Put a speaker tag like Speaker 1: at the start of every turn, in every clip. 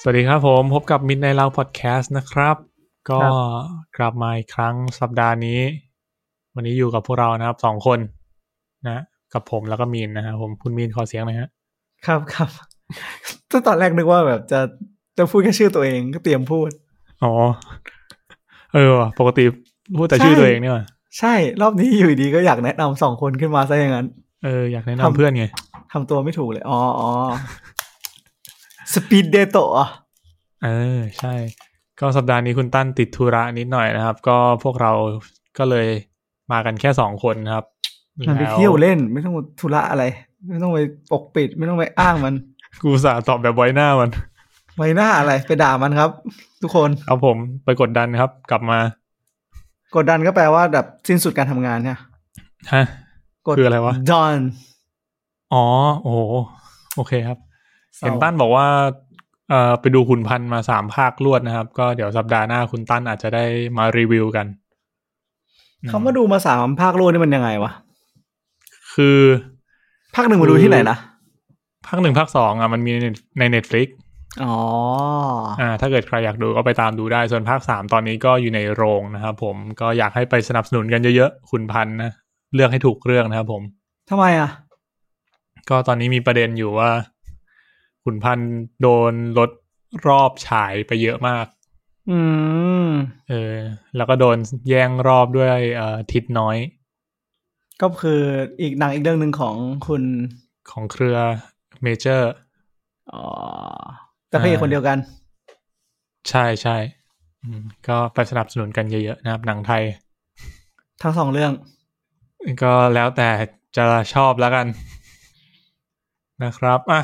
Speaker 1: สวัสดีครับผม พบกับ Midnight Lounge Podcast นะครับ ก็กลับมาอีกครั้งสัปดาห์นี้ วันนี้อยู่กับพวกเรานะครับสองคน นะ กับผมแล้วก็มีนนะครับผมคุณมีนขอเสียงหน่อยฮะ
Speaker 2: ครับครับตั้งตอนแรกนึกว่าแบบจะจะพูดแค่ชื่อตัวเองก็เตรียมพูด
Speaker 1: อ๋อ เออว่ะปกติพูดแต่ชื่อ
Speaker 2: ใช่
Speaker 1: ตัวเองเนี่ยว่ะ
Speaker 2: ใช่ รอบนี้อยู่ดีก็อยากแนะนำสองคนขึ้นมาซะอย่างนั้น
Speaker 1: เอออยากแนะ
Speaker 2: ทำ
Speaker 1: นำเพื่อนไง
Speaker 2: ทำตัวไม่ถูกเลย อ๋ออ๋อสปีดเดโตะ
Speaker 1: เออ ใช่ ก็สัปดาห์นี้คุณตั้นติดธุระนิดหน่อยนะครับ ก็พวกเราก็เลยมากันแค่สองคนนะครับ
Speaker 2: มันไป
Speaker 1: แล้
Speaker 2: เที่ยวเล่น ไม่ต้องธุระอะไร ไม่ต้องไปปกปิด ไม่ต้องไปอ้างมัน
Speaker 1: กูอุตสาห์ตอบแบบไว้หน้ามัน
Speaker 2: ไว้หน้าอะไรไปด่ามันครับ ทุกคน
Speaker 1: ครับผมไปกดดันครับ กลับมาก
Speaker 2: ดดันก็แปลว่าแบบสิ้นสุดการทำงานเนี่ย
Speaker 1: ฮะ
Speaker 2: กด
Speaker 1: คืออะไรวะ
Speaker 2: ดอน
Speaker 1: อ๋อ โอ้โหโอเคครับ เห็นตั้นบอกว่าเออไปดูขุนพันธ์มาสามภาครวดนะครับ ก็เดี๋ยวสัปดาห์หน้าคุณตั้นอาจจะได้มารีวิวกัน
Speaker 2: คำว่าดูมาสามภาคโลกนี่มันยังไงวะ
Speaker 1: คือ
Speaker 2: ภาคหนึ่งมาดูที่ไหนนะ
Speaker 1: ภาคหนึ่งภาคสองอ่ะมันมีในในเน็ตฟลิก
Speaker 2: อ๋อ
Speaker 1: อ่า ถ้าเกิดใครอยากดูก็ไปตามดูได้ ส่วนภาคสามตอนนี้ก็อยู่ในโรงนะครับผมก็อยากให้ไปสนับสนุนกันเยอะๆขุนพันธ์นะเลือกให้ถูกเรื่องนะครับผม
Speaker 2: ทำไมอ่ะ
Speaker 1: ก็ตอนนี้มีประเด็นอยู่ว่า ขุนพันธ์โดนลดรอบฉายไปเยอะมาก
Speaker 2: อืม
Speaker 1: เออ แล้วก็โดนแย่งรอบด้วยเอ่อทิศน้อย
Speaker 2: ก็คืออีกหนังอีกเรื่องหนึ่งของคุณ
Speaker 1: ของเครือเมเจอร์
Speaker 2: อ๋อแต่พระเอก
Speaker 1: อ่า
Speaker 2: คนเดียวกัน
Speaker 1: ใช่ใช่อืมก็ไปสนับสนุนกันเยอะๆนะครับหนังไทย
Speaker 2: ทั้งสองเรื่อง
Speaker 1: ก็แล้วแต่จะชอบแล้วกัน นะครับอ่ะ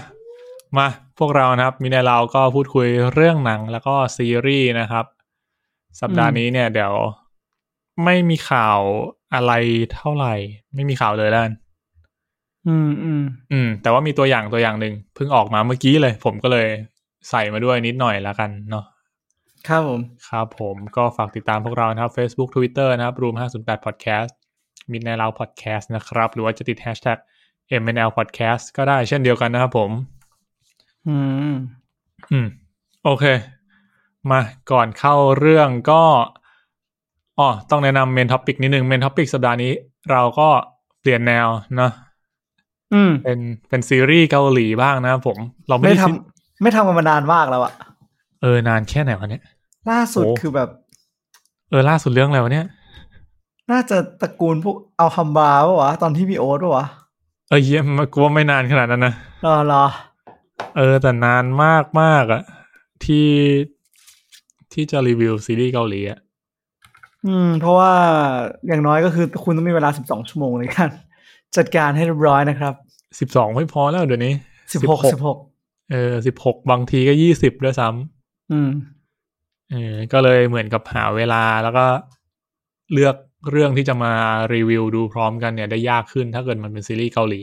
Speaker 1: มาพวกเรานะครับ มีในเราก็พูดคุยเรื่องหนังแล้วก็ซีรีส์นะครับ สัปดาห์นี้เนี่ย เดี๋ยวไม่มีข่าวอะไรเท่าไหร่ ไม่มีข่าวเลยแล้วกัน
Speaker 2: อืมอืม
Speaker 1: อืม แต่ว่ามีตัวอย่างตัวอย่างหนึ่งเพิ่งออกมาเมื่อกี้เลย ผมก็เลยใส่มาด้วยนิดหน่อยแล้วกันเนาะ
Speaker 2: ครับผม
Speaker 1: ครับผมก็ฝากติดตามพวกเรานะครับ Facebook Twitter นะครับ Room 508 Podcast มิดในเรา Podcast นะครับ หรือว่าจะติด Hashtag MNL Podcast ก็ได้เช่นเดียวกันนะครับผม
Speaker 2: อืม
Speaker 1: อืม โอเค มาก่อนเข้าเรื่องก็อ๋อต้องแนะนำเมนท็อปิกนิดนึงเมนท็อปิกสัปดาห์นี้เราก็เปลี่ยนแนวเนอะ
Speaker 2: อืม
Speaker 1: เป็นเป็นซีรีส์เกาหลีบ้างนะครับผม เราไม่
Speaker 2: ไม่
Speaker 1: ได้ซี
Speaker 2: ทำไม่ทำกันมานานมากแล้วอะ
Speaker 1: เออนานแค่ไหนวะเนี่ย
Speaker 2: ล่าสุด
Speaker 1: โอ้
Speaker 2: คือแบบ
Speaker 1: เออล่าสุดเรื่องอะไรวะเนี่ย
Speaker 2: น่าจะตระกูลพวกเอาฮัมบาปะวะ ตอนที่มีโอ๊ตปะวะ
Speaker 1: เออเยี่ยมกลัวาไม่นานขนาดนั้นนะ
Speaker 2: รอรอ
Speaker 1: เออแต่นานมากมากอะที่ที่จะรีวิวซีรีส์เกาหลีอะ
Speaker 2: อืม เพราะว่าอย่างน้อยก็คือคุณต้องมีเวลาสิบสองชั่วโมงในการจัดการให้เรียบร้อยนะครับ
Speaker 1: สิบสองไม่พอแล้วเดี๋ยวนี้
Speaker 2: สิบหกสิบหก
Speaker 1: เออสิบหกบางทีก็ยี่สิบด้วยซ้
Speaker 2: อืม
Speaker 1: ำเออก็เลยเหมือนกับหาเวลาแล้วก็เลือกเรื่องที่จะมารีวิวดูพร้อมกันเนี่ยได้ยากขึ้นถ้าเกิดมันเป็นซีรีส์เกาหลี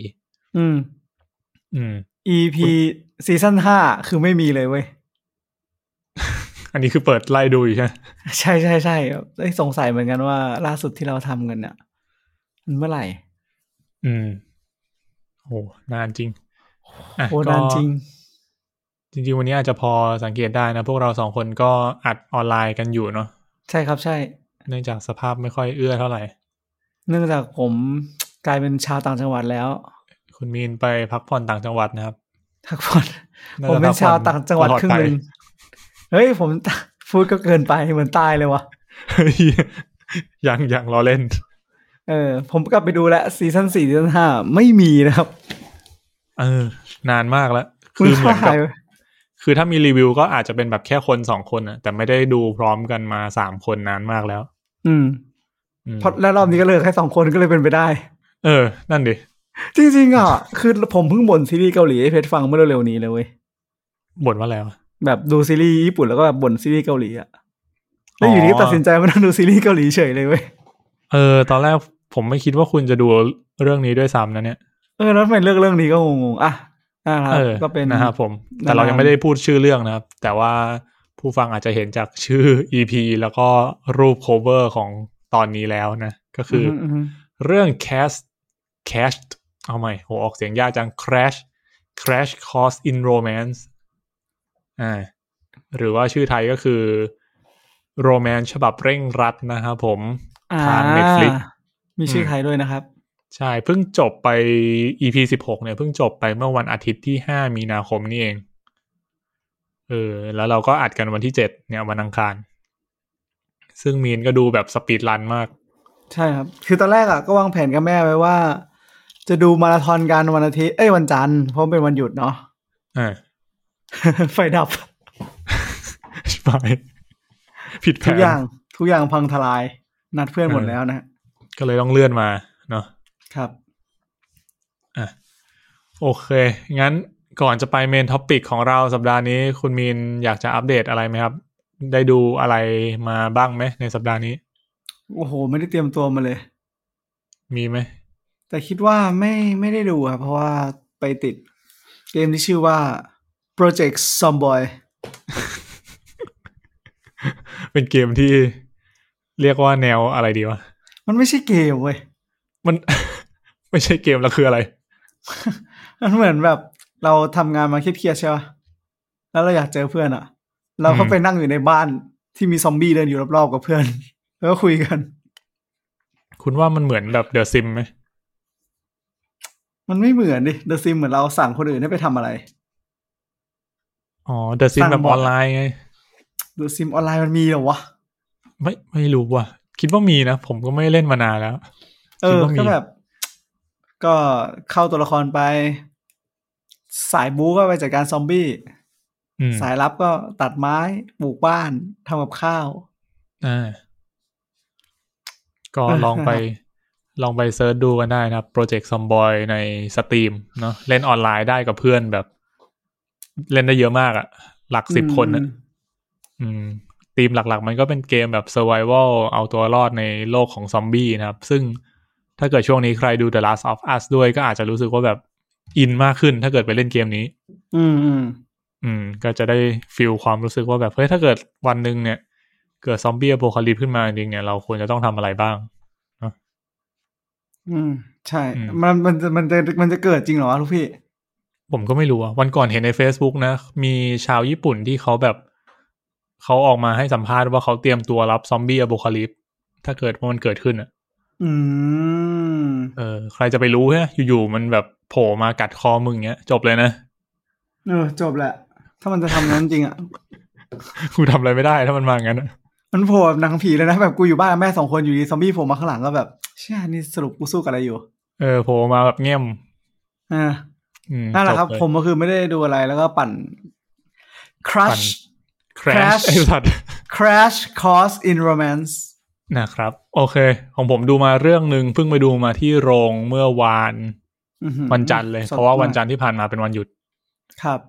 Speaker 2: อืม
Speaker 1: อืม
Speaker 2: EP ซีซั่นห้าคือไม่มีเลยเว้ ย
Speaker 1: อันนี้คือเปิดไล่ดูอยู่ใช่ไหม
Speaker 2: ใช่ใช่ใช่ไอ้ยสงสัยเหมือนกันว่าล่าสุดที่เราทำกันเนี่ยมันเมื่อไหร่
Speaker 1: อืมโหนานจริงะ
Speaker 2: โคดาน
Speaker 1: ก็
Speaker 2: จริง
Speaker 1: จริง ๆ วันนี้อาจจะพอสังเกตได้นะ พวกเราสองคนก็อัดออนไลน์กันอยู่เนาะ
Speaker 2: ใช่ครับใช่
Speaker 1: เนื่องจากสภาพไม่ค่อยเอื้อเท่าไหร่
Speaker 2: เนื่องจากผมกลายเป็นชาวต่างจังหวัดแล้ว
Speaker 1: คุณมีนไปพักผ่อนต่างจังหวัดนะครับ
Speaker 2: ทักผ่อน
Speaker 1: น่
Speaker 2: ผม
Speaker 1: จะ
Speaker 2: เป็
Speaker 1: พั
Speaker 2: น
Speaker 1: กผ่
Speaker 2: ชา
Speaker 1: อ
Speaker 2: วต่างจังหวัด
Speaker 1: ตลอ
Speaker 2: ครึ่ง
Speaker 1: ไป
Speaker 2: หนึ่งเฮ้ยผม พูดก็เกินไปเหมือนใตายเลยวะ
Speaker 1: เฮ้ย ยังยังล้อเล่น
Speaker 2: เออ ผมกลับไปดูแล้วซีซั่นสี่ซีซั่นห้าไม่มีนะครับ
Speaker 1: เออ นานมากแล้ว
Speaker 2: มึ
Speaker 1: คื
Speaker 2: ง
Speaker 1: อเหมือน
Speaker 2: หา
Speaker 1: กับ
Speaker 2: ย
Speaker 1: คือถ้ามีรีวิวก็อาจจะเป็นแบบแค่คนสองคนนะแต่ไม่ได้ดูพร้อมกันมาสามคนนานมากแล้ว
Speaker 2: อืม
Speaker 1: อืม
Speaker 2: เพราะแล้วรอบนี้ก็เลิกแค่สองคนก็เลยเป็นไปได้
Speaker 1: เออ นั่นดิ
Speaker 2: จริงๆอ่ะคือผมเพิ่งบ่นซีรีส์เกาหลีให้เพชรฟังเมื่อเร็วๆนี้เลยเว้ย
Speaker 1: บ่นว่าแล้วะ
Speaker 2: แบบดูซีรีส์ญี่ปุ่นแล้วก็แบบบ่นซีรีส์เกาหลีอะ
Speaker 1: อ๋
Speaker 2: แล้ว
Speaker 1: อ
Speaker 2: อ
Speaker 1: อ
Speaker 2: ยู่ดีก็ตัดสินใจมานั่งดูซีรีส์เกาหลีเฉยเลยเว้ย
Speaker 1: เออ ตอนแรกผมไม่คิดว่าคุณจะดูเรื่องนี้ด้วยซ้ำนะเนี่ย
Speaker 2: เออแล้วทำไมเลือกเรื่องนี้ก็งงๆอ่ะอ่าครับ
Speaker 1: เออ
Speaker 2: ก็เป็น
Speaker 1: นะครับผม แต่
Speaker 2: นานๆ
Speaker 1: เรายังไม่ได้พูดชื่อเรื่องนะครับ แต่ว่าผู้ฟังอาจจะเห็นจากชื่อ EP แล้วก็รูปโคเวอร์ของตอนนี้แล้วนะ ก็คืออ
Speaker 2: ม
Speaker 1: เรื่อง Cast Crash เอาใหม่โหออกเสียงยากจัง Crash Crash Course in Romance อ่า หรือว่าชื่อไทยก็คือโรแมนฉบับเร่งรัดนะครับผม ทาง Netflix
Speaker 2: มีชื่ออ
Speaker 1: ม
Speaker 2: ไทยด้วยนะครับ
Speaker 1: ใช่เพิ่งจบไป EP สิบหกเนี่ยเพิ่งจบไปเมื่อวันอาทิตย์ที่ห้ามีนาคมนี่เองเออแล้วเราก็อัดกันวันที่เจ็ดเนี่ยวันอังคาร ซึ่งมีนก็ดูแบบสปีดรันมาก
Speaker 2: ใช่ครับ คือตอนแรกอ่ะก็วางแผนกับแม่ไว้ว่า จะดูมาราธอนกันวันอาทิตย์เอ้ยวันจันทร์เพราะมันเป็นวันหยุดเนาะ
Speaker 1: อ่า
Speaker 2: ไฟดับ
Speaker 1: ชิบหายผิดแผ
Speaker 2: ทุก
Speaker 1: น
Speaker 2: อย่างทุกอย่างพังทลาย นัดเพื่อนหมด
Speaker 1: เออ
Speaker 2: แล้วนะฮะ
Speaker 1: ก็เลยต้องเลื่อนมาเนาะ
Speaker 2: ครับ
Speaker 1: โอเค งั้นก่อนจะไปเมนท็อปิกของเราสัปดาห์นี้ คุณมีนอยากจะอัปเดตอะไรไหมครับ ได้ดูอะไรมาบ้างไหมในสัปดาห์นี้
Speaker 2: โอ้โห ไม่ได้เตรียมตัวมาเลย
Speaker 1: มีไหม
Speaker 2: แต่คิดว่าไม่ไม่ได้ดูครับเพราะว่าไปติดเกมที่ชื่อว่า Project Zomboy
Speaker 1: เป็นเกมที่เรียกว่าแนวอะไรดีวะ
Speaker 2: มันไม่ใช่เกมเว้ย
Speaker 1: มัน ไม่ใช่เกมแล้วคืออะไร
Speaker 2: มันเหมือนแบบเราทำงานมาเครียดๆใช่ป่ะ แล้วเราอยากเจอเพื่อนอะเราก็
Speaker 1: อืม
Speaker 2: ไปนั่งอยู่ในบ้านที่มีซอมบี้เดินอยู่รอบๆกับเพื่อน แล้วก็คุยกัน
Speaker 1: คุณว่ามันเหมือนแบบเดอะซิมไหม
Speaker 2: มันไม่เหมือนดิ The Sims เหมือนเราสั่งคนอื่นให้ไปทำอะไร
Speaker 1: อ๋อเดอะซิม
Speaker 2: สร้าง
Speaker 1: แบบ
Speaker 2: บ
Speaker 1: อ
Speaker 2: อ
Speaker 1: อ
Speaker 2: ท
Speaker 1: นไลน์ไง
Speaker 2: The Sims ออนไลน์มันมีเหรอวะ
Speaker 1: ไม่ไม่รู้ว่ะ คิดว่ามีนะ ผมก็ไม่เล่นมานานแล้ว
Speaker 2: เอ
Speaker 1: คิด
Speaker 2: อ
Speaker 1: ว่ามี
Speaker 2: ก็แบบ ก็เข้าตัวละครไป สายบู๊ก็ไปจัดการซอมบี้
Speaker 1: อืม
Speaker 2: สายลับก็ตัดไม้ปลูกบ้านทำกับข้าว
Speaker 1: อ่า ก็
Speaker 2: เออ
Speaker 1: ลองไป ลองไปเซิร์ชดูกันได้นะครับโปรเจกต์ซอมบอยในสตรีมเนาะเล่นออนไลน์ได้กับเพื่อนแบบ เล่นได้เยอะมากอะหลักสิบคน
Speaker 2: อื
Speaker 1: อะ
Speaker 2: ม
Speaker 1: อืมธีมหลักๆ มันก็เป็นเกมแบบ survival เอาตัวรอดในโลกของซอมบี้นะครับ ซึ่งถ้าเกิดช่วงนี้ใครดู The Last of Us ด้วยก็อาจจะรู้สึกว่าแบบอินมากขึ้นถ้าเกิดไปเล่นเกมนี้
Speaker 2: อืมอืม
Speaker 1: อืม ก็จะได้ฟิลความรู้สึกว่าแบบเฮ้ยถ้าเกิดวันหนึ่งเนี่ย เกิดซอมบี้อโพคาลิปขึ้นมาจริงๆเนี่ยเราควรจะต้องทำอะไรบ้าง
Speaker 2: อืม ใช่
Speaker 1: อืม
Speaker 2: มันมันจะมันจะมันจะเกิดจริงเหรอวะลูกพี่
Speaker 1: ผมก็ไม่รู้อะวันก่อนเห็นใน Facebook นะ มีชาวญี่ปุ่นที่เขาแบบเขาออกมาให้สัมภาษณ์ว่าเขาเตรียมตัวรับซอมบี้อโพคาลิปส์ถ้าเกิดว่ามันเกิดขึ้นอะ
Speaker 2: อืม
Speaker 1: เออใครจะไปรู้ฮะอยู่ๆมันแบบโผล่มากัดคอมึงเงี้ย จบเลยนะ
Speaker 2: เออ จบแหละ ถ้ามันจะทำนั้นจริงอ่ะ
Speaker 1: กูทำอะไรไม่ได้ถ้ามันมางั้นอะ
Speaker 2: มันโผล่แบบหนังผีเลยนะ แบบกูอยู่บ้านกับแม่สองคนอยู่ดีซอมบี้โผล่มาข้างหลังก็แบบ เชี่ยนี่สรุปกูสู้กับอะไรอยู่
Speaker 1: เออโผล่มาแบบเงี่ยม
Speaker 2: อ่า
Speaker 1: อืม
Speaker 2: นั่นแหละครับ
Speaker 1: จ
Speaker 2: ผมก็คือไม่ได้ดูอะไรแล้วก็ปั่น Crush
Speaker 1: คราช
Speaker 2: Crash
Speaker 1: ไอ้สัตว์
Speaker 2: Crash Course in Romance
Speaker 1: นะครับ โอเค ของผมดูมาเรื่องหนึ่งเพิ่งไปดูมาที่โรงเมื่อวาน
Speaker 2: อื้อหือ
Speaker 1: วันจันทร์เลย
Speaker 2: สด
Speaker 1: เพราะว่าวัน
Speaker 2: มก
Speaker 1: จันทร์ที่ผ่านมาเป็นวันหยุด
Speaker 2: ครับ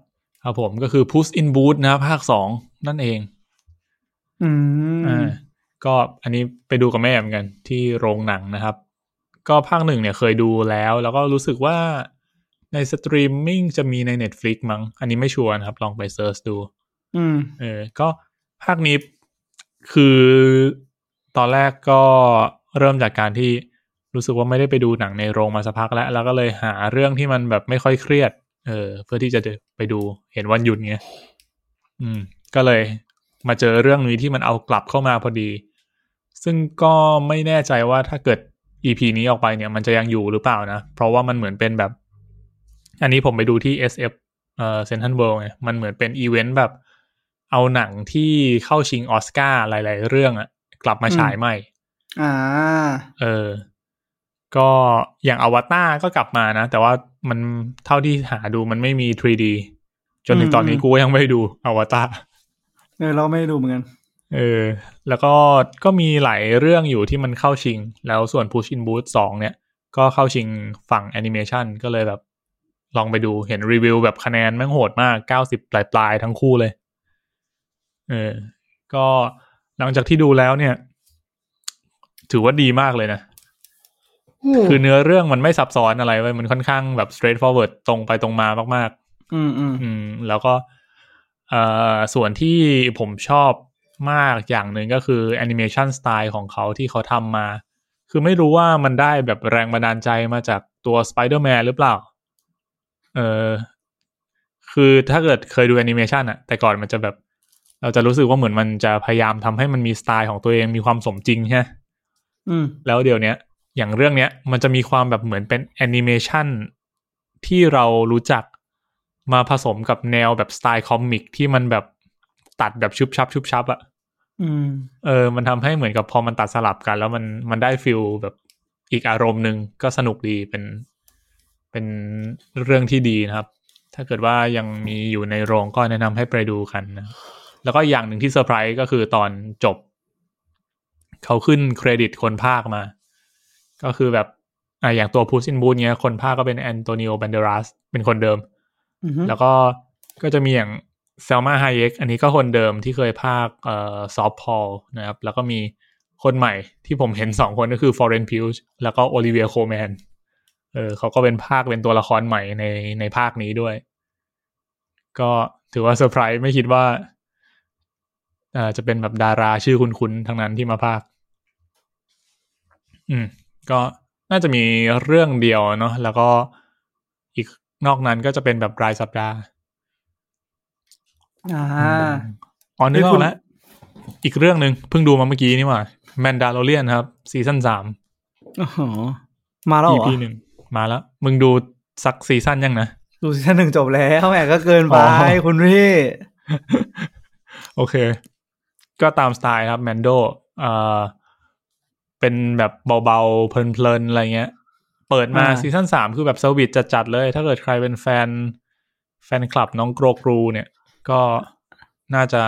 Speaker 1: ครับผมก็คือ Push in Boot นะภาคสองนั่นเอง
Speaker 2: อื
Speaker 1: อ่าม ก็อันนี้ไปดูกับแม่เหมือนกันที่โรงหนังนะครับ ก็ภาคหนึ่งเนี่ยเคยดูแล้ว แล้วก็รู้สึกว่าในสตรีมมิ่งจะมีใน Netflix มั้งอันนี้ไม่ชัวร์นะครับ ลองไปเซิร์ชดู
Speaker 2: อืม
Speaker 1: เออ ก็ภาคนี้คือตอนแรกก็เริ่มจากการที่รู้สึกว่าไม่ได้ไปดูหนังในโรงมาสักพักแล้ว แล้วก็เลยหาเรื่องที่มันแบบไม่ค่อยเครียด เออ เพื่อที่จะไปดูเห็นวันหยุดไงอืม ก็เลยมาเจอเรื่องนี้ที่มันเอากลับเข้ามาพอดี ซึ่งก็ไม่แน่ใจว่าถ้าเกิด EP นี้ออกไปเนี่ย มันจะยังอยู่หรือเปล่านะ เพราะว่ามันเหมือนเป็นแบบ อันนี้ผมไปดูที่ SF เอ่อเซนทันเวิลด์ไงมันเหมือนเป็นอีเวนต์แบบ เอาหนังที่เข้าชิงออสการ์หลาย ๆ เรื่องอะกลับมาฉายใหม่
Speaker 2: อ่า
Speaker 1: เออ ก็อย่างอวตารก็กลับมานะ แต่ว่ามันเท่าที่หาดูมันไม่มี 3D จนถึงตอนนี้
Speaker 2: อืม
Speaker 1: กูก็ยังไม่ดูอวตาร
Speaker 2: เออเราไม่ได้ดูเหมือนกัน
Speaker 1: เออแล้วก็ก็มีหลายเรื่องอยู่ที่มันเข้าชิง แล้วส่วน Push in Booth 2 เนี่ย ก็เข้าชิงฝั่งแอนิเมชันก็เลยแบบ ลองไปดูเห็นรีวิวแบบคะแนนแม่งโหดมาก 90 ปลายปลายๆทั้งคู่เลย เออ ก็หลังจากที่ดูแล้วเนี่ย ถือว่าดีมากเลยนะ คือเนื้อเรื่องมันไม่ซับซ้อนอะไรเว้ยมันค่อนข้างแบบ straightforward ตรงไปตรงมามากๆ
Speaker 2: อืมอืม
Speaker 1: อืมแล้วก็เอ่อส่วนที่ผมชอบมากอย่างหนึ่งก็คือแอนิเมชันสไตล์ของเขาที่เขาทำมา คือไม่รู้ว่ามันได้แบบแรงบันดาลใจมาจากตัว Spider-Man หรือเปล่า เออคือถ้าเกิดเคยดูแอนิเมชันอะแต่ก่อนมันจะแบบ เราจะรู้สึกว่าเหมือนมันจะพยายามทำให้มันมีสไตล์ของตัวเองมีความสมจริงใช่ไหม
Speaker 2: อืม
Speaker 1: แล้วเดี๋ยวเนี้ยอย่างเรื่องเนี้ยมันจะมีความแบบเหมือนเป็นแอนิเมชันที่เรารู้จักมาผสมกับแนวแบบสไตล์คอมิกที่มันแบบตัดแบบชุบชับชุบชับอะ
Speaker 2: อืม
Speaker 1: เออมันทำให้เหมือนกับพอมันตัดสลับกัน แล้วมันมันได้ฟิลแบบอีกอารมณ์หนึ่งก็สนุกดีเป็น เป็นเรื่องที่ดีนะครับ ถ้าเกิดว่ายังมีอยู่ในโรงก็แนะนำให้ไปดูกันนะ แล้วก็อย่างหนึ่งที่เซอร์ไพรส์ก็คือตอนจบ เขาขึ้นเครดิตคนภาคมา ก็คือแบบอ่ะอย่างตัวพูซินบูนเนี้ยคนภาคก็เป็นแอนโตนิโอบันเดรัสเป็นคนเดิม
Speaker 2: อือฮึ
Speaker 1: แล้วก็ก็จะมีอย่างเซลมาไฮเ e กอันนี้ก็คนเดิมที่เคยภาคเอ่อซอฟพอลนะครับ แล้วก็มีคนใหม่ที่ผมเห็น สองคนก็คือฟอร์เรนพิวแล้วก็โอลิเวียโคแมนเออเขาก็เป็นภาคเป็นตัวละครใหม่ในในภาคนี้ด้วย ก็ถือว่าเซอร์ไพรส์ไม่คิดว่าเอ่อจะเป็นแบบดาราชื่อคุ้นๆ ทั้งนั้นที่มาภาค อืม ก็น่าจะมีเรื่องเดียวเนาะแล้วก็อีกนอกนั้นก็จะเป็นแบบรายสัปดาห์
Speaker 2: อ่า
Speaker 1: อ๋อนึกออ
Speaker 2: คุ
Speaker 1: ก
Speaker 2: ณ
Speaker 1: แล้วอีกเรื่องหนึ่งเพิ่งดูมาเมื่อกี้นี่หว่าแมนดาโลเรียนครับ ซีซั่นสาม
Speaker 2: อ๋อมาแล้วเหรอ
Speaker 1: EP หนึ่งมาแล้ว มึงดูสักซีซั่นยังนะ
Speaker 2: ดูซีซั่นหนึ่งจบแล้วแหมก็เกินไป
Speaker 1: อ๋อ
Speaker 2: คุณพี่
Speaker 1: โอเค ก็ตามสไตล์ครับแมนโดเอ่อเป็นแบบเบาๆ เพลินๆ อะไรเงี้ย เปิดมา
Speaker 2: อ่า
Speaker 1: ซีซั่นสามคือแบบเซอร์วิสจัดๆเลย ถ้าเกิดใครเป็นแฟน แฟนคลับน้องโกรกรูเนี่ย ก็น่าจะ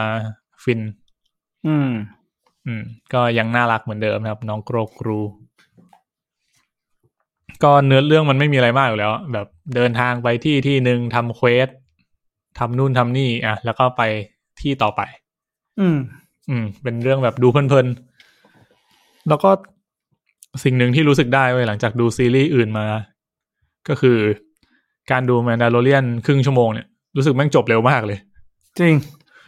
Speaker 1: ฟิน
Speaker 2: อืม
Speaker 1: อืมก็ยังน่ารักเหมือนเดิมนะครับ น้องโกรกรู ก็เนื้อเรื่องมันไม่มีอะไรมากอยู่แล้ว แบบเดินทางไปที่ที่หนึ่งทำเควสทำนู่นทำนี่อ่ะแล้วก็ไปที่ต่อไป
Speaker 2: อืม
Speaker 1: อืม เป็นเรื่องแบบดูเพลินๆ แล้วก็สิ่งหนึ่งที่รู้สึกได้เว้ยหลังจากดูซีรีส์อื่นมา ก็คือการดูแมนดา l ลเ i ียนครึ่งชั่วโมงเนี่ยรู้สึกแม่งจบเร็วมากเลย
Speaker 2: จริง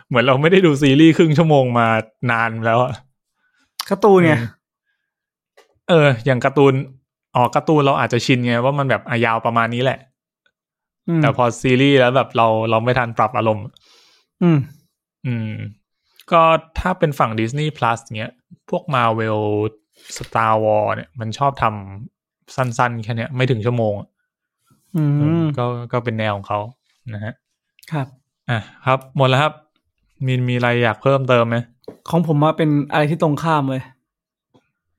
Speaker 1: เหมือนเราไม่ได้ดูซีรีส์ครึ่งชั่วโมงมานานแล้วอะ
Speaker 2: การ์ตูนเนี่ย
Speaker 1: เออ อย่างการ์ตูน อ๋อ การ์ตูนเราอาจจะชินไงว่ามันแบบอะยาวประมาณนี้แหละ
Speaker 2: อืม
Speaker 1: แต่พอซีรีส์แล้วแบบเราเราไม่ทันปรับอารมณ์
Speaker 2: อืม
Speaker 1: อืม ก็ถ้าเป็นฝั่ง Disney Plus เนี้ย พวก Marvel Star Wars เนี่ย มันชอบทำสั้นๆ แค่เนี้ย ไม่ถึงชั่วโมงอะ
Speaker 2: อื
Speaker 1: เออ
Speaker 2: ม
Speaker 1: ก็ก็เป็นแนวของเขานะฮะ
Speaker 2: ครับ
Speaker 1: อ่ะครับ หมดแล้วครับ มีนมีอะไรอยากเพิ่มเติมไหม
Speaker 2: ของผมมาเป็นอะไรที่ตรงข้ามเลย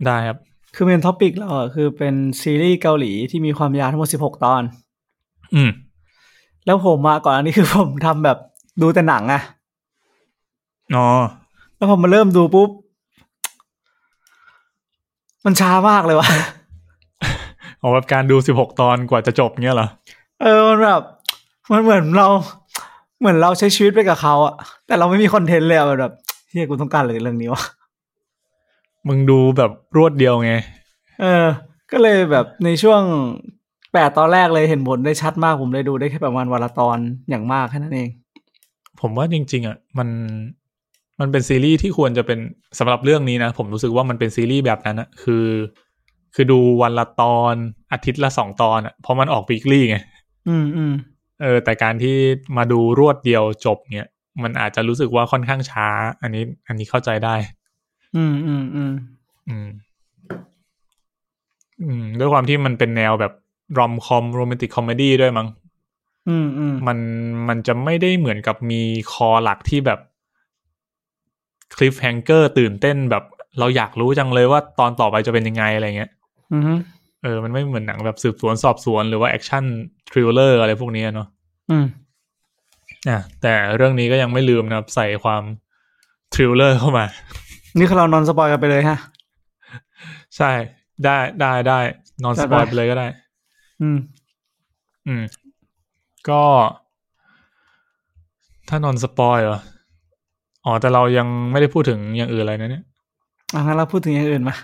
Speaker 1: ได้ครับ
Speaker 2: คือเมนท็อปิกเราอะคือเป็นซีรีส์เกาหลีที่มีความยาวทั้งหมด 16 ตอน
Speaker 1: อืม
Speaker 2: แล้วผมมาก่อนอันนี้คือผมทำแบบดูแต่หนังอะ
Speaker 1: อ๋อ
Speaker 2: แล้วพอมาเริ่มดูปุ๊บ มันช้ามากเลยว่ะ
Speaker 1: เอาแบบการดูสิบหกตอนกว่าจะจบเงี้ยเหรอ
Speaker 2: เออมันแบบ มันเหมือนเรา เหมือนเราใช้ชีวิตไปกับเขาอะแต่เราไม่มีคอนเทนต์เลยอะมันแบบเฮียกูต้องการอะไรเรื่องนี้วะ
Speaker 1: มึงดูแบบรวดเดียวไง
Speaker 2: เออ ก็เลยแบบในช่วงแปดตอนแรกเลยเห็นผลได้ชัดมากผมเลยดูได้แค่ประมาณวันละตอนอย่างมากแค่นั้นเอง
Speaker 1: ผมว่าจริง ๆ อ่ะ มันมันเป็นซีรีส์ที่ควรจะเป็นสำหรับเรื่องนี้นะ ผมรู้สึกว่ามันเป็นซีรีส์แบบนั้นอะคือ คือดูวันละตอนอาทิตย์ละสองตอนอ่ะเพราะมันออกปีกลี่ไง
Speaker 2: อืมอืม
Speaker 1: เออ แต่การที่มาดูรวดเดียวจบเนี่ย มันอาจจะรู้สึกว่าค่อนข้างช้า อันนี้ อันนี้เข้าใจได้
Speaker 2: อืมอืมอืม
Speaker 1: อืม อืม ด้วยความที่มันเป็นแนวแบบรอมคอมโรแมนติกคอมเมดี้ด้วยมั้ง
Speaker 2: อืมอืม
Speaker 1: มันมันจะไม่ได้เหมือนกับมีคอหลักที่แบบคลิฟแฮงเกอร์ตื่นเต้นแบบเราอยากรู้จังเลยว่าตอนต่อไปจะเป็นยังไงอะไรเงี้ย
Speaker 2: อืม
Speaker 1: เออมันไม่เหมือนหนังแบบสืบสวนสอบสวนหรือว่าแอคชั่นทริลเลอร์อะไรพวกเนี้ยเนาะ
Speaker 2: อืม
Speaker 1: อ่ะแต่เรื่องนี้ก็ยังไม่ลืมนะครับใส่ความทริลเลอร์เข้ามา
Speaker 2: นี่คือเรานอนสปอยกันไปเลยฮะ
Speaker 1: ใช่ได้ได้ได้นอนสปอยไปเลยก็ได้
Speaker 2: อืม
Speaker 1: อืม ก็ ถ้านอนสปอยเหรออ๋อแต่เรายังไม่ได้พูดถึงอย่างอื่นอะไรนะเนี่ย
Speaker 2: อ่ะงั้นเราพูดถึงอย่างอื่นมา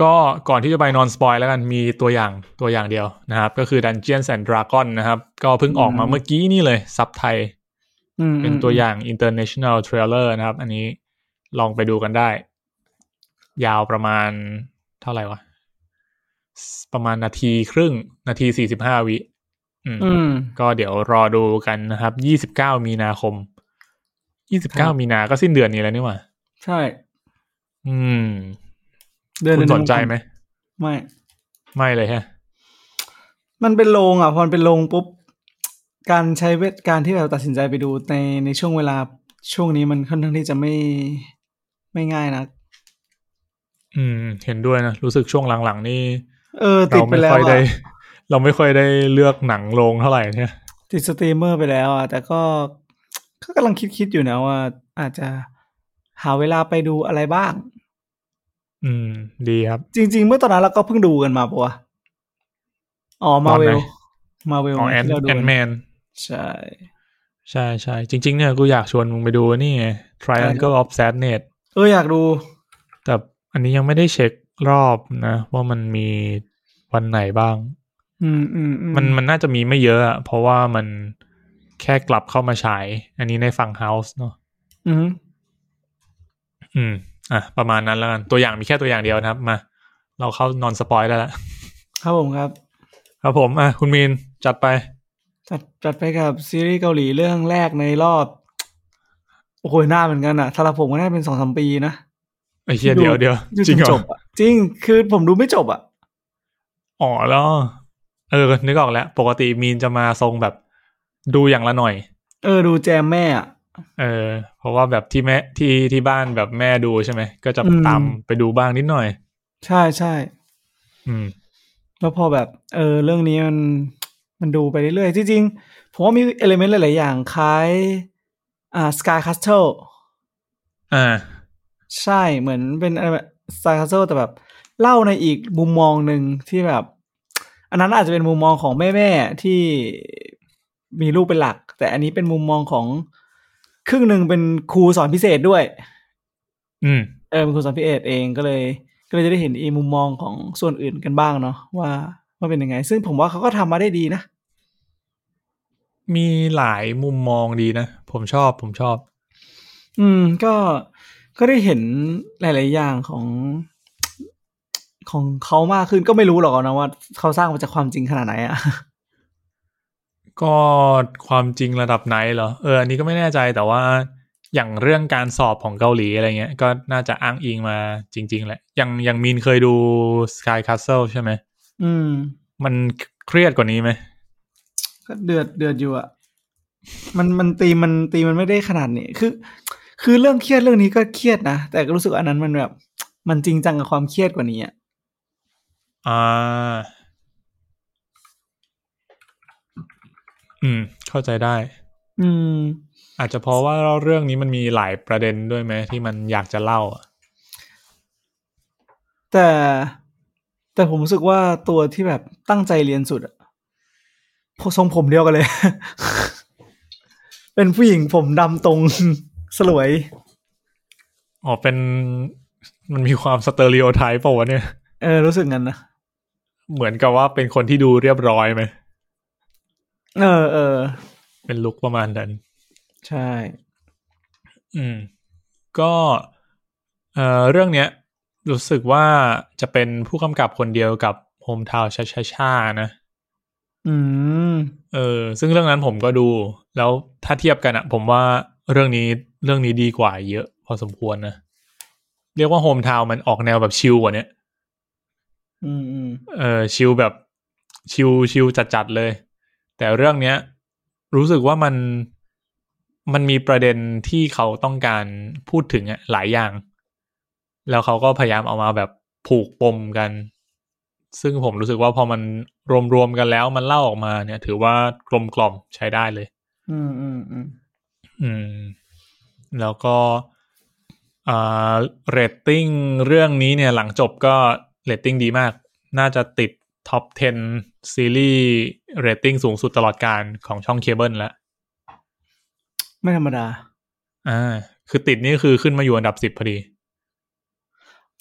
Speaker 1: ก็ก่อนที่จะไปนอนสปอยแล้วกันมีตัวอย่างตัวอย่างเดียวนะครับ ก็คือ Dungeons and Dragon นะครับ ก็เพิ่งออกมา
Speaker 2: อืม
Speaker 1: เมื่อกี้นี่เลยซับไทย
Speaker 2: อืม
Speaker 1: เป็นตัวอย่าง international trailer นะครับ อันนี้ลองไปดูกันได้ ยาวประมาณเท่าไหร่วะ ประมาณนาทีครึ่งนาทีสี่สิบห้าวิอืม
Speaker 2: อืม
Speaker 1: ก็เดี๋ยวรอดูกันนะครับ 29 มีนาคม ยี่สิบเก้ามีนาก็สิ้นเดือนนี้แล้วนี่หว่า
Speaker 2: ใช่
Speaker 1: อืม
Speaker 2: เดือน
Speaker 1: คุณ
Speaker 2: ละ
Speaker 1: สนใจไหม
Speaker 2: ไม่
Speaker 1: ไม่เลยฮะ
Speaker 2: มันเป็นโรงอ่ะพอมันเป็นโรงปุ๊บ การใช้เวทการที่เราตัดสินใจไปดูในในช่วงเวลาช่วงนี้มันค่อนข้างที่จะไม่ไม่ง่ายนะ
Speaker 1: อืม เห็นด้วยนะ รู้สึกช่วงหลังๆ นี่
Speaker 2: เออ ติ
Speaker 1: เรา
Speaker 2: ดไป
Speaker 1: ไม่
Speaker 2: แล้ว
Speaker 1: ค่อยได้
Speaker 2: อะ
Speaker 1: เราไม่ค่อยได้เลือกหนังโรงเท่าไหร่เนี่ย
Speaker 2: ติดสตรีมเมอร์ไปแล้วอ่ะแต่ก็ก็กำลังคิดคิดอยู่นะว่า อาจจะหาเวลาไปดูอะไรบ้าง
Speaker 1: อืม ดีครับ
Speaker 2: จริง ๆ เมื่อตอนนั้นเราก็เพิ่งดูกันมาปะวะอ๋อมาเว
Speaker 1: ตอนไห
Speaker 2: ล
Speaker 1: น
Speaker 2: มาเวล
Speaker 1: อ๋อแอน
Speaker 2: ที่เราดู
Speaker 1: แอนแมน
Speaker 2: ใช่
Speaker 1: ใช่ใช่จริง ๆ เนี่ยกูอยากชวนมึงไปดูนี่ไง Triangle of Sadness
Speaker 2: เอออยากดู
Speaker 1: แต่อันนี้ยังไม่ได้เช็ครอบนะ ว่ามันมีวันไหนบ้าง
Speaker 2: อืมอืมอื
Speaker 1: มันมันน่าจะมีไม่เยอะอะเพราะว่ามันแค่กลับเข้ามาฉาย อันนี้ในฝั่ง House เนอะ
Speaker 2: อืม
Speaker 1: อืม อ่ะ ประมาณนั้นแล้วกัน ตัวอย่างมีแค่ตัวอย่างเดียวนะครับ มา เราเข้านอนสปอยแล้วละ
Speaker 2: ครับผมครับ
Speaker 1: ครับผม อ่ะ คุณมีนจัดไป
Speaker 2: จัดจัดไปกับซีรีส์เกาหลีเรื่องแรกในรอบ โอ้โหหน้าเหมือนกันอะสำหรับผมก็น่าเป็นสองสามปีนะ
Speaker 1: ไอ้เหี้ยเดี๋ยวเดี๋ยว
Speaker 2: ดู
Speaker 1: จริงเหร
Speaker 2: จ
Speaker 1: อบ
Speaker 2: อะจริงคือผมดูไม่จบอะ
Speaker 1: อ๋อแล้ว เออ นึกออกแล้ว ปกติมีนจะมาทรงแบบดูอย่างละหน่อย
Speaker 2: เออดูแจมแม่อะ
Speaker 1: เออ เพราะว่าแบบที่แม่ที่ที่บ้านแบบแม่ดูใช่ไหม ก็จะ
Speaker 2: อืม
Speaker 1: ตามไปดูบ้างนิดหน่อย
Speaker 2: ใช่ใช่
Speaker 1: อืม
Speaker 2: แล้วพอแบบ เออ เรื่องนี้มันมันดูไปเรื่อยๆจริงๆผมว่ามีเอลิเมนต์หลาย ๆ อย่างคล้าย อ่าสกายคัสเทิล
Speaker 1: อ่า
Speaker 2: ใช่เหมือนเป็นสกายคัสเทิลแต่แบบ เล่าในอีกมุมมองหนึ่งที่แบบ อันนั้นอาจจะเป็นมุมมองของแม่แม่ๆที่มีลูกเป็นหลัก แต่อันนี้เป็นมุมมองของครึ่งหนึ่งเป็นครูสอนพิเศษด้วย
Speaker 1: อืม
Speaker 2: เออเป็นครูสอนพิเศษเองก็เลย ก็เลยจะได้เห็นอีกมุมมองของส่วนอื่นกันบ้างเนาะว่าว่าเป็นยังไง ซึ่งผมว่าเขาก็ทำมาได้ดีนะ
Speaker 1: มีหลายมุมมองดีนะ ผมชอบผมชอบ
Speaker 2: อืมก็ก็ได้เห็นหลาย ๆ อย่างของ ของเขามากขึ้นก็ไม่รู้หรอกนะว่าเขาสร้างมาจากความจริงขนาดไหนอะ
Speaker 1: ก็ความจริงระดับไหนเหรอ เออ อันนี้ก็ไม่แน่ใจแต่ว่าอย่างเรื่องการสอบของเกาหลีอะไรเงี้ย ก็น่าจะอ้างอิงมาจริง ๆ แหละ อย่างอย่างมีนเคยดู Sky Castle ใช่ไหม
Speaker 2: อืม
Speaker 1: มันเครียดกว่านี้ไหม
Speaker 2: ก็เดือดเดือดอยู่อะมันมันตีมันตีมันไม่ได้ขนาดนี้ คือ คือเรื่องเครียดเรื่องนี้ก็เครียดนะ แต่ก็รู้สึกอันนั้นมันแบบ มันจริงจังกับความเครียดกว่านี้อะ
Speaker 1: อ่า อืม เข้าใจได้
Speaker 2: อืม
Speaker 1: อาจจะเพราะว่าเรื่องนี้มันมีหลายประเด็นด้วยไหมที่มันอยากจะเล่าอะ
Speaker 2: แต่แต่ผมรู้สึกว่าตัวที่แบบตั้งใจเรียนสุดอะทรงผมเดียวกันเลย เป็นผู้หญิงผมดำตรง สลวย
Speaker 1: อ๋อเป็นมันมีความสเตอริโอไทป์ป่าวะเนี่ย
Speaker 2: เออ รู้สึกงั้นนะ
Speaker 1: เหมือนกับว่าเป็นคนที่ดูเรียบร้อยไหม
Speaker 2: เออเออ
Speaker 1: เป็นลุคประมาณนั้น
Speaker 2: ใช่
Speaker 1: อืม ก็เอ่อเรื่องเนี้ย รู้สึกว่าจะเป็นผู้กำกับคนเดียวกับโฮมทาวชาชาชานะ
Speaker 2: อืม
Speaker 1: เออ ซึ่งเรื่องนั้นผมก็ดู แล้วถ้าเทียบกันอะผมว่าเรื่องนี้เรื่องนี้ดีกว่าเยอะ พอสมควรนะ เรียกว่าโฮมทาวมันออกแนวแบบชิลกว่าเนี้ย
Speaker 2: อืมอืม
Speaker 1: เออชิลแบบชิลชิลจัดๆเลย แต่เรื่องเนี้ย รู้สึกว่ามันมันมีประเด็นที่เขาต้องการพูดถึงอะหลายอย่าง แล้วเขาก็พยายามเอามาแบบผูกปมกัน ซึ่งผมรู้สึกว่าพอมันรวมๆกันแล้วมันเล่าออกมาเนี่ย ถือว่ากลมกล่อมใช้ได้เลย
Speaker 2: อืมอืมอืม
Speaker 1: อืม แล้วก็อ่าเรตติ้งเรื่องนี้เนี่ยหลังจบก็เรตติ้งดีมาก น่าจะติดท็อป 10 ซีรีส์เรตติ้งสูงสุดตลอดการของช่องเคเบิลแล้ว
Speaker 2: ไม่ธรรมดา
Speaker 1: อ่า คือติดนี่คือขึ้นมาอยู่อันดับ 10 พอดี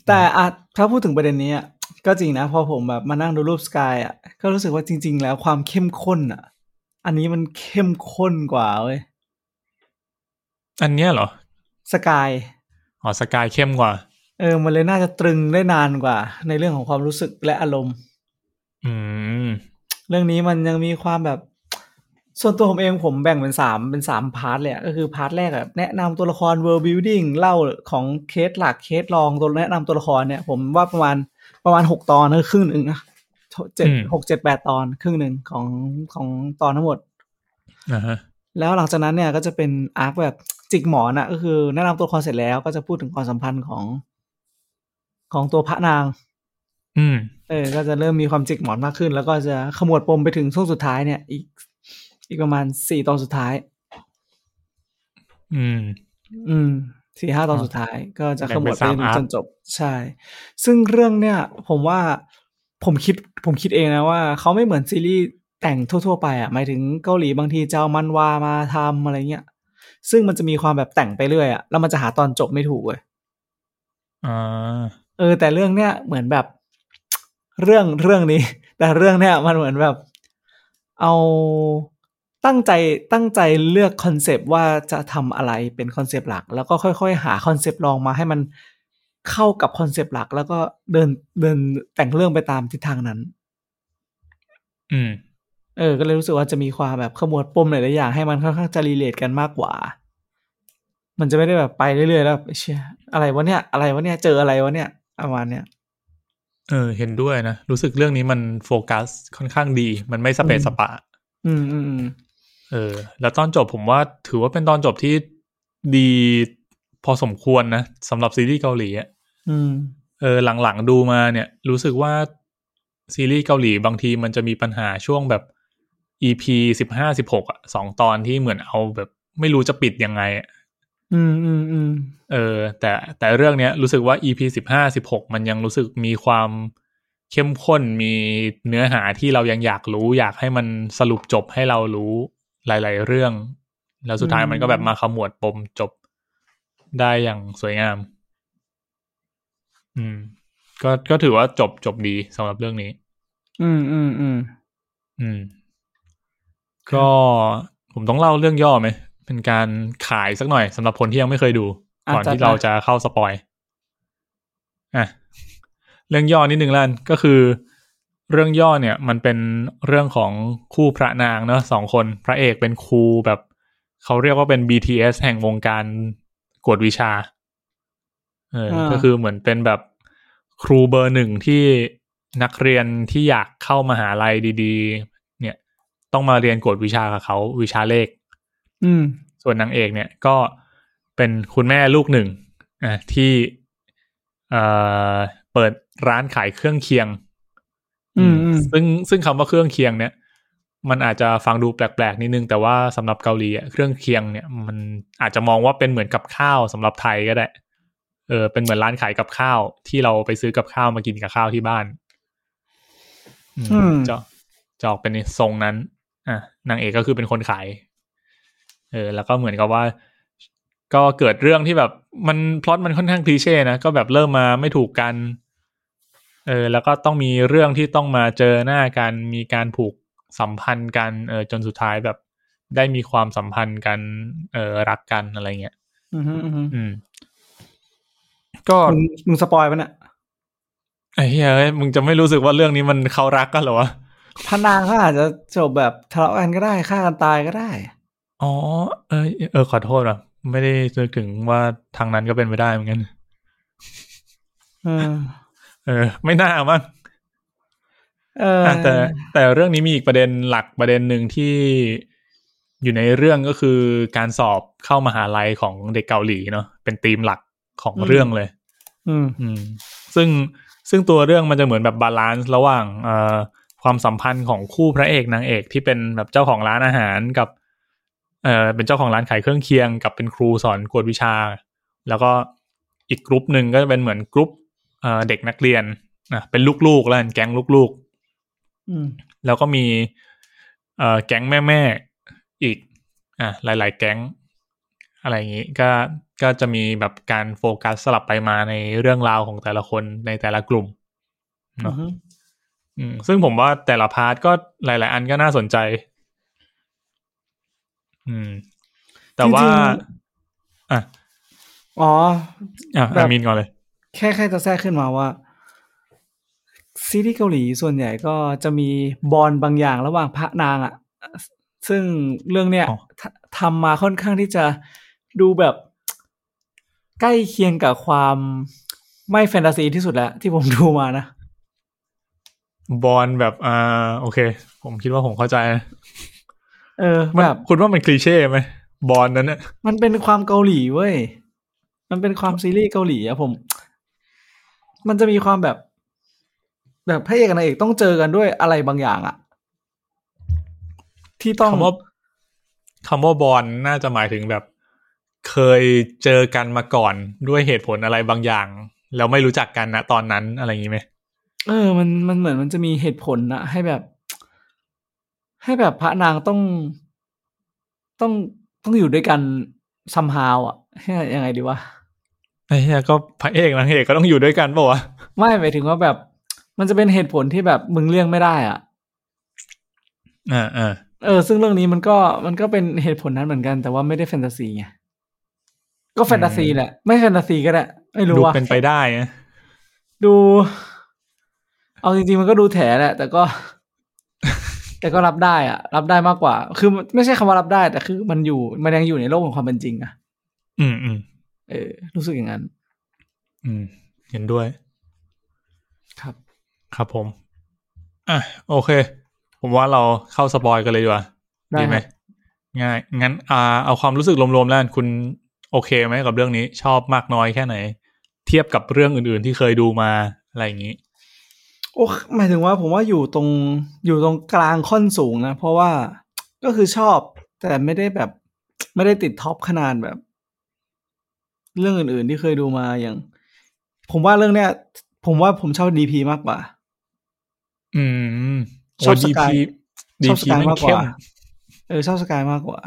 Speaker 2: แต่อะถ้าพูดถึงประเด็นนี้อะก็จริงนะ พอผมแบบมานั่งดูรูปสกายอ่ะ ก็รู้สึกว่าจริง ๆ แล้วความเข้มข้นอ่ะ อันนี้มันเข้มข้นกว่าเว้ย
Speaker 1: อันเนี้ยเหรอ
Speaker 2: สกาย
Speaker 1: อ๋อสกายเข้มกว่า
Speaker 2: เออ มันเลยน่าจะตรึงได้นานกว่า ในเรื่องของความรู้สึกและอารมณ์
Speaker 1: อืม
Speaker 2: เรื่องนี้มันยังมีความแบบ ส่วนตัวผมเองผมแบ่งเป็นสามเป็นสามพาร์ทเลยอะก็คือพาร์ทแรกอะแนะนำตัวละคร world building เล่าของเคสหลักเคสรองตัวแนะนำตัวละครเนี่ย ผมว่าประมาณประมาณหกตอนนะครึ่งหนึ่งนะเจ็ด
Speaker 1: อืม
Speaker 2: หกเจ็ดแปดตอนครึ่งหนึ่งของของตอนทั้งหมด
Speaker 1: นะฮะ
Speaker 2: แล้วหลังจากนั้นเนี่ยก็จะเป็นอาร์คแบบจิกหมอนอะก็คือแนะนำตัวละครเสร็จแล้วก็จะพูดถึงความสัมพันธ์ของ ของตัวพระนาง
Speaker 1: อืม
Speaker 2: เออ ก็จะเริ่มมีความจิกหมอนมากขึ้น แล้วก็จะขมวดปมไปถึงช่วงสุดท้ายเนี่ย อีก อีกประมาณสี่ตอนสุดท้าย
Speaker 1: อืม
Speaker 2: อืมสี่ห้าตอน
Speaker 1: อ่า
Speaker 2: สุดท้ายก็จะ
Speaker 1: แบ่
Speaker 2: ข
Speaker 1: ง
Speaker 2: ม
Speaker 1: เป็
Speaker 2: ว
Speaker 1: น
Speaker 2: ดไป
Speaker 1: สาม
Speaker 2: จน
Speaker 1: อาร์ค
Speaker 2: จนจบใช่ ซึ่งเรื่องเนี่ย ผมว่าผมคิดผมคิดเองนะว่าเขาไม่เหมือนซีรีส์แต่งทั่ว ๆ ไปอ่ะหมายถึงเกาหลีบางทีจะเอามันวามาทำอะไรเงี้ย ซึ่งมันจะมีความแบบแต่งไปเรื่อยอ่ะแล้วมันจะหาตอนจบไม่ถูกเว้ย
Speaker 1: อ่า
Speaker 2: เออแต่เรื่องเนี้ยเหมือนแบบ เรื่องเรื่องนี้ แต่เรื่องเนี้ยมันเหมือนแบบ เอาตั้งใจตั้งใจเลือกคอนเซปต์ว่าจะทำอะไรเป็นคอนเซปต์หลัก แล้วก็ค่อยๆ หาคอนเซปต์รองมาให้มันเข้ากับคอนเซปต์หลัก แล้วก็เดินเดินแต่งเรื่องไปตามทิศทางนั้น
Speaker 1: อืม
Speaker 2: เออ ก็เลยรู้สึกว่าจะมีความแบบขมวดปมหลายๆอย่างให้มันค่อนข้างจะรีเลทกันมากกว่า มันจะไม่ได้แบบไปเรื่อยๆแล้วแบบเชี่ยอะไรวะเนี่ย อะไรวะเนี่ยเจออะไรวะเนี่ยประมาณเนี้ย
Speaker 1: เออ เห็นด้วยนะ รู้สึกเรื่องนี้มันโฟกัสค่อนข้างดี มันไม่สเปซ
Speaker 2: อืม
Speaker 1: สปะ
Speaker 2: อืมอืมอืม
Speaker 1: เออ แล้วตอนจบผมว่าถือว่าเป็นตอนจบที่ดีพอสมควรนะสำหรับซีรีส์เกาหลีอะ
Speaker 2: อืม
Speaker 1: เออหลังๆดูมาเนี่ย รู้สึกว่า ซีรีส์เกาหลีบางทีมันจะมีปัญหาช่วงแบบ EP สิบห้าสิบหกอ่ะสองตอนที่เหมือนเอาแบบ ไม่รู้จะปิดยังไงอะ
Speaker 2: อืมอืมอืม
Speaker 1: เออ แต่แต่เรื่องเนี้ยรู้สึกว่า EP สิบห้าสิบหกมันยังรู้สึกมีความเข้มข้นมีเนื้อหาที่เรายังอยากรู้ อยากให้มันสรุปจบให้เรารู้หลาย ๆ เรื่อง แล้วสุดท้ายมันก็แบบมาขมวดปมจบได้อย่างสวยงาม อืม ก็ก็ถือว่าจบจบดีสำหรับเรื่องนี้
Speaker 2: อืมอืมอืม
Speaker 1: อืม ก็ผมต้องเล่าเรื่องย่อไหม เป็นการขายสักหน่อยสำหรับคนที่ยังไม่เคยดู ก่อนที่เราจะเข้าสปอยอ่ะ เรื่องย่อนิดนึงแล้วกันก็คือ เรื่องย่อเนี่ย มันเป็นเรื่องของคู่พระนางเนอะสองคนพระเอกเป็นครูแบบ เขาเรียกว่าเป็น BTS แห่งวงการกวดวิชา เอออา ก็คือเหมือนเป็นแบบครูเบอร์หนึ่งที่นักเรียนที่อยากเข้ามาหาลัยดี ๆ เนี่ย ต้องมาเรียนกวดวิชากับเขาวิชาเลข
Speaker 2: อืม
Speaker 1: ส่วนนางเอกเนี่ยก็เป็นคุณแม่ลูกหนึ่งอ่ะที่เอ่อเปิดร้านขายเครื่องเคียง
Speaker 2: อืมอืม
Speaker 1: ซึ่งซึ่งคำว่าเครื่องเคียงเนี่ย มันอาจจะฟังดูแปลกๆ นิดนึง แต่ว่าสำหรับเกาหลีอ่ะเครื่องเคียงเนี่ยมันอาจจะมองว่าเป็นเหมือนกับข้าวสำหรับไทยก็ได้ เออเป็นเหมือนร้านขายกับข้าว ที่เราไปซื้อกับข้าวมากินกับข้าวที่บ้าน อืม
Speaker 2: อืม
Speaker 1: จะจะออกเป็นทรงนั้น อ่ะนางเอกก็คือเป็นคนขาย เออ แล้วก็เหมือนกับว่า ก็เกิดเรื่องที่แบบมันพล็อตมันค่อนข้างคลีเช่นะ ก็แบบเริ่มมาไม่ถูกกัน เออ แล้วก็ต้องมีเรื่องที่ต้องมาเจอหน้ากัน มีการผูกสัมพันธ์กัน เออ จนสุดท้ายแบบได้มีความสัมพันธ์กัน เออ รักกันอะไรเงี้ย
Speaker 2: อืมอืม
Speaker 1: อืม ก็
Speaker 2: มึงมึงสปอยล์ปะเนี่ย
Speaker 1: ไอ้เหี้ยเอ้ยมึงจะไม่รู้สึกว่าเรื่องนี้มันเขารักกันเหรอวะ
Speaker 2: พระนางเขาอาจจะจบแบบทะเลาะกันก็ได้ฆ่ากันตายก็ได้
Speaker 1: อ๋อ เออเออขอโทษอ่ะ ไม่ได้นึกถึงว่าทางนั้นก็เป็นไปได้เหมือนกัน
Speaker 2: เออ
Speaker 1: เออ ไม่น่ามั้ง
Speaker 2: เออ
Speaker 1: อ่ะแต่แต่เรื่องนี้มีอีกประเด็นหลักประเด็นหนึ่งที่อยู่ในเรื่องก็คือการสอบเข้ามหาลัยของเด็กเกาหลีเนาะเป็นธีมหลักของเรื่องเลย
Speaker 2: อืม
Speaker 1: อืมซึ่งซึ่งตัวเรื่องมันจะเหมือนแบบบาลานซ์ระหว่างเอ่อความสัมพันธ์ของคู่พระเอกนางเอกที่เป็นแบบเจ้าของร้านอาหารกับเอ่อเป็นเจ้าของร้านขายเครื่องเคียง กับเป็นครูสอนกวดวิชา แล้วก็อีกกรุ๊ปหนึ่งก็จะเป็นเหมือนกรุ๊ปเอ่อเด็กนักเรียนนะเป็นลูกๆแล้วกันแก๊งลูก
Speaker 2: อืม
Speaker 1: ๆ แล้วก็มีเอ่อแก๊งแม่ๆอีกอ่ะหลาย ๆ แก๊ง อะไรอย่างนี้ก็ก็จะมีแบบการโฟกัสสลับไปมาในเรื่องราวของแต่ละคนในแต่ละกลุ่มเน
Speaker 2: อื
Speaker 1: อะ
Speaker 2: ม
Speaker 1: อืมซึ่งผมว่าแต่ละพาร์ทก็หลาย ๆ อันก็น่าสนใจ อืม แต่ว่า อ่ะ
Speaker 2: อ๋อ
Speaker 1: อ่ะ
Speaker 2: แบบ
Speaker 1: อามินก่อนเลย
Speaker 2: แค่แค่จะแทรกขึ้นมาว่า ซีรีส์เกาหลีส่วนใหญ่ก็จะมีบอลบางอย่างระหว่างพระนางอะ ซึ่งเรื่องเนี้ย
Speaker 1: อ๋อ
Speaker 2: ททำมาค่อนข้างที่จะดูแบบใกล้เคียงกับความไม่แฟนตาซีที่สุดแล้ว ที่ผมดูมานะ
Speaker 1: บอลแบบอ่าโอเค ผมคิดว่าผมเข้าใจนะ
Speaker 2: เออ
Speaker 1: มัน
Speaker 2: แบบ
Speaker 1: คุณว่ามันคลีเช่ไหมบอลนั้นเนี่ย
Speaker 2: มันเป็นความเกาหลีเว้ย มันเป็นความซีรีส์เกาหลีอะผม มันจะมีความแบบ แบบพระเอกกับนางเอกต้องเจอกันด้วยอะไรบางอย่างอะที่ต้อง
Speaker 1: คำว่าคำว่าบอลน่าจะหมายถึงแบบ เคยเจอกันมาก่อนด้วยเหตุผลอะไรบางอย่าง แล้วไม่รู้จักกันนะตอนนั้นอะไรอย่างนี้ไหม
Speaker 2: เออ มัน มันเหมือนมันจะมีเหตุผลนะให้แบบ ให้แบบพระนางต้อง ต้อง ต้องอยู่ด้วยกันซัมฮาวอ่ะให้ยังไงดีวะ
Speaker 1: ไอ้เหี้ยก็พระเอกนางเอกก็ต้องอยู่ด้วยกันปะวะ
Speaker 2: ไม่หมายถึงว่าแบบ มันจะเป็นเหตุผลที่แบบมึงเลี่ยงไม่ได้อ่ะ
Speaker 1: อ่าอ่า
Speaker 2: เออ ซึ่งเรื่องนี้มันก็ มันก็เป็นเหตุผลนั้นเหมือนกัน แต่ว่าไม่ได้แฟนตาซีไง ก็แฟนตาซีแหละ ไม่แฟนตาซีก็ได้ ไม่รู้
Speaker 1: ดู
Speaker 2: ว่า
Speaker 1: เป็นไปได้นะ
Speaker 2: ดู เอาจริงๆ มันก็ดูแถแหละ แต่ก็ แต่ก็รับได้อะรับได้มากกว่า คือมันไม่ใช่คำว่ารับได้ แต่คือมันอยู่มันยังอยู่ในโลกของความเป็นจริงอะ
Speaker 1: อืมอืม
Speaker 2: เออ รู้สึกอย่างนั้น
Speaker 1: อืม เห็นด้วย
Speaker 2: ครับ
Speaker 1: ครับผม อ่ะโอเค ผมว่าเราเข้าสปอยกันเลยดีกว่า
Speaker 2: ได้
Speaker 1: ดีไหม
Speaker 2: ครับ
Speaker 1: ง่าย งั้น อ่า เอาความรู้สึกรวมๆแล้วกันคุณโอเคไหมกับเรื่องนี้ ชอบมากน้อยแค่ไหน เทียบกับเรื่องอื่นๆที่เคยดูมาอะไรอย่างนี้
Speaker 2: โอ้หมายถึงว่าผมว่าอยู่ตรงอยู่ตรงกลางค่อนสูงนะ เพราะว่าก็คือชอบ แต่ไม่ได้แบบ ไม่ได้ติดท็อปขนาดแบบ เรื่องอื่นๆที่เคยดูมาอย่าง ผมว่าเรื่องเนี้ย ผมว่าผมชอบดีพีมากกว่า
Speaker 1: อืม
Speaker 2: ชอบส
Speaker 1: ดี
Speaker 2: กาย
Speaker 1: พีดี
Speaker 2: ชอบส
Speaker 1: พี
Speaker 2: กาย
Speaker 1: มัน
Speaker 2: มากก
Speaker 1: เข้ม
Speaker 2: ว่า เออชอบสกายมากกว่า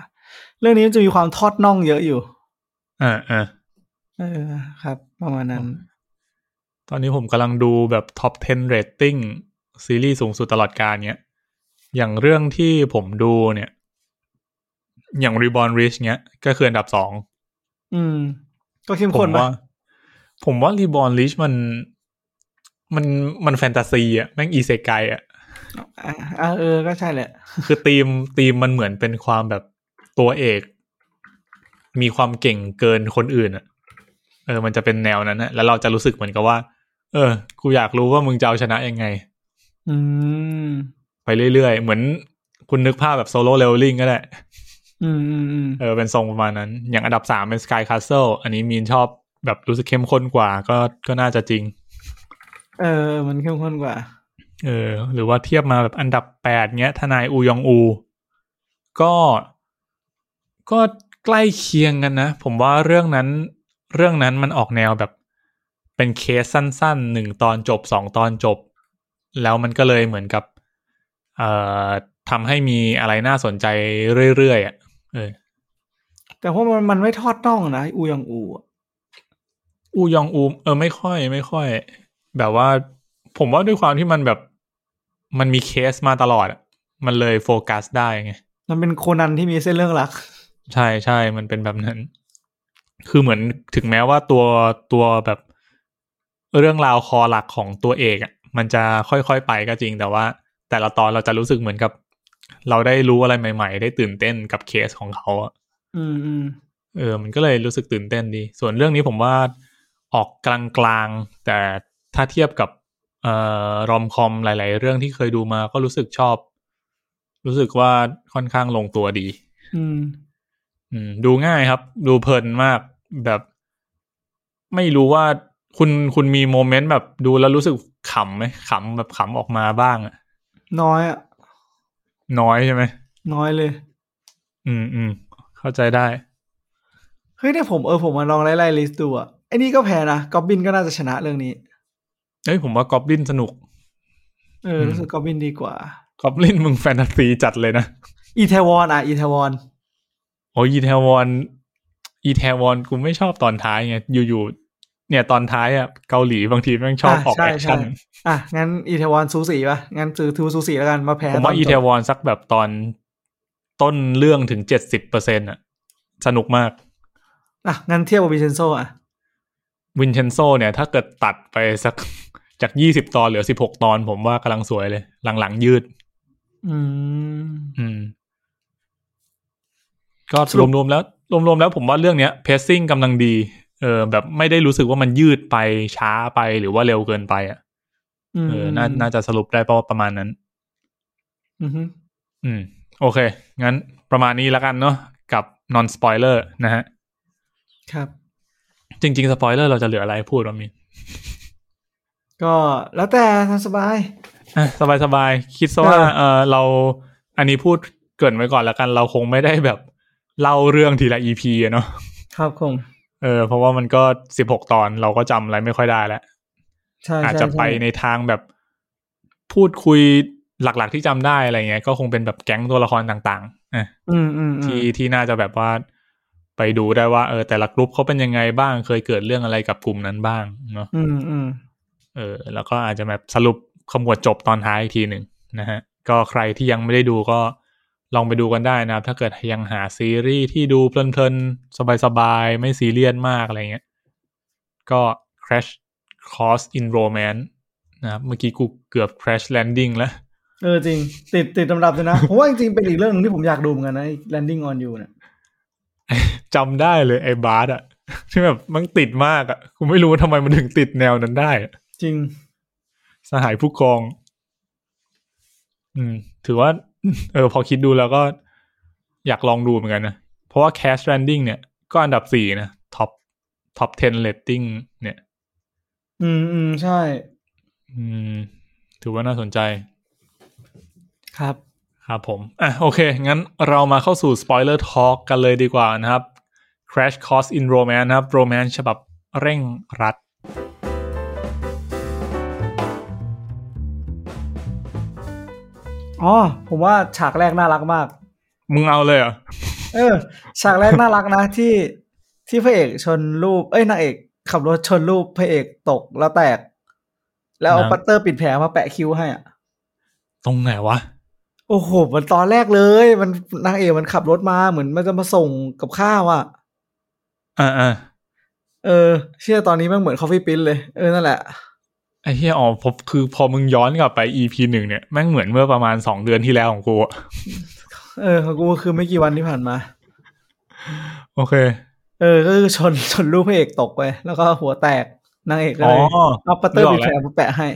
Speaker 2: เรื่องนี้มันจะมีความทอดน่องเยอะอยู่
Speaker 1: อ่าอ่า
Speaker 2: เออครับ ประมาณนั้น
Speaker 1: ตอนนี้ผมกำลังดูแบบท็อป 10 rating ซีรีส์สูงสุดตลอดการเนี้ย อย่างเรื่องที่ผมดูเนี่ย อย่าง Reborn Rich เนี้ย ก็คืออันดับสอง
Speaker 2: อืม ก็เข้ม
Speaker 1: ผ
Speaker 2: ข้น
Speaker 1: ม
Speaker 2: ปะ
Speaker 1: ว่า ผมว่า Reborn Rich มัน มันมันแฟนตาซีอ่ะ แม่งอีเซไกอ่ะ
Speaker 2: อ่ะอ่ะเออ ก็ใช่แหละ
Speaker 1: คือธีมธีมมันเหมือนเป็นความแบบตัวเอก มีความเก่งเกินคนอื่นอะเออ มันจะเป็นแนวนั้นนะแล้วเราจะรู้สึกเหมือนกับว่า เออ กูอยากรู้ว่ามึงจะเอาชนะยังไง
Speaker 2: อืม
Speaker 1: ไปเรื่อยๆ เหมือนคุณนึกภาพแบบโซโล่เลเวลลิ่งก็ได้
Speaker 2: อืมอืมอืม
Speaker 1: เออเป็นทรงประมาณนั้น อย่างอันดับสามเป็น Sky Castle อันนี้มีนชอบแบบรู้สึกเข้มข้นกว่าก็ก็น่าจะจริง
Speaker 2: เออ มันเข้มข้นกว่า
Speaker 1: เออ หรือว่าเทียบมาแบบอันดับแปดเนี้ย ทนายอูยองอู ก็ ก็ใกล้เคียงกันนะ ผมว่าเรื่องนั้น เรื่องนั้นมันออกแนวแบบ เป็นเคสสั้นๆหนึ่งตอนจบสองตอนจบ แล้วมันก็เลยเหมือนกับ เอ่อทำให้มีอะไรน่าสนใจเรื่อยๆอ่ะเออ
Speaker 2: แต่ว่ามันมันไม่ทอดน่องนะอูยองอูอะ
Speaker 1: อูยองอูเออไม่ค่อย ไม่ค่อย แบบว่า ผมว่าด้วยความที่มันแบบ มันมีเคสมาตลอดอะมันเลยโฟกัสได้ไง
Speaker 2: มันเป็นโคนันที่มีเส้นเรื่องหลัก
Speaker 1: ใช่ใช่ มันเป็นแบบนั้น คือเหมือนถึงแม้ว่าตัวตัวแบบ เรื่องราวคอหลักของตัวเอกอะมันจะค่อยๆไปก็จริง แต่ว่า แต่ละตอนเราจะรู้สึกเหมือนกับ เราได้รู้อะไรใหม่ ๆ ได้ตื่นเต้นกับเคสของเขาอะ
Speaker 2: อืมอืม
Speaker 1: เออ มันก็เลยรู้สึกตื่นเต้นดี ส่วนเรื่องนี้ผมว่าออกกลางๆ แต่ถ้าเทียบกับเอ่อรอมคอมหลาย ๆ เรื่องที่เคยดูมาก็รู้สึกชอบ รู้สึกว่าค่อนข้างลงตัวดี
Speaker 2: อืม
Speaker 1: อืม ดูง่ายครับ ดูเพลินมากแบบ ไม่รู้ว่าคุณคุณมีโมเมนต์แบบดูแล้วรู้สึกขำไหมขำแบบขำออกมาบ้างอะ
Speaker 2: น้อยอะ
Speaker 1: น้อยใช่ไหม
Speaker 2: น้อยเลย
Speaker 1: อืมอืมเข้าใจได้
Speaker 2: เฮ้ยเนี่ยผมเออผมมาลองไล่ไล่ลิสต์ดูอะไอ้นี่ก็แพ้นะกอบบินก็น่าจะชนะเรื่องนี้
Speaker 1: เอ้ยผมว่ากอบลินสนุก
Speaker 2: เออรู้สึกกอบบินดีกว่า
Speaker 1: กอบลินมึงแฟนตาซีจัดเลยนะ
Speaker 2: อีเทวอนอะอีเทวอน
Speaker 1: โอ้ยอีแทวอนอีแทวอนกูไม่ชอบตอนท้ายไงอยู่ๆเนี่ยตอนท้ายอ่ะเกาหลีบางทีแม่งชอบ
Speaker 2: อ่ะ
Speaker 1: ออก
Speaker 2: ใช่
Speaker 1: แอคชั่น
Speaker 2: ใช่ อ่ะ งั้นอีเทวอนซูสีป่ะ งั้นซื้อทูซูสีแล้วกันมาแพ้
Speaker 1: ผม
Speaker 2: ต
Speaker 1: ว่าน
Speaker 2: จบ
Speaker 1: อีแทวอนสักแบบตอนต้นเรื่องถึงเจ็ดสิบเปอร์เซ็นอ่ะ สนุกมาก
Speaker 2: อ่ะ งั้นเทียบกับวิเชนโซอ่ะ
Speaker 1: วินเชนโซเนี่ย ถ้าเกิดตัดไปสัก จากยี่สิบตอนเหลือสิบหกตอน ผมว่ากำลังสวยเลย หลังๆยืด
Speaker 2: อืม
Speaker 1: อืม ก็
Speaker 2: สรุป
Speaker 1: รวมๆแล้วรวมๆแล้วผมว่าเรื่องเนี้ยเพซซิ่งกำลังดี เออ แบบไม่ได้รู้สึกว่ามันยืดไปช้าไปหรือว่าเร็วเกินไปอ่ะ
Speaker 2: อืม
Speaker 1: เออน่าน่าจะสรุปได้ประประมาณนั้น
Speaker 2: อือฮึ
Speaker 1: อืม โอเค งั้นประมาณนี้แล้วกันเนาะกับ non spoiler นะฮะ
Speaker 2: ครับ
Speaker 1: จริงๆ สปอยเลอร์เราจะเหลืออะไรพูดวะมิน
Speaker 2: ก็แล้วแต่ทำสบาย
Speaker 1: อ่ะสบายๆ คิดซะว่า
Speaker 2: เออ
Speaker 1: เออเราอันนี้พูดเกรินไว้ก่อนแล้วกัน เราคงไม่ได้แบบเล่าเรื่องทีละ EP อะเนาะ
Speaker 2: ครับผม
Speaker 1: เออเพราะว่ามันก็สิบหกตอนเราก็จำอะไรไม่ค่อยได้แล้ว
Speaker 2: ใช่
Speaker 1: อาจ
Speaker 2: ใช่
Speaker 1: จะไป
Speaker 2: ช่
Speaker 1: ในทางแบบพูดคุยหลักๆที่จำได้อะไรเงี้ย ก็คงเป็นแบบแก๊งตัวละครต่างๆอ่ะ
Speaker 2: อืมอืมอืม
Speaker 1: ที่ที่น่าจะแบบว่าไปดูได้ว่าเออแต่ละกลุ่มเขาเป็นยังไงบ้างเคยเกิดเรื่องอะไรกับกลุ่มนั้นบ้างเนาะ
Speaker 2: อืมอืม
Speaker 1: เออแล้วก็อาจจะแบบสรุปขมวดจบตอนท้ายอีกทีหนึ่งนะฮะ ก็ใครที่ยังไม่ได้ดูก็ลองไปดูกันได้นะครับ ถ้าเกิดยังหาซีรีส์ที่ดูเพลินๆ สบายๆ ไม่ซีเรียสมากอะไรเงี้ย ก็ Crash Course in Romance นะครับเมื่อกี้กูเกือบ Crash Landing แล้ว
Speaker 2: เออจริง ติดติดลำดับเลยนะ เพราะว่าจริงๆเป็นอีกเรื่องหนึงที่ผมอยากดูเหมือนกันนะไอ้ landing on you เนี่ย
Speaker 1: จำได้เลยไอ้บาร์ดอะ ที่แบบมันติดมากอะกูไม่รู้ว่าทำไมมันถึงติดแนวนั้นได้อะ
Speaker 2: จริง
Speaker 1: สหายผู้กอง อืม ถือว่า เออ พอคิดดูแล้วก็อยากลองดูเหมือนกันนะ เพราะว่า Cash Landing เนี่ย ก็อันดับสี่นะ ท็อป ท็อป 10 rating เนี่ย
Speaker 2: อืมอืมใช่
Speaker 1: อืม ถือว่าน่าสนใจ
Speaker 2: ครับ
Speaker 1: ครับผม อ่ะ โอเค งั้นเรามาเข้าสู่ spoiler talk กันเลยดีกว่านะครับ Crash Course in Romance นะครับ Romance ฉบับเร่งรัด
Speaker 2: อ๋อ ผมว่าฉากแรกน่ารักมาก
Speaker 1: มึงเอาเลยเหรอ
Speaker 2: เออ ฉากแรกน่ารักนะ ที่ที่พระเอกชนรูป เอ้ยนางเอก ขับรถชนรูปพระเอกตกแล้วแตก แล้วเอา
Speaker 1: นะ
Speaker 2: ปัตเตอร์ปิดแผลมาแปะคิ้วให้อ่ะ
Speaker 1: ตรงไหนวะ
Speaker 2: โอ้โห มันตอนแรกเลย มันนางเอกมันขับรถมาเหมือนมันจะมาส่งกับข้าวอ่ะ
Speaker 1: อ่าอ่า
Speaker 2: เออ เชื่อตอนนี้มันเหมือนคอฟฟี่ปิ้นเลย เออ นั่นแหละ
Speaker 1: ไอ้เฮียอ๋อผมคือพอมึงย้อนกลับไป EP หนึ่งเนี่ยแม่งเหมือนเมื่อประมาณสองเดือนที่แล้วของกูอะ
Speaker 2: เออของกูคือไม่กี่วันที่ผ่านมา
Speaker 1: โอเค
Speaker 2: เออ ก็คือชน ชนรูปพระเอกตกไป แล้วก็หัวแตก นางเอกก็
Speaker 1: อ๋อ
Speaker 2: เลยเอาปัตเตอร์
Speaker 1: นึกออ
Speaker 2: ปิด
Speaker 1: กแล้ว
Speaker 2: แผลมาแปะให้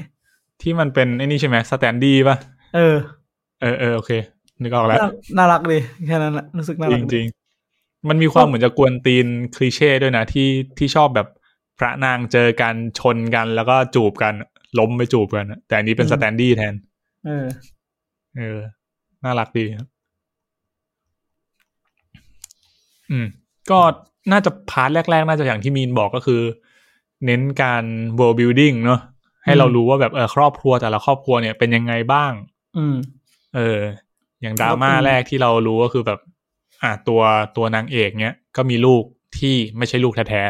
Speaker 1: ที่มันเป็นไอ้นี่ใช่ไหมสแตนดี้ป่ะ
Speaker 2: เออ
Speaker 1: เออเออโอเค นึกออกแล้ว
Speaker 2: น่าน่ารักดีแค่นั้นแหละรู้สึกน่า
Speaker 1: จ
Speaker 2: รั
Speaker 1: ริ
Speaker 2: ก
Speaker 1: งจ
Speaker 2: ดี
Speaker 1: ริงๆ มันมีความเหมือนจะกวนตีนคลีเช่ด้วยนะ ที่ที่ชอบแบบพระนางเจอกัน ชนกันแล้วก็จูบกัน ล้มไปจูบกันอะแต่อันนี้เป็นสแตนดี้แทน
Speaker 2: เออ
Speaker 1: เออ น่ารักดีครับ อืม ก็น่าจะพาร์ทแรก ๆ น่าจะอย่างที่มีนบอกก็คือ เน้นการ world building เนอะให้เรา
Speaker 2: อืม
Speaker 1: รู้ว่าแบบเออครอบครัวแต่ละครอบครัวเนี่ยเป็นยังไงบ้าง
Speaker 2: อืม
Speaker 1: เออ อย่างดราม่า
Speaker 2: แล้วก็มี
Speaker 1: แรกที่เรารู้ก็คือแบบ อ่ะตัวตัวนางเอกเนี้ยก็มีลูกที่ไม่ใช่ลูกแท้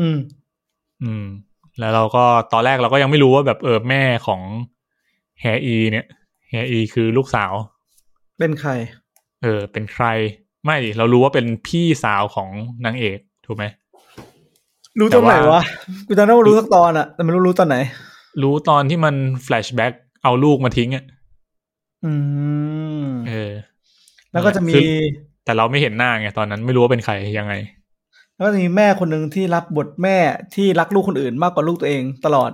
Speaker 2: อืม
Speaker 1: ๆอืม แล้วเราก็ตอนแรกเราก็ยังไม่รู้ว่าแบบเออแม่ของแฮอี เนี่ยแฮอีคือลูกสาว
Speaker 2: เป็นใคร
Speaker 1: เออ เป็นใคร ไม่ดิเรารู้ว่าเป็นพี่สาวของนางเอกถูกไหม
Speaker 2: รู้ตอนไหน
Speaker 1: แต่ว่า
Speaker 2: วะ กูจำได้ว่ารู้สักตอนอะแต่ไม่รู้รู้ตอนไหน
Speaker 1: รู้ตอนที่มันแฟลชแบ็กเอาลูกมาทิ้งอ่ะ
Speaker 2: อืม
Speaker 1: เออ
Speaker 2: แล้วก็จะมี
Speaker 1: คือแต่เราไม่เห็นหน้าไงตอนนั้นไม่รู้ว่าเป็นใครยังไง
Speaker 2: แล้วก็จะมีแม่คนหนึ่งที่รับบทแม่ที่รักลูกคนอื่นมากกว่าลูกตัวเองตลอด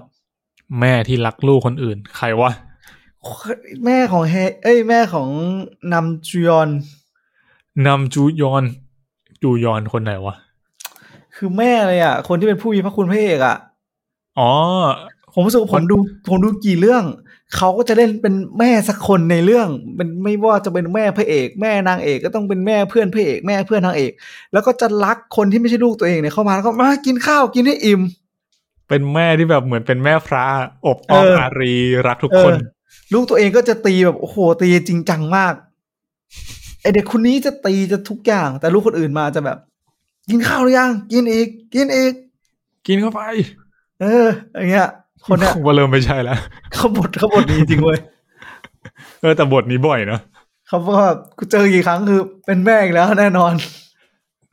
Speaker 1: แม่ที่รักลูกคนอื่น ใครวะ
Speaker 2: แม่ของเฮเอ้ย แม่ของนำจุยอน
Speaker 1: นำจูยอน จูยอนคนไหนวะ
Speaker 2: คือแม่เลยอะคนที่เป็นผู้มีพระคุณพระเอกอะ
Speaker 1: อ๋อ
Speaker 2: ผมรู้สึกว่าผมดูผมดูกี่เรื่อง เขาก็จะเล่นเป็นแม่สักคนในเรื่องเป็นไม่ว่าจะเป็นแม่พระเอก แม่นางเอกก็ต้องเป็นแม่เพื่อนพระเอกแม่เพื่อนนางเอก แล้วก็จะรักคนที่ไม่ใช่ลูกตัวเองเนี่ยเข้ามาแล้วก็มากินข้าวกินให้อิ่ม
Speaker 1: เป็นแม่ที่แบบเหมือนเป็นแม่พระอบอ้อม
Speaker 2: เออ
Speaker 1: อารีรักทุก
Speaker 2: เออ
Speaker 1: คน
Speaker 2: ลูกตัวเองก็จะตีแบบโอ้โหตีจริงจังมากไอเด็กคนนี้จะตีจะทุกอย่าง แต่ลูกคนอื่นมาจะแบบ กินข้าวหรือยังกินอีกกินอีก
Speaker 1: กินเข้าไป
Speaker 2: เอออย่างเงี้ย คนเนี้ย
Speaker 1: ว่าเริ่มไม่ใช่แล้ว
Speaker 2: เขาบทเขาบทดีจริงเว้ย
Speaker 1: เออแต่บทนี้บ่อยเนอะ
Speaker 2: เขาก็แบบกูเจอกี่ครั้งคือเป็นแม่อีกแล้วแน่นอน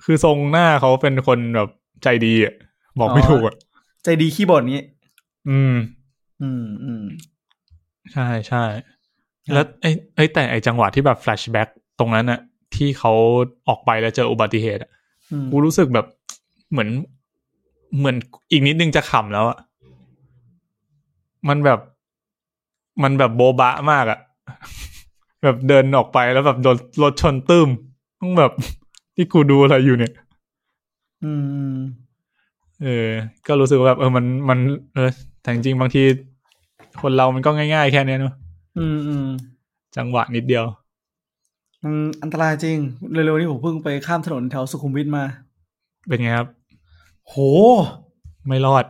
Speaker 1: คือทรงหน้าเขาเป็นคนแบบใจดีอะบอกไม่
Speaker 2: อ๋อ
Speaker 1: ถูกอ่ะ
Speaker 2: ใจดีขี้บ่นนี้
Speaker 1: อืม
Speaker 2: อืมอืม
Speaker 1: ใช่ใช่แล้วไอ้ไอ้แต่ไอ้จังหวะที่แบบแฟลชแบ็กตรงนั้นอะท ที่เขาออกไปแล้วเจออุบัติเหตุอะ
Speaker 2: อืม
Speaker 1: กูรู้สึกแบบเหมือน เหมือนอีกนิดนึงจะขำแล้วอะมันแบบ มันแบบโบะบะมากอะ แบบเดินออกไปแล้วแบบโดนรถชนตึ้มต้องแบบ ที่กูดูอะไรอยู่เนี่ย
Speaker 2: อืม
Speaker 1: เออ ก็รู้สึกว่าแบบเออมันมัน เออแต่จริงๆบางที คนเรามันก็ง่ายๆแค่เนี้ยเนอะ
Speaker 2: อืมอืม
Speaker 1: จังหวะนิดเดียว
Speaker 2: มันอันตรายจริง เร็วๆนี้ผมเพิ่งไปข้ามถนนแถวสุขุมวิทมา
Speaker 1: เป็นไงครับ
Speaker 2: โห
Speaker 1: ไม่รอด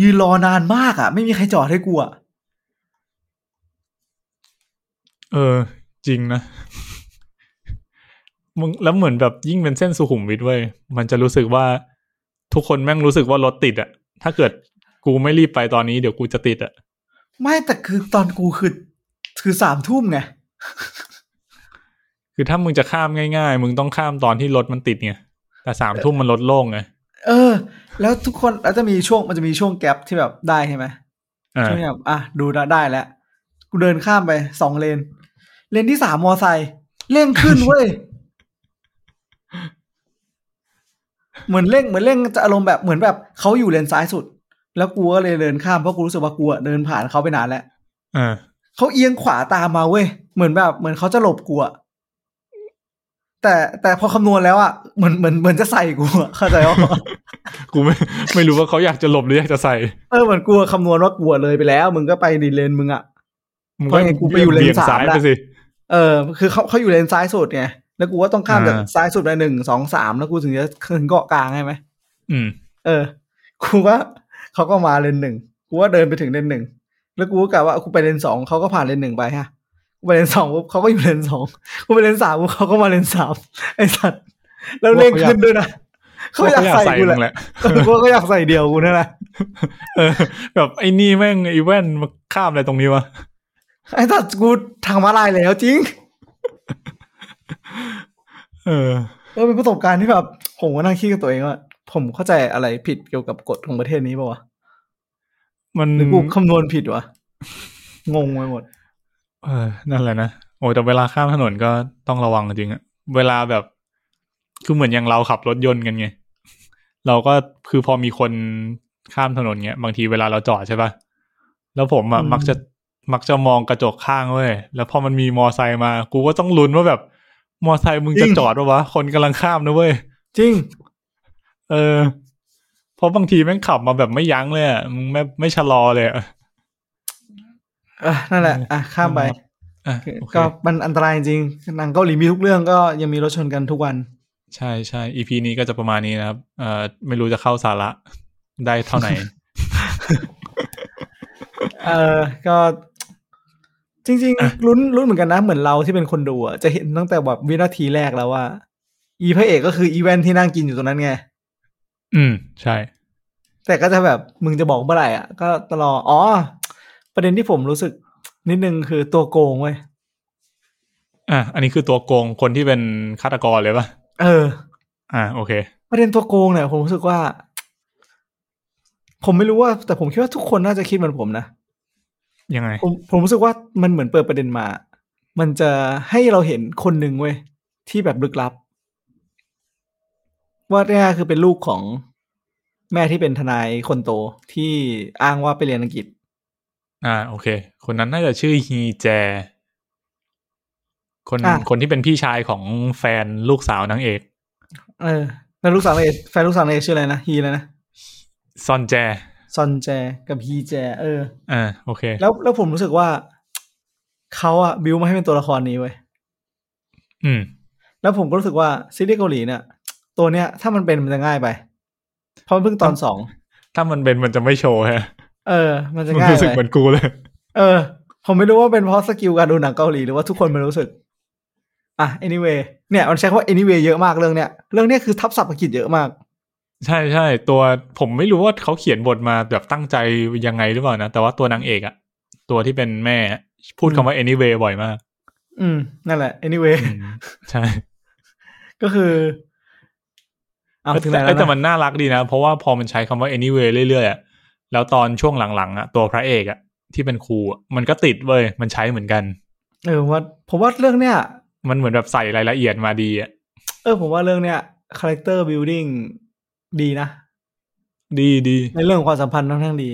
Speaker 2: ยืนรอนานมากอ่ะ ไม่มีใครจอดให้กูอ่ะ
Speaker 1: เออ จริงนะ มึงแล้วเหมือนแบบยิ่งเป็นเส้นสุขุมวิทเว้ยมันจะรู้สึกว่า ทุกคนแม่งรู้สึกว่ารถติดอะถ้าเกิดกูไม่รีบไปตอนนี้เดี๋ยวกูจะติดอะ
Speaker 2: ไม่แต่คือตอนกูคือ คือสามทุ่มไง
Speaker 1: คือถ้ามึงจะข้ามง่ายๆ มึงต้องข้ามตอนที่รถมันติดไงแต่สามทุ่มมันรถโล่งไง
Speaker 2: เออ แล้วทุกคนแล้วจะมีช่วงมันจะมีช่วงแกลบที่แบบได้ใช่ไหม
Speaker 1: อ่า
Speaker 2: ช่วงที่แบบอ่ะดูนะได้แล้ว กูเดินข้ามไปสองเลน เลนที่สามมอไซค์เร่งขึ้นเว้ย เหมือนเร่งเหมือนเร่งจะอารมณ์แบบเหมือนแบบเขาอยู่เลนซ้ายสุด แล้วกูก็เลยเดินข้ามเพราะกูรู้สึกว่ากูอะเดินผ่านเขาไปนานแล้ว
Speaker 1: อ่า
Speaker 2: เขาเอียงขวาตามมาเว้ยเหมือนแบบเหมือนเขาจะหลบกูอะแต่แต่พอคำนวณแล้วอะเหมือนเหมือนเหมือนจะใส่กูอะ เข้าใจว่า
Speaker 1: กูไม่ ไม่รู้ว่าเขาอยากจะหลบหรืออยากจะใส่
Speaker 2: เออเหมือนกูคำนวณว่ากูอะเลยไปแล้ว มึงก็ไปดีเลนมึงอ่ะ
Speaker 1: มึง
Speaker 2: เพราะไงกูไปอยู่เลน
Speaker 1: เบี่ง
Speaker 2: สาม
Speaker 1: ซ้าย
Speaker 2: แล้ว
Speaker 1: ไปสิ
Speaker 2: เออ คือเขาเขาอยู่เลนซ้ายสุดไงแล้วกูก็ต้องข้ามจากซ้ายสุดไปหนึ่งสองสามแล้วกูถึงจะขึ้นเกาะกลางใช่ไหม
Speaker 1: อืม
Speaker 2: เออ กูว่าเขาก็มาเลนหนึ่งกูว่าเดินไปถึงเลนหนึ่งแล้วกูก็กะว่ากูไปเลนสองเขาก็ผ่านเลนหนึ่งไปฮะกูไปเลนสองปุ๊บเขาก็อยู่เลนสองกูไปเลนสามปุ๊บเขาก็มาเลนสามไอ้สัตว์แล้วเร่งขึ้นด้วยนะเขาอยากใส่กูแห
Speaker 1: มึง
Speaker 2: ละเอ อกูว่าเขาอยากใส่เดียวกูนั่นแหละ
Speaker 1: เออ แบบไอ้นี่แม่งไอ้แว่นมาข้ามอะไรตรงนี้วะ
Speaker 2: ไอ้สัตว์กูทางมาลายแล้วจริง
Speaker 1: เออ
Speaker 2: เออเป็นประสบการณ์ที่แบบ ผมก็นั่งคิดกับตัวเองว่า ผมเข้าใจอะไรผิดเกี่ยวกับกฎของประเทศนี้ป่าวะ
Speaker 1: มัน
Speaker 2: หรือกูคำนวณผิดวะ งงไปหมด
Speaker 1: เออ นั่นแหละนะ โอ้แต่เวลาข้ามถนนก็ต้องระวังจริงๆอะ เวลาแบบ คือเหมือนอย่างเราขับรถยนต์กันไง เราก็คือพอมีคนข้ามถนนเงี้ย บางทีเวลาเราจอดใช่ปะแล้วผมอะ
Speaker 2: อืม
Speaker 1: มักจะมักจะมองกระจกข้างเว้ย แล้วพอมันมีมอไซค์มา กูก็ต้องลุ้นว่าแบบ มอไซค์มึงจะจอดปะวะ คนกำลังข้ามนะเว้ย
Speaker 2: จริง
Speaker 1: เออ เพราะบางทีแม่งขับมาแบบไม่ยั้งเลยอะมึงไม่ไม่ชะลอเลยอะ
Speaker 2: เออนั่นแหละ อ่ะ ข้ามไป
Speaker 1: อ่ะโอเค
Speaker 2: ก็มันอันตรายจริงหนังเกาหลีมีทุกเรื่องก็ยังมีรถชนกันทุกวัน
Speaker 1: ใช่ใช่ EP นี้ก็จะประมาณนี้นะครับ เอ่อ ไม่รู้จะเข้าสาระได้เท่าไหน
Speaker 2: เออก็ จริง ๆ ลุ้นลุ้นเหมือนกันนะ เหมือนเราที่เป็นคนดูอะจะเห็นตั้งแต่แบบวินาทีแรกแล้วว่า อีพระเอกก็คืออีแวนที่นั่งกินอยู่ตรงนั้นไง
Speaker 1: อืม ใช่
Speaker 2: แต่ก็จะแบบมึงจะบอกเมื่อไหร่อ่ะก็ตลอดอ๋อ ประเด็นที่ผมรู้สึกนิดนึงคือตัวโกงเว้ย
Speaker 1: อ่ะ อันนี้คือตัวโกงคนที่เป็นฆาตกรเลยปะ
Speaker 2: เออ
Speaker 1: อ่ะ โอเค
Speaker 2: ประเด็นตัวโกงเนี่ยผมรู้สึกว่า ผมไม่รู้ว่า แต่ผมคิดว่าทุกคนน่าจะคิดเหมือนผมนะ
Speaker 1: ยังไง
Speaker 2: ผมผมรู้สึกว่ามันเหมือนเปิดประเด็นมา มันจะให้เราเห็นคนหนึ่งเว้ยที่แบบลึกลับ ว่าเนี่ยคือเป็นลูกของแม่ที่เป็นทนายคนโตที่อ้างว่าไปเรียนอังกฤษ
Speaker 1: อ่ะโอเค คนนั้นน่าจะชื่อฮีแจ คน
Speaker 2: อ่ะ
Speaker 1: คนที่เป็นพี่ชายของแฟนลูกสาวนางเอก
Speaker 2: เออแล้วลูกสาวเอกแฟนลูกสาวเอกชื่ออะไรนะฮีแล้วนะ
Speaker 1: ซอนแจ
Speaker 2: ซอนแจกับฮีแจ เออ
Speaker 1: อ่ะโอเค
Speaker 2: แล้วแล้วผมรู้สึกว่า เขาอะบิวมาให้เป็นตัวละครนี้เว้ย
Speaker 1: อืม
Speaker 2: แล้วผมก็รู้สึกว่าซีรีส์เกาหลีเนี่ยตัวเนี้ย ถ้ามันเป็นมันจะง่ายไป เพราะมันเพิ่งตอนสอง
Speaker 1: ถ้ามันเป็นมันจะไม่โชว์ฮะ
Speaker 2: เออ มันจะ
Speaker 1: มัน
Speaker 2: ง่าย
Speaker 1: รู้สึกเห
Speaker 2: ไป
Speaker 1: มือนกูเลย
Speaker 2: เออ ผมไม่รู้ว่าเป็นเพราะสกิลการดูหนังเกาหลีหรือว่าทุกคนมันรู้สึก อ่ะ anyway เนี่ยมันใช้คำว่า anyway เยอะมากเรื่องเนี้ยเรื่องเนี้ยคือทับศัพท์อังกฤษเยอะมาก
Speaker 1: ใช่ใช่ตัวผมไม่รู้ว่าเขาเขียนบทมาแบบตั้งใจยังไงหรือเปล่านะ แต่ว่าตัวนางเอกอะตัวที่เป็นแม่อะพูดคำว่า anyway บ่อยมาก
Speaker 2: อืมนั่นแหละ anyway
Speaker 1: ใช่
Speaker 2: ก็คืออ้าวถึงไหน
Speaker 1: แต่
Speaker 2: แล้ว
Speaker 1: แต่
Speaker 2: นะ
Speaker 1: มันน่ารักดีนะ เพราะว่าพอมันใช้คำว่า anyway เรื่อยๆอะแล้วตอนช่วงหลังๆอะตัวพระเอกอะที่เป็นครูอะมันก็ติดเว้ยมันใช้เหมือนกัน
Speaker 2: เออว่าผมว่าเรื่องเนี้ย
Speaker 1: มันเหมือนแบบใส่รายละเอียดมาดีอ่ะ
Speaker 2: เออผมว่าเรื่องเนี้ยคาแรคเตอร์บิวดิ้งดีนะ
Speaker 1: ดีดี
Speaker 2: ในเรื่องของความสัมพันธ์ค่อนข้างดี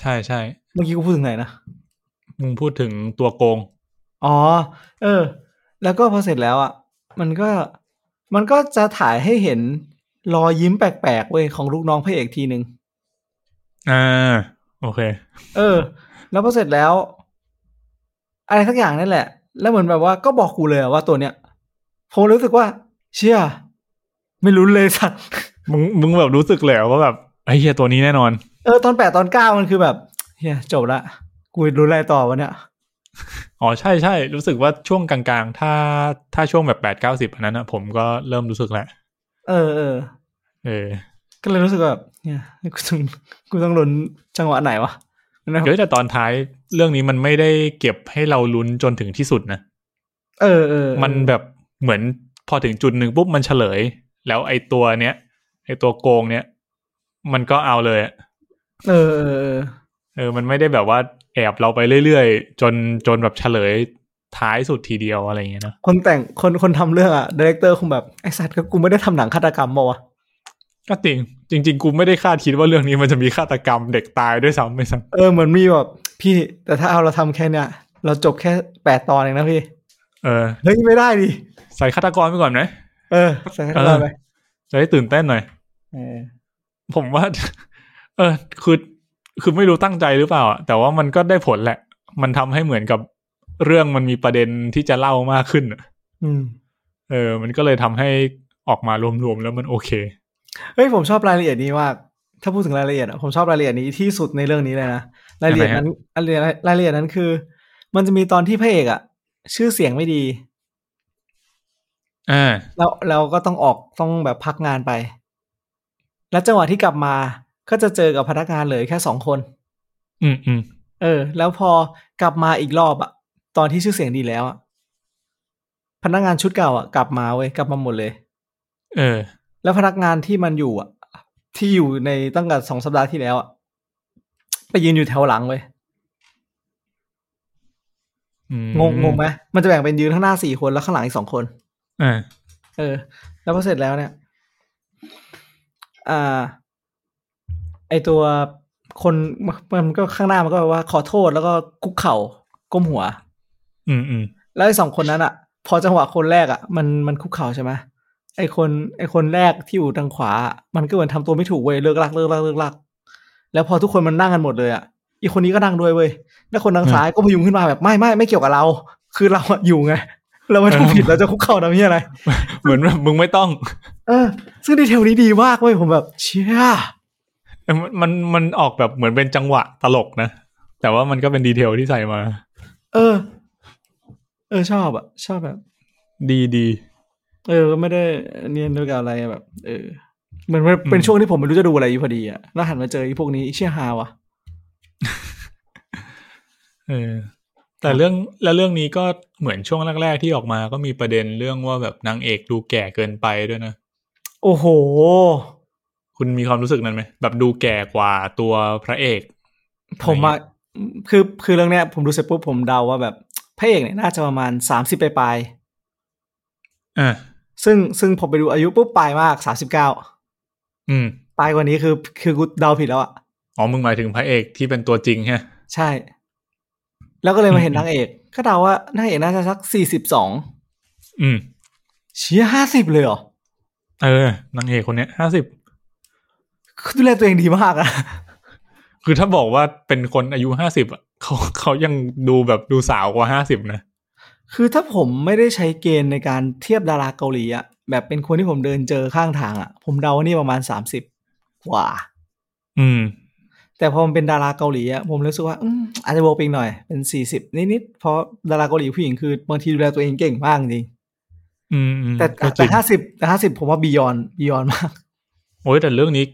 Speaker 1: ใช่ใช่
Speaker 2: เมื่อกี้กูพูดถึงไหนนะ
Speaker 1: มึงพูดถึงตัวโกง
Speaker 2: อ๋อ เออ แล้วก็พอเสร็จแล้วอ่ะ มันก็ มันก็จะถ่ายให้เห็นรอยยิ้มแปลกๆเว้ยของลูกน้องพระเอกทีหนึ่ง
Speaker 1: อ่า โอเค
Speaker 2: เออ แล้วพอเสร็จแล้ว อะไรสักอย่างนั่นแหละ แล้วเหมือนแบบว่าก็บอกกูเลยอะว่าตัวเนี้ย ผมรู้สึกว่า เชื่อ ไม่รู้เลยสัตว์
Speaker 1: มึงมึงแบบรู้สึกเลยเหรอว่าแบบไอ้เฮียตัวนี้แน่นอน
Speaker 2: เออ ตอนแปดตอนเก้ามันคือแบบเฮียจบละ กูรู้อะไรต่อวะเนี่ย
Speaker 1: อ๋อใช่ใช่รู้สึกว่าช่วงกลางๆ ถ้าถ้าช่วงแบบแปดเก้าสิบอันนั้นนะผมก็เริ่มรู้สึกแหละ
Speaker 2: เออเออ
Speaker 1: เออ
Speaker 2: ก็เลยรู้สึกว่าแบบเนี่ยกูต้องกูต้องลุ้นจังหวะไหนวะนะ
Speaker 1: เดี๋ยวแต่ตอนท้ายเรื่องนี้มันไม่ได้เก็บให้เราลุ้นจนถึงที่สุดนะ
Speaker 2: เออเออ
Speaker 1: มันแบบเหมือนพอถึงจุดหนึ่งปุ๊บมันเฉลย แล้วไอ้ตัวเนี้ยไอ้ตัวโกงเนี้ยมันก็เอาเลยอะ
Speaker 2: เออเออเออ
Speaker 1: เออ มันไม่ได้แบบว่าแอบเราไปเรื่อยๆ จนจนแบบเฉลยท้ายสุดทีเดียวอะไรอย่างเงี้ยเนอะ
Speaker 2: คนแต่งคนคนทำเรื่องอะดีเลกเตอร์คงแบบไอสัตว์ก็กูไม่ได้ทำหนังฆาตกรรมมาวะ
Speaker 1: ก็จริงจริง ๆ กูไม่ได้คาดคิดว่าเรื่องนี้มันจะมีฆาตกรรมเด็กตายด้วยซ้ำไม่ซ้
Speaker 2: เออเหมือนมีแบบพี่แต่ถ้าเอาเราทำแค่เนี้ยเราจบแค่แปดตอนเองนะพี่
Speaker 1: ำเออ
Speaker 2: เฮ้ยไม่ได้ดิ
Speaker 1: ใส่ฆาตกรไปก่อนไหม
Speaker 2: เออใสังฆาตไป
Speaker 1: จะได้ตื่นเต้นหน่อย
Speaker 2: เออ
Speaker 1: ผมว่า เออ คือ คือไม่รู้ตั้งใจหรือเปล่าอะแต่ว่ามันก็ได้ผลแหละ มันทำให้เหมือนกับเรื่องมันมีประเด็นที่จะเล่ามากขึ้นอะ
Speaker 2: อืม
Speaker 1: เออ มันก็เลยทำให้ออกมารวมๆแล้วมันโอเค
Speaker 2: เฮ้ยผมชอบรายละเอียดนี้มาก ถ้าพูดถึงรายละเอียดอะผมชอบรายละเอียดนี้ที่สุดในเรื่องนี้เลยนะรายละเอียดนั้นรายละเอียดรายละเอียดนั้นคือ มันจะมีตอนที่พระเอกอะชื่อเสียงไม่ดี
Speaker 1: อ่า
Speaker 2: แล้วเราก็ต้องออกต้องแบบพักงานไป แล้วจังหวะที่กลับมาก็จะเจอกับพนักงานเหลยแค่สองคน
Speaker 1: อืมอืม
Speaker 2: เออ แล้วพอกลับมาอีกรอบอะตอนที่ชื่อเสียงดีแล้วอะพนักงานชุดเก่าอะกลับมาเว้ยกลับมาหมดเลย
Speaker 1: เออ
Speaker 2: แล้วพนักงานที่มันอยู่อะที่อยู่ในตั้งแต่สองสัปดาห์ที่แล้วอะไปยืนอยู่แถวหลังเว้ย
Speaker 1: อืม
Speaker 2: งงงงไหมมันจะแบ่งเป็นยืนข้างหน้าสี่คนแล้วข้างหลังอีกสองคน
Speaker 1: อ่า
Speaker 2: เออ แล้วพอเสร็จแล้วเนี่ย อ่า ไอตัวคนมันก็ข้างหน้ามันก็แบบว่าขอโทษแล้วก็คุกเข่าก้มหัว
Speaker 1: อืมอืม
Speaker 2: แล้วไอสองคนนั้นอะ่ะ พอจังหวะคนแรกอะ่ะ มันมันคุกเข่าใช่ไหมไอคนไอคนแรกที่อยู่ทางขวาอะมันก็เหมือนทำตัวไม่ถูกเว้ยเลิกลักเลิกลักเลิกลัก แล้วพอทุกคนมันนั่งกันหมดเลยอะ่ะ อีกคนนี้ก็นั่งด้วยเว้ยแล้วคนทางซ้ายก็พยุงขึ้นมาแบบไม่ไม่ไม่เกี่ยวกับเรา คือเราอะอยู่ไง เราไม่ต้องผิดเราจะคุกเข่าทำเหี้ยอะไร
Speaker 1: เหมือน แบบมึงไม่ต้อง
Speaker 2: เออซึ่งดีเทลนี้ดีมากเว้ยผมแบบเชี่ย
Speaker 1: เออมันมันมันออกแบบเหมือนเป็นจังหวะตลกนะ แต่ว่ามันก็เป็นดีเทลที่ใส่มา
Speaker 2: เออ เออชอบอะชอบแบบ
Speaker 1: ดีดี
Speaker 2: เออก็ไม่ได้เนียนด้วยกับอะไรอะแบบ เออเหมือนมันเป็นช่วงที่ผมไม่รู้จะดูอะไรอยู่พอดีอะแล้วหันมาเจอไอ้พวกนี้ไอ้เชี่ยฮาวะ
Speaker 1: เออ แต่เรื่องแล้วเรื่องนี้ก็เหมือนช่วงแรกๆที่ออกมาก็มีประเด็นเรื่องว่าแบบนางเอกดูแก่เกินไปด้วยนะ
Speaker 2: โอ้โห
Speaker 1: คุณมีความรู้สึกนั้นไหมแบบดูแก่กว่าตัวพระเอก
Speaker 2: ผมอะคือคือเรื่องเนี้ย ผมดูเสร็จปุ๊บผมเดาว่าแบบพระเอกเนี่ยน่าจะประมาณสามสิบปลาย
Speaker 1: อ่ะ
Speaker 2: ๆซึ่งซึ่งผมไปดูอายุปุ๊บปลายมากสามสิบเก้า
Speaker 1: อืม
Speaker 2: ปลายกว่านี้คือ คือกูเดาผิดแล้วอะ
Speaker 1: อ๋อมึงหมายถึงพระเอกที่เป็นตัวจริงใช่ไหม
Speaker 2: ใช่ แล้วก็เลยมาเห็นนางเอกก็เดาว่านางเอกน่าจะสักสี่สิบสอง
Speaker 1: อืม
Speaker 2: เชียห้าสิบเลยเหรอ
Speaker 1: เออนางเอกคนเนี้ยห้าสิบ
Speaker 2: คือดูแลตัวเองดีมากอะ
Speaker 1: คือถ้าบอกว่าเป็นคนอายุห้าสิบเขาเขายังดูแบบดูสาวกว่าห้าสิบนะ
Speaker 2: คือถ้าผมไม่ได้ใช้เกณฑ์ในการเทียบดาราเกาหลีอะแบบเป็นคนที่ผมเดินเจอข้างทางอะผมเดาว่านี่ประมาณสามสิบกว่า
Speaker 1: อืม
Speaker 2: แต่พอมันเป็นดาราเกาหลีอะผมรู้สึกว่าอืมอาจจะโวกไปอีกหน่อยเป็นสี่สิบนิดๆเพราะดาราเกาหลีผู้หญิงคือบางทีดูแลตัวเองเก่งมากจริง
Speaker 1: อืมอืม
Speaker 2: แต่
Speaker 1: ก็จ
Speaker 2: แต่
Speaker 1: ริง
Speaker 2: ห้าสิบแต่ห้าสิบผมว่าบียอนบียอนมาก
Speaker 1: โอ้ยแต่เรื่องนี้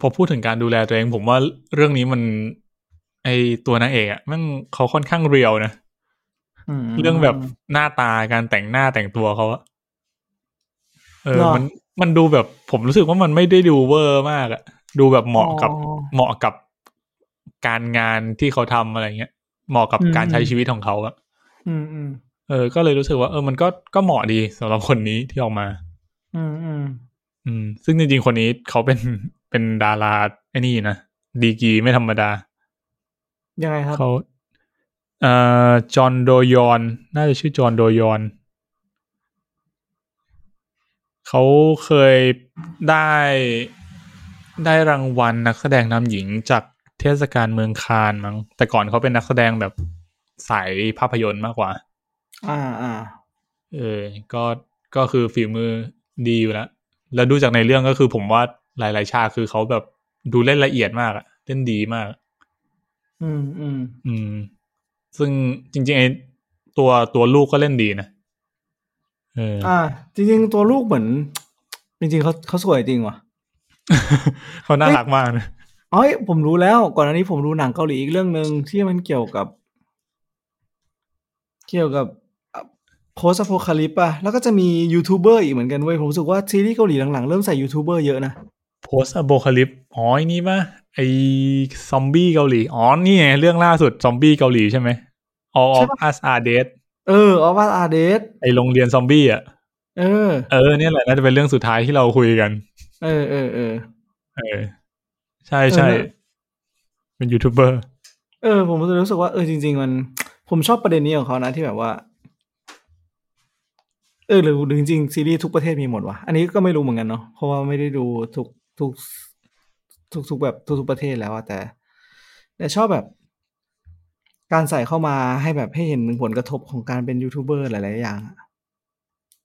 Speaker 1: พอพูดถึงการดูแลตัวเอง ผมว่าเรื่องนี้มัน ไอตัวนางเอกอะแมันเขาค่อนข้างเรียวนะเรื่องแบบหน้าตาการแต่งหน้าแต่งตัวเขาอะเออ
Speaker 2: หรอ
Speaker 1: มันมันดูแบบผมรู้สึกว่ามันไม่ได้ดูเวอร์มากอะดูแบบเหมาะกับ
Speaker 2: อ๋อ
Speaker 1: เหมาะกับการงานที่เขาทำอะไรเงี้ย เหมาะกับ
Speaker 2: อืม
Speaker 1: การใช้ชีวิตของเขาอะ
Speaker 2: อืมอืม
Speaker 1: เอ เออ ก็เลยรู้สึกว่าเออมันก็ก็เหมาะดีสำหรับคนนี้ที่ออกมา
Speaker 2: อืมอืม
Speaker 1: อืม ซึ่งจริงๆคนนี้เขาเป็น เป็นดาราไอ้นี่นะดีกรีไม่ธรรมดา
Speaker 2: ยังไงครับ
Speaker 1: เขาเอ่อจอห์นโดยอน น่าจะชื่อจอห์นโดยอน เขาเคยได้ได้รางวัลนักแสดงนำหญิงจากเทศกาลเมืองคานมั้ง แต่ก่อนเขาเป็นนักแสดงแบบสายภาพยนตร์มากกว่า
Speaker 2: อ่าอ่า
Speaker 1: เออ ก็ก็คือฝีมือดีอยู่แล้ว แล้วดูจากในเรื่องก็คือผมว่าหลายๆ ฉากคือเขาแบบดูเล่นละเอียดมากอะเล่นดีมาก
Speaker 2: อืมอืม
Speaker 1: อืม ซึ่งจริงๆไอ้ตัวตัวลูกก็เล่นดีนะเออ อ
Speaker 2: อ่า จริง ๆ ตัวลูกเหมือน จริง ๆเขาเขาสวยจริงว่ะ
Speaker 1: เขาน่ารักมากนะ
Speaker 2: เอ้ยผมรู้แล้วก่อนอันนี้ผมดูหนังเกาหลีอีกเรื่องหนึ่งที่มันเกี่ยวกับ เกี่ยวกับโพสต์โพคาลิปอะแล้วก็จะมียูทูบเบอร์อีกเหมือนกันเว้ยผมรู้สึกว่าซีรีส์เกาหลีหลังๆ เริ่มใส่ยูทูบเบอร์เยอะนะ
Speaker 1: โพสอโบคาลิปอ๋อไอ้นี่ปะไอซอมบี้เกาหลีอ๋อนี่ไงเรื่องล่าสุดซอมบี้เกาหลีใช่ไหม All
Speaker 2: ใช่
Speaker 1: of
Speaker 2: ปะ
Speaker 1: Us Are Dead
Speaker 2: เออออว่าอาเดส
Speaker 1: ไอโรงเรียนซอมบี้อ่ะ
Speaker 2: เออ
Speaker 1: เออเนี่ยแหละน่าจะเป็นเรื่องสุดท้ายที่เราคุยกัน
Speaker 2: เออเออเออ
Speaker 1: เออ ใช่ใช่
Speaker 2: เออ
Speaker 1: เป็นยูทูบเบอร์
Speaker 2: เออ ผมรู้สึกว่าเออจริง ๆ มัน ผมชอบประเด็นนี้ของเขานะที่แบบว่า เออหรือหรือจริงๆซีรีส์ทุกประเทศมีหมดวะอันนี้ก็ไม่รู้เหมือนกันเนาะเพราะว่าไม่ได้ดูทุกทุกทุกทุกแบบทุกทุกประเทศแล้วอะแต่ แต่ชอบแบบ การใส่เข้ามาให้แบบให้เห็นถึงผลกระทบของการเป็นยูทูบเบอร์หลายๆอย่างอะ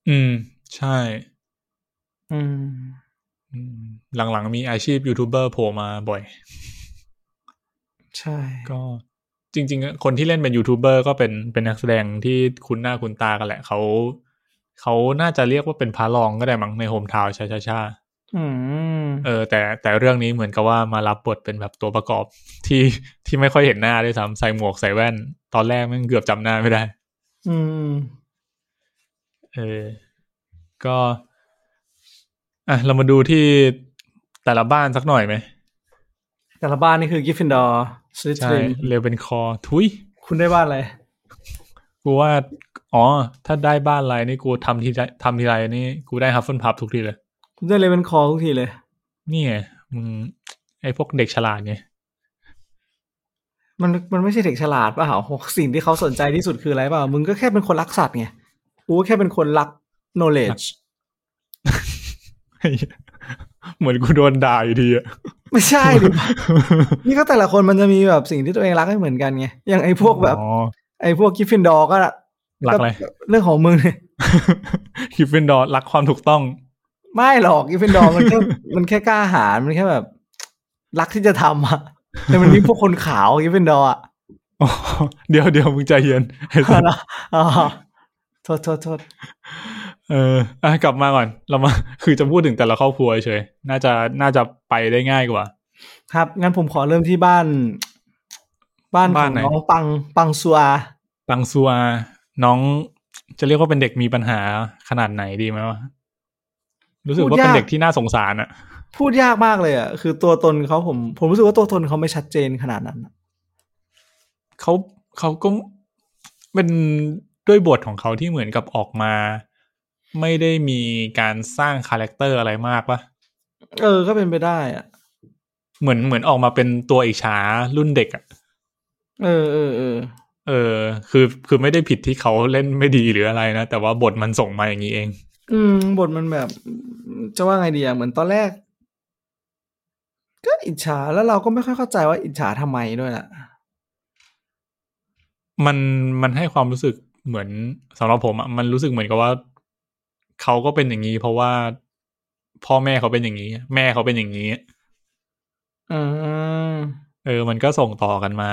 Speaker 1: อืม ใช่
Speaker 2: อืม
Speaker 1: อืมหลังๆมีอาชีพยูทูบเบอร์โผล่มาบ่อย
Speaker 2: ใช่
Speaker 1: ก็จริงๆ คนที่เล่นเป็นยูทูบเบอร์ก็เป็นเป็นนักแสดงที่คุ้นหน้าคุ้นตากันแหละเขาเขาน่าจะเรียกว่าเป็นพระรองก็ได้มั้งในโฮมทาวชาชาชา
Speaker 2: อืม
Speaker 1: เออแต่แต่เรื่องนี้เหมือนกับว่ามารับบทเป็นแบบตัวประกอบที่ที่ไม่ค่อยเห็นหน้าด้วยซ้ำใส่หมวกใส่แว่น ตอนแรกแมันเกือบจำหน้าไม่ได้
Speaker 2: อืม
Speaker 1: เออ ก็อ่ะเรามาดูที่แต่ละบ้านสักหน่อยไหม
Speaker 2: แต่ละบ้านนี่คือกิฟฟินดอร์สลิท
Speaker 1: ใช่
Speaker 2: ริม
Speaker 1: เลเวนคอร์ทุย
Speaker 2: คุณได้บ้านอะไร
Speaker 1: กูว่า อ๋อ ถ้าได้บ้านอะไรนี่กูทำทีไรทำทีไรนี่กูได้ฮับเฟิลพับทุกทีเลย
Speaker 2: คุณได้เลยเป็นคอทุกทีเลย
Speaker 1: นี่ไงมึงไอ้พวกเด็กฉลาดไง
Speaker 2: มันมันไม่ใช่เด็กฉลาดป่ะเหรอโหสิ่งที่เขาสนใจที่สุดคืออะไรเปล่า มึงก็แค่เป็นคนรักสัตว์ไง กูก็แค่เป็นคนรัก knowledge
Speaker 1: ไอ้เหี้ย เหมือนกูโดนด่าอยู่ดีอะ
Speaker 2: ไม่ใช่ดิ นี่ก็แต่ละคนมันจะมีแบบสิ่งที่ตัวเองรักไม่เหมือนกันไง อย่างไอ้พวกแบบ
Speaker 1: อ๋อ
Speaker 2: ไอ้พวกกิฟฟินดอร์ก็
Speaker 1: รั กอะไร
Speaker 2: เรื่องของมึงเนี่ย
Speaker 1: คิฟเฟนดอร์รักความถูกต้อง
Speaker 2: ไม่หรอกกิฟฟินดอร์มันแค่มันแค่กล้าหาญมันแค่แบบ รักที่จะทำอะแต่มันมีพวกคนขาวกิฟฟินดอร์อะ
Speaker 1: อ๋อ เดี๋ยวเดี๋ยวมึงใจเย็น ไอ้สัส
Speaker 2: อ๋อโทษโทษโทษ
Speaker 1: เอออ่ะกลับมาก่อน เรา มา คือจะพูดถึงแต่ละครอบครัวเฉยๆน่าจะน่าจะไปได้ง่ายกว่า
Speaker 2: ครับงั้นผมขอเริ่มที่บ้าน บ้านข
Speaker 1: บ้า
Speaker 2: อน ง
Speaker 1: ไหน
Speaker 2: น้องปังปังซัว
Speaker 1: ปังซัวน้องจะเรียกว่าเป็นเด็กมีปัญหาขนาดไหนดีไหมวะรู้สึกว่าเป็นเด็กที่น่าสงสารอะ
Speaker 2: พูดยากมากเลยอ่ะ คือตัวตนเขาผม ผมรู้สึกว่าตัวตนเขาไม่ชัดเจนขนาดนั้นอะ
Speaker 1: เขาเขาก็เป็นด้วยบทของเขาที่เหมือนกับออกมา ไม่ได้มีการสร้างคาแรคเตอร์อะไรมากปะ
Speaker 2: เออ ก็เป็นไปได้อ่ะ
Speaker 1: เหมือนเหมือนออกมาเป็นตัวเอกฉารุ่นเด็กอะ
Speaker 2: เออเออเออ
Speaker 1: เออ คือคือไม่ได้ผิดที่เขาเล่นไม่ดีหรืออะไรนะ แต่ว่าบทมันส่งมาอย่างนี้เอง
Speaker 2: อืม บทมันแบบ จะว่าไงดีอ่ะ เหมือนตอนแรก ก็อิจฉา แล้วเราก็ไม่ค่อยเข้าใจว่าอิจฉาทำไมด้วยล่ะ
Speaker 1: มันมันให้ความรู้สึกเหมือนสำหรับผมอะมันรู้สึกเหมือนกับว่า เขาก็เป็นอย่างนี้ เพราะว่าพ่อแม่เขาเป็นอย่างนี้ แม่เขาเป็นอย่างนี้
Speaker 2: อืม
Speaker 1: เออ มันก็ส่งต่อกันมา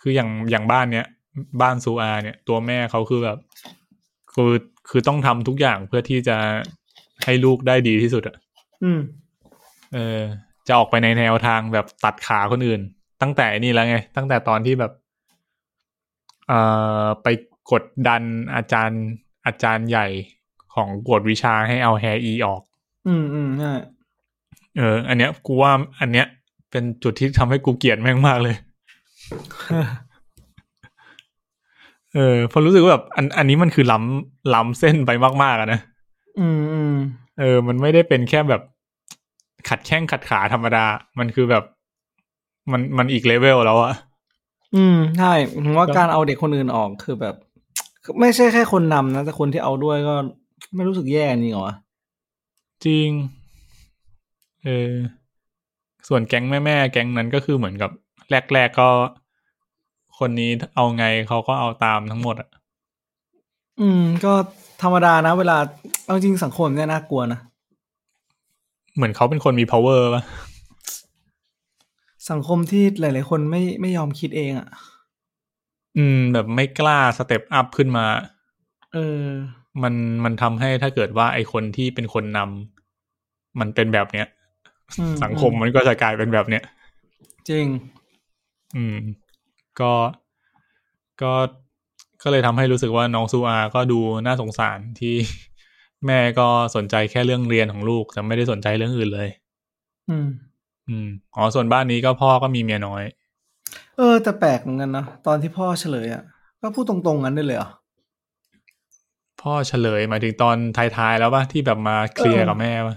Speaker 1: คืออย่างอย่างบ้านเนี้ยบ้านซูอา เนี่ย ตัวแม่เขาคือแบบคือคือต้องทำทุกอย่างเพื่อที่จะให้ลูกได้ดีที่สุดอะ
Speaker 2: อืม
Speaker 1: เออ จะออกไปในแนวทางแบบตัดขาคนอื่น ตั้งแต่นี่แล้วไง ตั้งแต่ตอนที่แบบ เอ่อไปกดดันอาจารย์อาจารย์ใหญ่ของกวดวิชาให้เอาแฮอีออก
Speaker 2: อืมอืมใช่
Speaker 1: เออ อันเนี้ยกูว่าอันเนี้ย เป็นจุดที่ทำให้กูเกลียดแม่งมากเลย เอ เออเพอรู้สึกว่าแบบอันอันนี้มันคือล้ำล้ำเส้นไปมากๆอะนะ
Speaker 2: อืมอืม
Speaker 1: เออ มันไม่ได้เป็นแค่แบบ ขัดแข้งขัดขาธรรมดา มันคือแบบ มันมันอีกเลเวลแล้วอะ
Speaker 2: อืมใช่ผมว่าการเอาเด็กคนอื่นออกคือแบบ ไม่ใช่แค่คนนำนะแต่คนที่เอาด้วยก็ไม่รู้สึกแย่จริงเหรอวะ
Speaker 1: จริง เออ ส่วนแก๊งแม่แม่ๆแก๊งนั้นก็คือเหมือนกับ แรกๆกก็ คนนี้เอาไงเขาก็เอาตามทั้งหมดอะ
Speaker 2: อืม ก็ธรรมดานะ เวลาเอาจริงสังคมเนี่ยน่ากลัวนะ
Speaker 1: เหมือนเขาเป็นคนมี power ปะ
Speaker 2: สังคมที่หลาย ๆ คนไม่ไม่ยอมคิดเองอะ่ะ
Speaker 1: อืม แบบไม่กล้าสเต็ปอัพขึ้นมา
Speaker 2: เออ
Speaker 1: มันมันทำให้ถ้าเกิดว่าไอคนที่เป็นคนนำมันเป็นแบบเนี้ย
Speaker 2: อืม
Speaker 1: สังคมมันก็จะกลายเป็นแบบเนี้ย
Speaker 2: จริง
Speaker 1: อืม ก็ ก็ ก็เลยทำให้รู้สึกว่าน้องซูอา ก็ดูน่าสงสารที่ แม่ก็สนใจแค่เรื่องเรียนของลูก แต่ไม่ได้สนใจเรื่องอื่นเลย
Speaker 2: อืม
Speaker 1: อืม อ๋อ ส่วนบ้านนี้ก็พ่อก็มีเมียน้อย
Speaker 2: เออ แต่แปลกเหมือนกันนะตอนที่พ่อเฉลยอะ่ะ ก็พูดตรงๆงั้นได้เลยเหรอ
Speaker 1: พ่อเฉลยหมายถึงตอนท้ายๆแล้วป่ะที่แบบมาเคลียร์กับแม่ป่ะ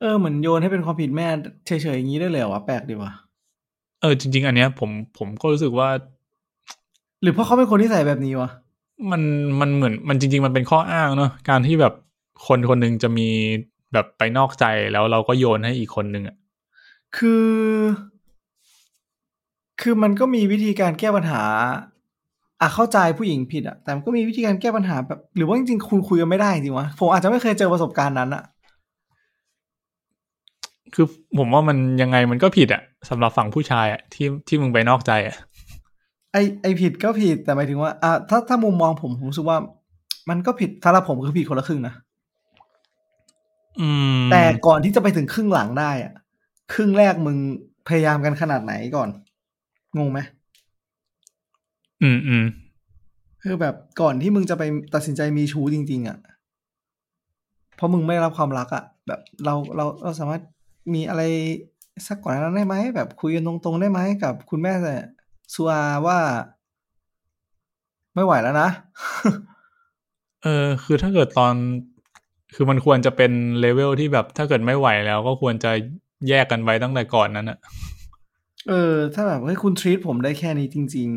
Speaker 2: เออเหมือนโยนให้เป็นความผิดแม่เฉยๆอย่างนี้ได้เลยเหรอวะแปลกดีวะ
Speaker 1: เออ จริง ๆ อันเนี้ย ผม ผมก็รู้สึกว่า
Speaker 2: หรือเพราะเขาเป็นคนที่ใส่แบบนี้วะ
Speaker 1: มันมันเหมือนมันจริง ๆ มันเป็นข้ออ้างเนอะการที่แบบคนคนหนึ่งจะมีแบบไปนอกใจแล้วเราก็โยนให้อีกคนหนึ่งอะ
Speaker 2: คือ คือมันก็มีวิธีการแก้ปัญหาอ่ะเข้าใจผู้หญิงผิดอะแต่มันก็มีวิธีการแก้ปัญหาแบบ หรือว่าจริงๆคุณคุยกันไม่ได้จริงวะผมอาจจะไม่เคยเจอประสบการณ์นั้นอะ
Speaker 1: คือผมว่ามันยังไงมันก็ผิดอะสำหรับฝั่งผู้ชายอะที่ที่มึงไปนอกใจอะ
Speaker 2: ไอไอผิดก็ผิดแต่หมายถึงว่าอ่ะถ้าถ้ามุมมองผมผมรู้สึกว่า มันก็ผิดสำหรับผมคือผิดคนละครึ่งนะ
Speaker 1: อืม
Speaker 2: แต่ก่อนที่จะไปถึงครึ่งหลังได้อะครึ่งแรกมึงพยายามกันขนาดไหนก่อนงงไหม
Speaker 1: อืมอืม
Speaker 2: คือแบบก่อนที่มึงจะไปตัดสินใจมีชู้จริง ๆอะ่ะ เพราะมึงไม่ได้รับความรักอะ่ะ แบบเราเราเราสามารถมีอะไรสักกว่านั้นได้ไหมแบบคุยกันตรงๆได้ไหมกับคุณแม่เนี่ยซัวว่า ไม่ไหวแล้วนะ
Speaker 1: เออ คือถ้าเกิดตอน คือมันควรจะเป็นเลเวลที่แบบถ้าเกิดไม่ไหวแล้วก็ควรจะแยกกันไว้ตั้งแต่ก่อนนั้นอะ
Speaker 2: เออ ถ้าแบบเฮ้ยคุณทรีตผมได้แค่นี้จริง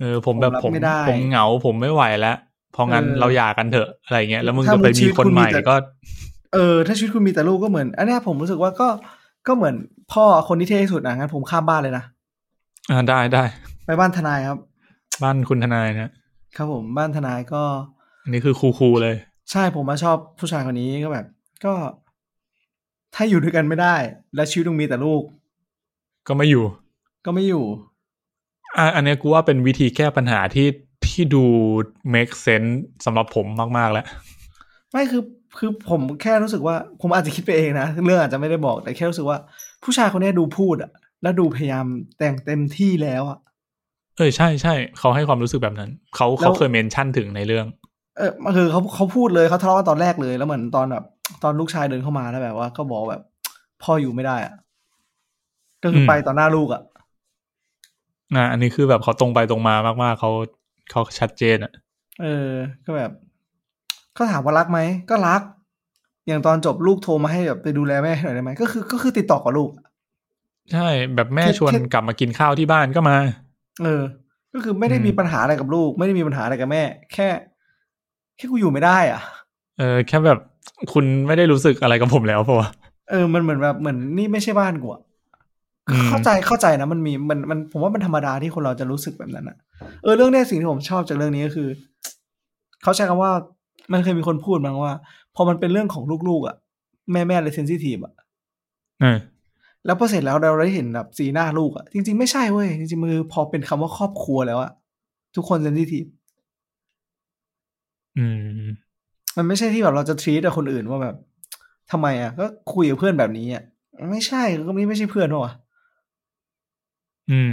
Speaker 1: เออผมแบบผ
Speaker 2: ผม
Speaker 1: ม
Speaker 2: รับไม่ได้
Speaker 1: ผมเหงาผมไม่ไหวแล้วเพราะงั้น
Speaker 2: เออ
Speaker 1: เราหย่ากันเถอะอะไรเงี้ยแล้วมึง
Speaker 2: ถ้า
Speaker 1: จะไป
Speaker 2: มึงชี
Speaker 1: มี
Speaker 2: วิต
Speaker 1: คน
Speaker 2: คุณมี
Speaker 1: ใหม่
Speaker 2: แต่
Speaker 1: ก็
Speaker 2: ๆ เออ ถ้าชีวิตคุณมีแต่ลูกก็เหมือน อันเนี้ยผมรู้สึกว่าก็ก็เหมือนพ่อคนที่เท่ที่สุดอ่ะงั้นผมข้ามบ้านเลยนะ
Speaker 1: อ่าได้ได้
Speaker 2: ไปบ้านทนายครับ
Speaker 1: บ้านคุณทนายนะ
Speaker 2: ครับผมบ้านทนายก็
Speaker 1: อันนี้คือคูคูๆเลย
Speaker 2: ใช่ผมมาชอบผู้ชายคนนี้ก็แบบ ก็ ถ้าอยู่ด้วยกันไม่ได้ และชีวิตมึงมีแต่ลูก
Speaker 1: ก็ไม่อยู่
Speaker 2: ก็ไม่อยู่
Speaker 1: อ่ะอันเนี้ยกูว่าเป็นวิธีแก้ปัญหาที่ที่ดู make sense สำหรับผมมาก ๆ แล้ว
Speaker 2: ไม่คือคือผมแค่รู้สึกว่า ผมอาจจะคิดไปเองนะเรื่องอาจจะไม่ได้บอกแต่แค่รู้สึกว่า ผู้ชายคนนี้ดูพูดอะแล้วดูพยายามแต่งเต็มที่แล้วอะ
Speaker 1: เออ ใช่ใช่เขาให้ความรู้สึกแบบนั้น เขา
Speaker 2: แล้ว
Speaker 1: เขาเคยเมนชั่นถึงในเรื่อง
Speaker 2: เออคือเขาเขาพูดเลยเขาทะเลาะกันตอนแรกเลย แล้วเหมือนตอนแบบ ตอนลูกชายเดินเข้ามาแล้วแบบว่า ก็บอกแบบ พ่ออยู่ไม่ได้อะก็คืออ
Speaker 1: ม
Speaker 2: ไปต่อหน้าลูกอะ
Speaker 1: อ่ะอันนี้คือแบบเขาตรงไปตรงมามากๆ เขาเขาชัดเจนอ่ะ
Speaker 2: เออ ก็แบบ ก็ถามว่ารักไหม ก็รัก อย่างตอนจบลูกโทรมาให้แบบไปดูแลแม่หน่อยได้ไหม ก็คือ ก็คือติดต่อกับลูก
Speaker 1: ใช่แบบแม่
Speaker 2: แค่
Speaker 1: ชวน
Speaker 2: แค่
Speaker 1: กลับมากินข้าวที่บ้านก็มา
Speaker 2: เออ ก็คือไม่ได้
Speaker 1: อืม
Speaker 2: มีปัญหาอะไรกับลูก ไม่ได้มีปัญหาอะไรกับแม่ แค่ แค่กูอยู่ไม่ได้อ่ะ
Speaker 1: เออแค่แบบคุณไม่ได้รู้สึกอะไรกับผมแล้วเปล่าวะ
Speaker 2: เออ มันเหมือนแบบเหมือนนี่ไม่ใช่บ้านกูอะ
Speaker 1: อืม
Speaker 2: เข้าใจเข้าใจนะมันมีมันมันผมว่ามันธรรมดาที่คนเราจะรู้สึกแบบนั้นอะเออเรื่องเนี้ยสิ่งที่ผมชอบจากเรื่องนี้ก็คือ เขาใช้คำว่ามันเคยมีคนพูดมั้งว่าพอมันเป็นเรื่องของลูกๆอะแม่แม่เลยเซนซิทีฟอะ
Speaker 1: เออ
Speaker 2: แล้วพอเสร็จแล้วเราได้เห็นแบบสีหน้าลูกอะจริง ๆ ไม่ใช่เว้ยจริงๆมันคือพอเป็นคำว่าครอบครัวแล้วอะทุกคนเซนซิทีฟ
Speaker 1: อืม
Speaker 2: มันไม่ใช่ที่แบบเราจะทรีตคนอื่นว่าแบบทำไมอะก็คุยกับเพื่อนแบบนี้อะไม่ใช่ก็นี่ไม่ใช่เพื่อนปะวะ
Speaker 1: อืม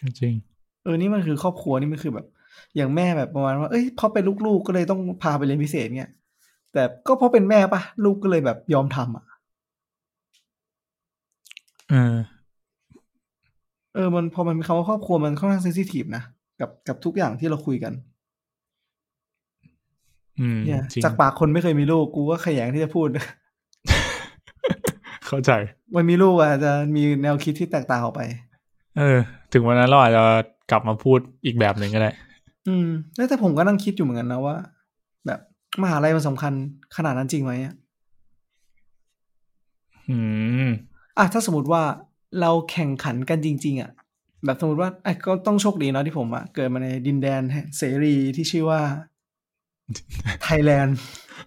Speaker 1: ก็จริง
Speaker 2: เออนี่มันคือครอบครัวนี่มันคือแบบ อย่างแม่แบบประมาณว่าเอ้ยเพราะเป็นลูกๆก็เลยต้องพาไปเรียนพิเศษเนี่ยแต่ก็เพราะเป็นแม่ปะลูกก็เลยแบบยอมทำอะ
Speaker 1: เออ
Speaker 2: เออมันพอมันมีคำว่าครอบครัวมันค่อนข้างเซนซิทีฟนะกับกับทุกอย่างที่เราคุยกัน
Speaker 1: อืม
Speaker 2: เนี่ย
Speaker 1: จริง
Speaker 2: จากปากคนไม่เคยมีลูกกูก็ขยันที่จะพูด
Speaker 1: เข้าใจ
Speaker 2: วันมีลูกอาจจะมีแนวคิดที่แตกต่างออกไป
Speaker 1: เออ ถึงวันนั้นเราอาจจะกลับมาพูดอีกแบบหนึ่งก็ได้
Speaker 2: อืมแล้วแต่ผมก็นั่งคิดอยู่เหมือนกันนะว่า แบบมหาลัยมันสำคัญขนาดนั้นจริงไหมอะ
Speaker 1: อืม
Speaker 2: อ่ะถ้าสมมติว่าเราแข่งขันกันจริง ๆอะแบบสมมติว่าไอ้ก็ต้องโชคดีเนาะที่ผมอะเกิดมาในดินแดนแห่งเสรีที่ชื่อ ว่า ไทยแลนด์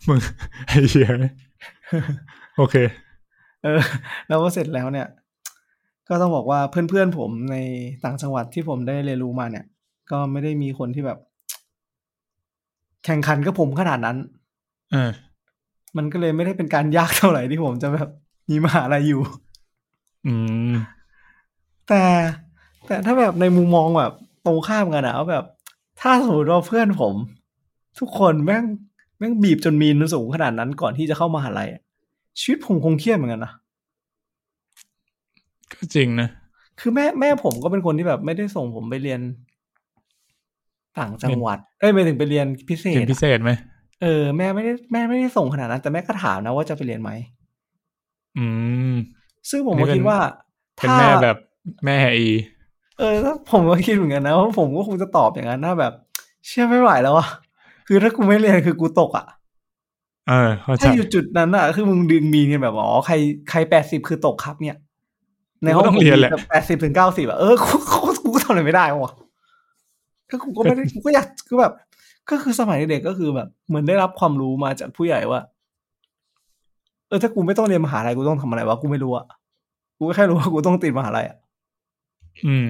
Speaker 1: มึง ไอ้เหี้ยโอเค
Speaker 2: เออแล้วพอเสร็จแล้วเนี่ย ก็ต้องบอกว่าเพื่อนๆผมในต่างจังหวัดที่ผมได้เรียนรู้มาเนี่ย ก็ไม่ได้มีคนที่แบบ แข่งขันกับผมขนาดนั้น
Speaker 1: เออ
Speaker 2: มันก็เลยไม่ได้เป็นการยากเท่าไหร่ที่ผมจะแบบมีมหาลัยอยู่
Speaker 1: อืม
Speaker 2: แต่แต่ถ้าแบบในมุมมองแบบตรงข้ามกันนะว่าแบบ ถ้าสมมติว่าเพื่อนผม ทุกคนแม่งแม่งบีบจนมีนสูงขนาดนั้นก่อนที่จะเข้ามหาลัยอะชีวิตผมคงเครียดเหมือนกันนะ
Speaker 1: ก็จริงนะ
Speaker 2: คือแม่แม่ผมก็เป็นคนที่แบบไม่ได้ส่งผมไปเรียน ต่างจังหวัด เอ้ยไปถึงไปเรียนพิเศ
Speaker 1: เรีย
Speaker 2: ษ
Speaker 1: นพิ
Speaker 2: อะ
Speaker 1: เศษไหม
Speaker 2: เออแม่ไม่ได้แม่ไม่ได้ส่งขนาดนั้น แต่แม่ก็ถามนะว่าจะไปเรียนไหม
Speaker 1: อืม
Speaker 2: ซึ่งผม
Speaker 1: นี่
Speaker 2: ก็
Speaker 1: เป็น
Speaker 2: คิดว่า
Speaker 1: เป็น
Speaker 2: ถ้า
Speaker 1: แม่แบบแม่อี
Speaker 2: เออถ้าผมก็คิดเหมือนกันนะว่าผมก็คงจะตอบอย่างนั้นนะแบบ เชื่อไม่ไหวแล้วอะคือถ้ากูไม่เรียนคือกูตกอะ
Speaker 1: เออ เข้าใจ
Speaker 2: ถ้าอยู่จุดนั้นอะคือมึงดึงมีเนี่ยแบบอ๋อใครใครแปดสิบคือตกครับเนี่ย ในห้องผมมีแปดสิบถึงเก้าสิบอะเอ อกูกูกูก็ทำอะไรไม่ได้วะก็กูก็ ไม่ได้กูก็อยากก็แบบ ก็คือสมัยเด็กๆก็คือแบบ เหมือนได้รับความรู้มาจากผู้ใหญ่ว่า เออถ้ากูไม่ต้องเรียนมหาลัยกูต้องทำอะไรวะกูไม่รู้อะกูก็แค่รู้ว่ากูต้องติดมหาลัยอะ
Speaker 1: อืม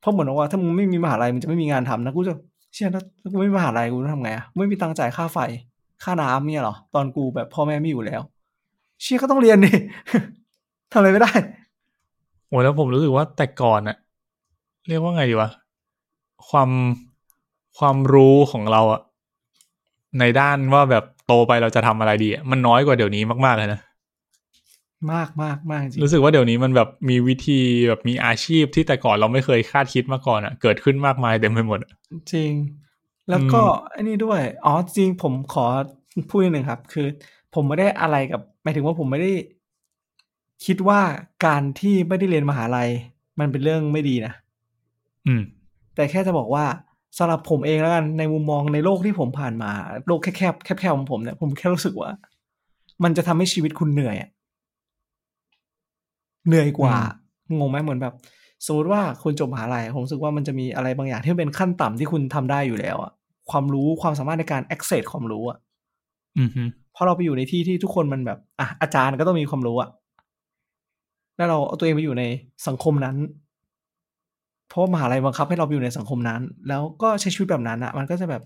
Speaker 2: เพราะเหมือนว่าถ้ามึงไม่มีมหาลัยมึงจะไม่มีงานทำนะกูจะเชื่อนะถ้ากูไม่มีมหาลัยกูต้องทำไงอะไม่มีตังค์จ่ายค่าไฟ ค่าน้ำเนี่ยเหรอ ตอนกูแบบพ่อแม่ไม่อยู่แล้ว เชี่ยก็ต้องเรียนดิ ทำอะไรไม่ได้
Speaker 1: โอ้แล้วผมรู้สึกว่าแต่ก่อนอะเรียกว่าไงดีวะ ความความรู้ของเราอะในด้านว่าแบบโตไปเราจะทำอะไรดีอะมันน้อยกว่าเดี๋ยวนี้มากๆเลยนะ
Speaker 2: มากมากมากจริง
Speaker 1: รู้สึกว่าเดี๋ยวนี้มันแบบมีวิธีแบบมีอาชีพที่แต่ก่อนเราไม่เคยคาดคิดมาก่อนอะเกิดขึ้นมากมายเต็มไปหมดอะ
Speaker 2: จริง แล้วก็ไอันนี้ด้วย อ๋อจริงผมขอพูดนิดหนึ่งครับ คือ ผมไม่ได้อะไรกับหมายถึงว่าผมไม่ได้ คิดว่าการที่ไม่ได้เรียนมหาลัย มันเป็นเรื่องไม่ดีนะ
Speaker 1: อืม
Speaker 2: แต่แค่จะบอกว่าสำหรับผมเองแล้วกันในมุมมองในโลกที่ผมผ่านมา โลกแคบแคบๆแคบๆของผมเนี่ยผมแค่รู้สึกว่า มันจะทำให้ชีวิตคุณเหนื่อยอะเหนื่อยกว่า งงไหมเหมือนแบบสมมติว่าคุณจบมหาลัยผมรู้สึกว่ามันจะมีอะไรบางอย่างที่มันเป็นขั้นต่ำที่คุณทำได้อยู่แล้วอะความรู้ความสามารถในการ access ความรู้อะ
Speaker 1: อืมฮึ
Speaker 2: พอเราไปอยู่ในที่ที่ทุกคนมันแบบอ่ะอาจารย์ก็ต้องมีความรู้อะแล้วเราเอาตัวเองไปอยู่ในสังคมนั้น เพราะว่ามหาลัยบังคับให้เราไปอยู่ในสังคมนั้น แล้วก็ใช้ชีวิตแบบนั้นอะมันก็จะแบบ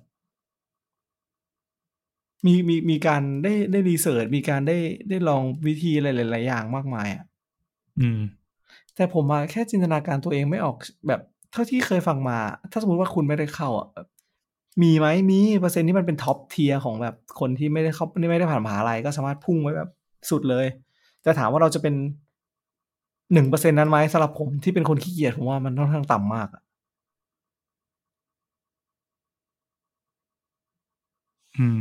Speaker 2: มีมีมีการได้ได้รีเสิร์ชมีการได้ได้ลองวิธีอะไรหลายๆอย่างมากมายอะ
Speaker 1: อืม
Speaker 2: แต่ผมมาแค่จินตนาการตัวเองไม่ออกแบบเท่าที่เคยฟังมา ถ้าสมมติว่าคุณไม่ได้เข้าอะแบบมีไหมมีเปอร์เซ็นต์ที่มันเป็นท็อปเทียของแบบคนที่ไม่ได้เข้าไม่ได้ผ่านมหาลัยก็สามารถพุ่งไว้แบบสุดเลยแต่ถามว่าเราจะเป็นหนึ่งเปอร์เซ็นนั้นไหมสำหรับผมที่เป็นคนขี้เกียจผมว่ามันค่อนข้างต่ำมากอะ
Speaker 1: อืม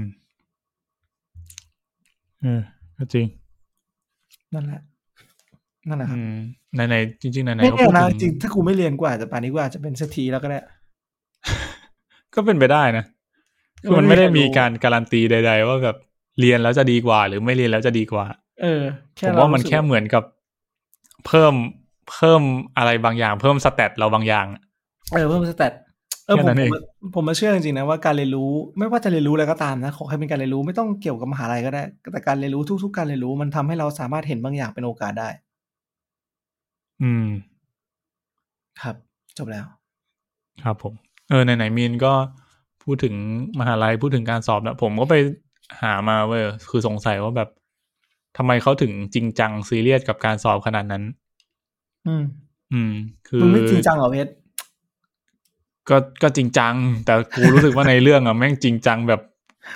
Speaker 1: เออก็จริง
Speaker 2: นั่นแหละ นั่นแหละครั
Speaker 1: อื
Speaker 2: บ
Speaker 1: มไหนไหนๆจริงๆไหนไหน
Speaker 2: ไม่
Speaker 1: ก็
Speaker 2: แน่
Speaker 1: พูด
Speaker 2: นะจ
Speaker 1: ถึ
Speaker 2: ริ
Speaker 1: ง
Speaker 2: งถ้ากูไม่เรียนกูอาจจะป่านนี้กูอาจจะเป็นเศรษฐีแล้วก็ได้
Speaker 1: ก็เป็นไปได้นะคือมันไม่ได้มีการการันตีใด ๆ ว่าแบบเรียนแล้วจะดีกว่า หรือไม่เรียนแล้วจะดีกว่า
Speaker 2: เออแค่
Speaker 1: ผม
Speaker 2: เร
Speaker 1: ว่ามัน
Speaker 2: รู้สึก
Speaker 1: แค่เหมือนกับเพิ่มเพิ่มอะไรบางอย่าง เพิ่มสเตตเราบางอย่าง
Speaker 2: เออเพิ่มสเตตเออ
Speaker 1: แค่
Speaker 2: ผม
Speaker 1: นั้นเอง
Speaker 2: ผมผมมาเชื่อจริงๆนะว่าการเรียนรู้ไม่ว่าจะเรียนรู้อะไรก็ตามนะขอให้เป็นการเรียนรู้ไม่ต้องเกี่ยวกับมหาลัยก็ได้ แต่การเรียนรู้ทุก ๆ การเรียนรู้มันทำให้เราสามารถเห็นบางอย่างเป็นโอกาสได้
Speaker 1: อืม
Speaker 2: ครับ จบแล้ว
Speaker 1: ครับผม เออไหนไหนๆมีนก็พูดถึงมหาลัยพูดถึงการสอบนะผมก็ไปหามาเว้ยคือสงสัยว่าแบบทำไมเขาถึงจริงจังซีเรียสกับการสอบขนาดนั้น
Speaker 2: อืม
Speaker 1: อืม คือ
Speaker 2: มึงไม่จริงจังเหรอเพชร
Speaker 1: ก็ก็จริงจัง แต่กูรู้สึกว่าในเรื่องอ่ะแม่งจริงจังแบบ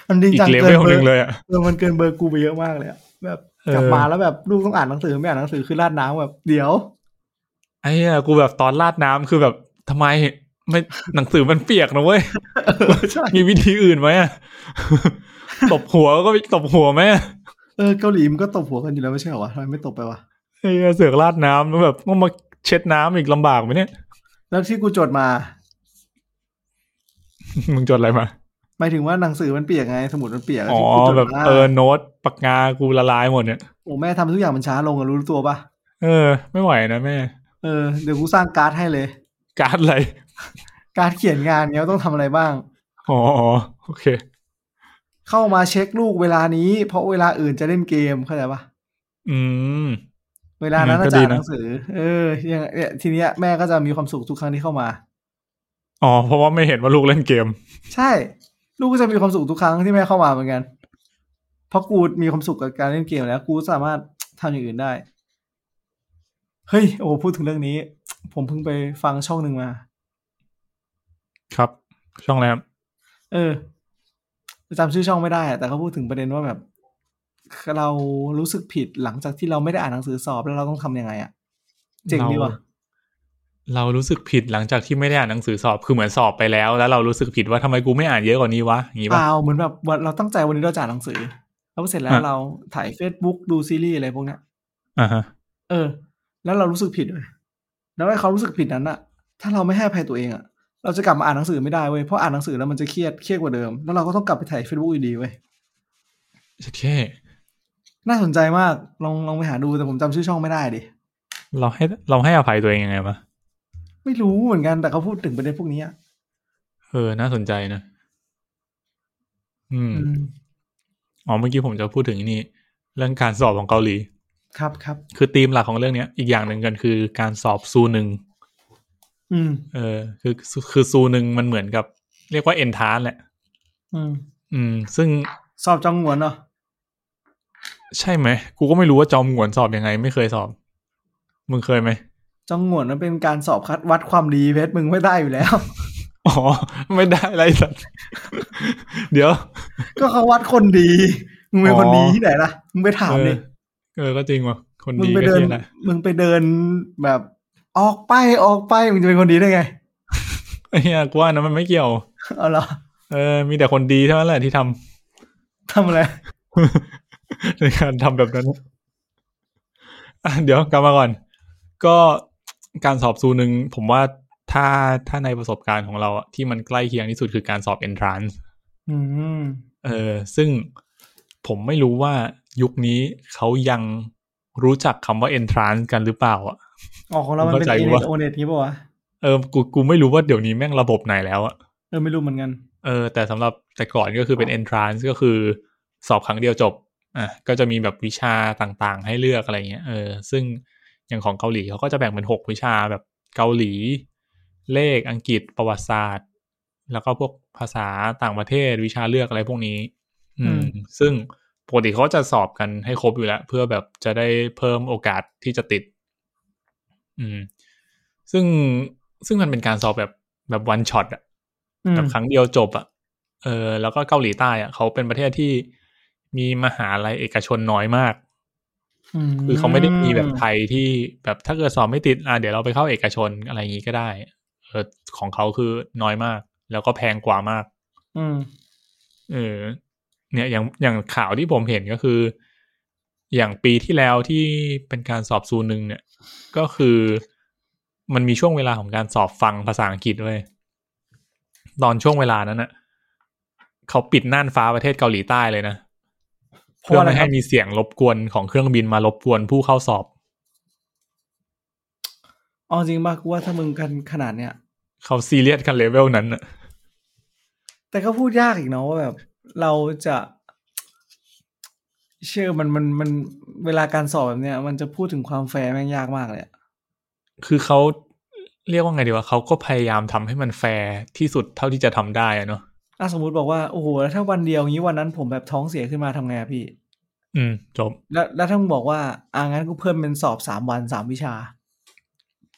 Speaker 2: มันจริง
Speaker 1: อี
Speaker 2: จั
Speaker 1: ก
Speaker 2: ง
Speaker 1: เล
Speaker 2: เกิ
Speaker 1: เวน ล
Speaker 2: เบ
Speaker 1: ห
Speaker 2: อ
Speaker 1: นึ่ง
Speaker 2: ร์
Speaker 1: เลยอ่ะ
Speaker 2: เออมันเกินเบอร์กูไปเยอะมากเลยอะแบบ
Speaker 1: เออ
Speaker 2: กลับมาแล้วแบบลูกต้องอ่านหนังสือไม่อ่านหนังสือคือลาดน้ำแบบเดี๋ยว
Speaker 1: ไอ้เหี้ยกูแบบตอนลาดน้ำคือแบบทำไมไม่หนังสือมันเปียกนะเว้ย
Speaker 2: เออใช่
Speaker 1: มีวิธีอื่นไหมอ่ะ ตบหัวก็ตบหัวแม่
Speaker 2: เออเกาหลีมันก็ตบหัวกันอยู่แล้วไม่ใช่เหรอวะทำไมไม่ตบไปวะ
Speaker 1: ไอ้เสือกราดน้ำแล้วแบบต้องมาเช็ดน้ำอีกลำบากไหมเนี่ย
Speaker 2: แล้วที่กูจดมา
Speaker 1: มึงจดอะไรมา
Speaker 2: หมายถึงว่าหนังสือมันเปียกไง สมุดมันเปียก
Speaker 1: อ๋อ
Speaker 2: ที่กูจด
Speaker 1: แบบ
Speaker 2: มา
Speaker 1: เออโน้ตปากกากูละลายหมดเนี่ย
Speaker 2: โอ้แม่ทำทุกอย่างมันช้าลงอะรู้ตัวปะ
Speaker 1: เออ ไม่ไหวนะแม่
Speaker 2: เออเดี๋ยวกูสร้างการ์ดให้เลย
Speaker 1: การ์ดอะไร
Speaker 2: การดเขียนงานเนี้ยต้องทำอะไรบ้าง
Speaker 1: อ๋ออ๋อโอเค
Speaker 2: เข้ามาเช็คลูกเวลานี้ เพราะเวลาอื่นจะเล่นเกมเข้าใจปะ
Speaker 1: อืม
Speaker 2: เวลานั้น
Speaker 1: อืมก็
Speaker 2: อา
Speaker 1: ดี
Speaker 2: จา
Speaker 1: นะ
Speaker 2: รย์หนังสือ เออยังเนี่ยทีเนี้ยแม่ก็จะมีความสุขทุกครั้งที่เข้ามา
Speaker 1: อ๋อ เพราะว่าไม่เห็นว่าลูกเล่นเกม
Speaker 2: ใช่ ลูกก็จะมีความสุขทุกครั้งที่แม่เข้ามาเหมือนกัน เพราะกูมีความสุขกับการเล่นเกมแล้ว กูสามารถทำอย่างอื่นได้ เฮ้ย โอ้พูดถึงเรื่องนี้ ผมเพิ่งไปฟังช่องหนึ่งมา
Speaker 1: ครับ ช่องแล้ว
Speaker 2: เออจำชื่อช่องไม่ได้อะแต่เขาพูดถึงประเด็นว่าแบบ เรารู้สึกผิดหลังจากที่เราไม่ได้อ่านหนังสือสอบแล้วเราต้องทำยังไงอะเจ๋งดีว่ะ
Speaker 1: เรารู้สึกผิดหลังจากที่ไม่ได้อ่านหนังสือสอบคือเหมือนสอบไปแล้ว แล้วเรารู้สึกผิดว่าทำไมกูไม่อ่านเยอะกว่านี้วะอย่างนี้
Speaker 2: เป
Speaker 1: ปะ
Speaker 2: ล่าเหมือนแบบวันเราตั้งใจวันนี้เราจะอ่านหนังสือ แล้วเสร็จแล้ว
Speaker 1: ฮะ
Speaker 2: เราถ่าย Facebook ดูซีรีส์อะไรพวกเนี้ย
Speaker 1: อ่าฮะ
Speaker 2: เออ แล้วเรารู้สึกผิดเลยแล้วไอ้ความรู้สึกผิดนั้นอะถ้าเราไม่ให้อภัยตัวเองอะเราจะกลับมาอ่านหนังสือไม่ได้เว้ยเพราะอ่านหนังสือแล้วมันจะเครียดเครียดกว่าเดิม แล้วเราก็ต้องกลับไปถ่ายเฟซบุ๊กอยู่ดีเว้ย
Speaker 1: โอเค
Speaker 2: น่าสนใจมากลองลองไปหาดูแต่ผมจำชื่อช่องไม่ได้ดิ
Speaker 1: เราให้เราให้อภัยตัวเองยังไงวะ
Speaker 2: ไม่รู้เหมือนกันแต่เขาพูดถึงประเด็นพวกนี้อะ
Speaker 1: เออ น่าสนใจนะ อืม
Speaker 2: อืม
Speaker 1: อ๋อ เมื่อกี้ผมจะพูดถึงนี่ เรื่องการสอบของเกาหลี
Speaker 2: ครับครับ
Speaker 1: คือธีมหลักของเรื่องเนี้ย อีกอย่างหนึ่งกันคือการสอบซูหนึ่ง
Speaker 2: อืม
Speaker 1: เออ คือคือซูหนึ่งมันเหมือนกับ เรียกว่าเอนทานแหละ
Speaker 2: อืม
Speaker 1: อืม ซึ่ง
Speaker 2: สอบจองหวนเหรอ
Speaker 1: ใช่ไหม กูก็ไม่รู้ว่าจอมหงวนสอบยังไง ไม่เคยสอบ มึงเคยไหม
Speaker 2: จองหวนมันเป็นการสอบคัดวัดความดีเพชรมึงไม่ได้อยู่แล้ว
Speaker 1: อ๋อ ไม่ได้อะไรสัตว์ เดี๋ยว
Speaker 2: ก็เขาวัดคนดีมึงเป็นคนดีที่ไหนล่ะมึงไปถามดิ
Speaker 1: เออเออ ก็จริงว่ะ คน
Speaker 2: มึง
Speaker 1: ดี
Speaker 2: ไป
Speaker 1: ก็
Speaker 2: เดิน
Speaker 1: เที่ยแหละ
Speaker 2: มึงไปเดินแบบ ออกไปออกไปมึงจะเป็นคนดีได้ไง
Speaker 1: ไอ้เฮียกูว่านะมันไม่เกี่ยว
Speaker 2: เอาเหรอ
Speaker 1: เออ มีแต่คนดีเท่านั้นแหละที่ทำ
Speaker 2: ทำอะไร
Speaker 1: ในการทำแบบนั้นอ่ะเดี๋ยวกลับมาก่อน ก็การสอบซูหนึ่งผมว่าถ้าถ้าในประสบการณ์ของเราอะที่มันใกล้เคียงที่สุดคือการสอบ entrance
Speaker 2: อืม
Speaker 1: เออซึ่งผมไม่รู้ว่ายุคนี้เขายังรู้จักคำว่า entrance กันหรือเปล่าอ่ะ
Speaker 2: ออกของเรามันเป็
Speaker 1: เข้า
Speaker 2: น
Speaker 1: ใจ
Speaker 2: เอเน
Speaker 1: ว่า
Speaker 2: ตโอเนตงี้ป่าวะ
Speaker 1: เออกูกูไม่รู้ว่าเดี๋ยวนี้แม่งระบบไหนแล้วอ่ะ
Speaker 2: เออไม่รู้เหมือนกัน
Speaker 1: เออแต่สำหรับแต่ก่อนก็คือเป็น entrance ก็คือสอบครั้งเดียวจบอ่ะก็จะมีแบบวิชาต่างๆ ให้เลือกอะไรเงี้ยเออซึ่งอย่างของเกาหลีเขาก็จะแบ่งเป็นหกวิชาแบบเกาหลี เลขอังกฤษประวัติศาสตร์ แล้วก็พวกภาษาต่างประเทศวิชาเลือกอะไรพวกนี้ อื
Speaker 2: อื
Speaker 1: ม
Speaker 2: ม
Speaker 1: ซึ่งปกติเขาจะสอบกันให้ครบอยู่แล้ว เพื่อแบบจะได้เพิ่มโอกาสที่จะติด อืม ซึ่งซึ่งมันเป็นการสอบแบบแบบวันช็อตอะ
Speaker 2: อืม
Speaker 1: แบบครั้งเดียวจบอะเออ แล้วก็เกาหลีใต้อะเขาเป็นประเทศที่มีมหาลัยเอกชนน้อยมาก คือเขาไม่ได้มีแบบไทยที่แบบถ้าเกิดสอบไม่ติดอ่ะเดี๋ยวเราไปเข้าเอกชนอะไรอย่างนี้ก็ได้ เออของเขาคือน้อยมาก แล้วก็แพงกว่ามาก
Speaker 2: อืม
Speaker 1: เออเนี่ยอย่างอย่างข่าวที่ผมเห็นก็คือ อย่างปีที่แล้วที่เป็นการสอบซูนหนึ่งเนี่ย ก็คือมันมีช่วงเวลาของการสอบฟังภาษาอังกฤษด้วยตอนช่วงเวลานั้นน่ะเขาปิดน่านฟ้าประเทศเกาหลีใต้เลยนะ
Speaker 2: เพ
Speaker 1: เพื่
Speaker 2: ราะ
Speaker 1: อ
Speaker 2: อะไร
Speaker 1: ไม่
Speaker 2: ครั
Speaker 1: ให้
Speaker 2: บ
Speaker 1: มีเสียงรบกวนของเครื่องบินมารบกวนผู้เข้าสอบ
Speaker 2: อ๋อจริงป่ะกูว่าถ้ามึงกันขนาดเนี้ย
Speaker 1: เขาซีเรียสกันเลเวลนั้นน่ะ
Speaker 2: แต่ก็พูดยากอีกเนาะว่าแบบ เราจะ เชื่อมันมันมันเวลาการสอบแบบเนี้ย มันจะพูดถึงความแฟร์แม่งยากมากเลยอะ
Speaker 1: คือเขาเรียกว่าไงดีวะเขาก็พยายามทำให้มันแฟร์ที่สุดเท่าที่จะทำได้อะเนาะ
Speaker 2: อ่ะสมมติบอกว่าโอ้โหแล้วถ้าวันเดียวงี้วันนั้นผมแบบท้องเสียขึ้นมาทำไงอะพี่
Speaker 1: อืม จบ
Speaker 2: แล้วแล้วถ้ามึงบอกว่าอ่างั้นกูเพิ่มเป็นสอบสามวันสามวิชา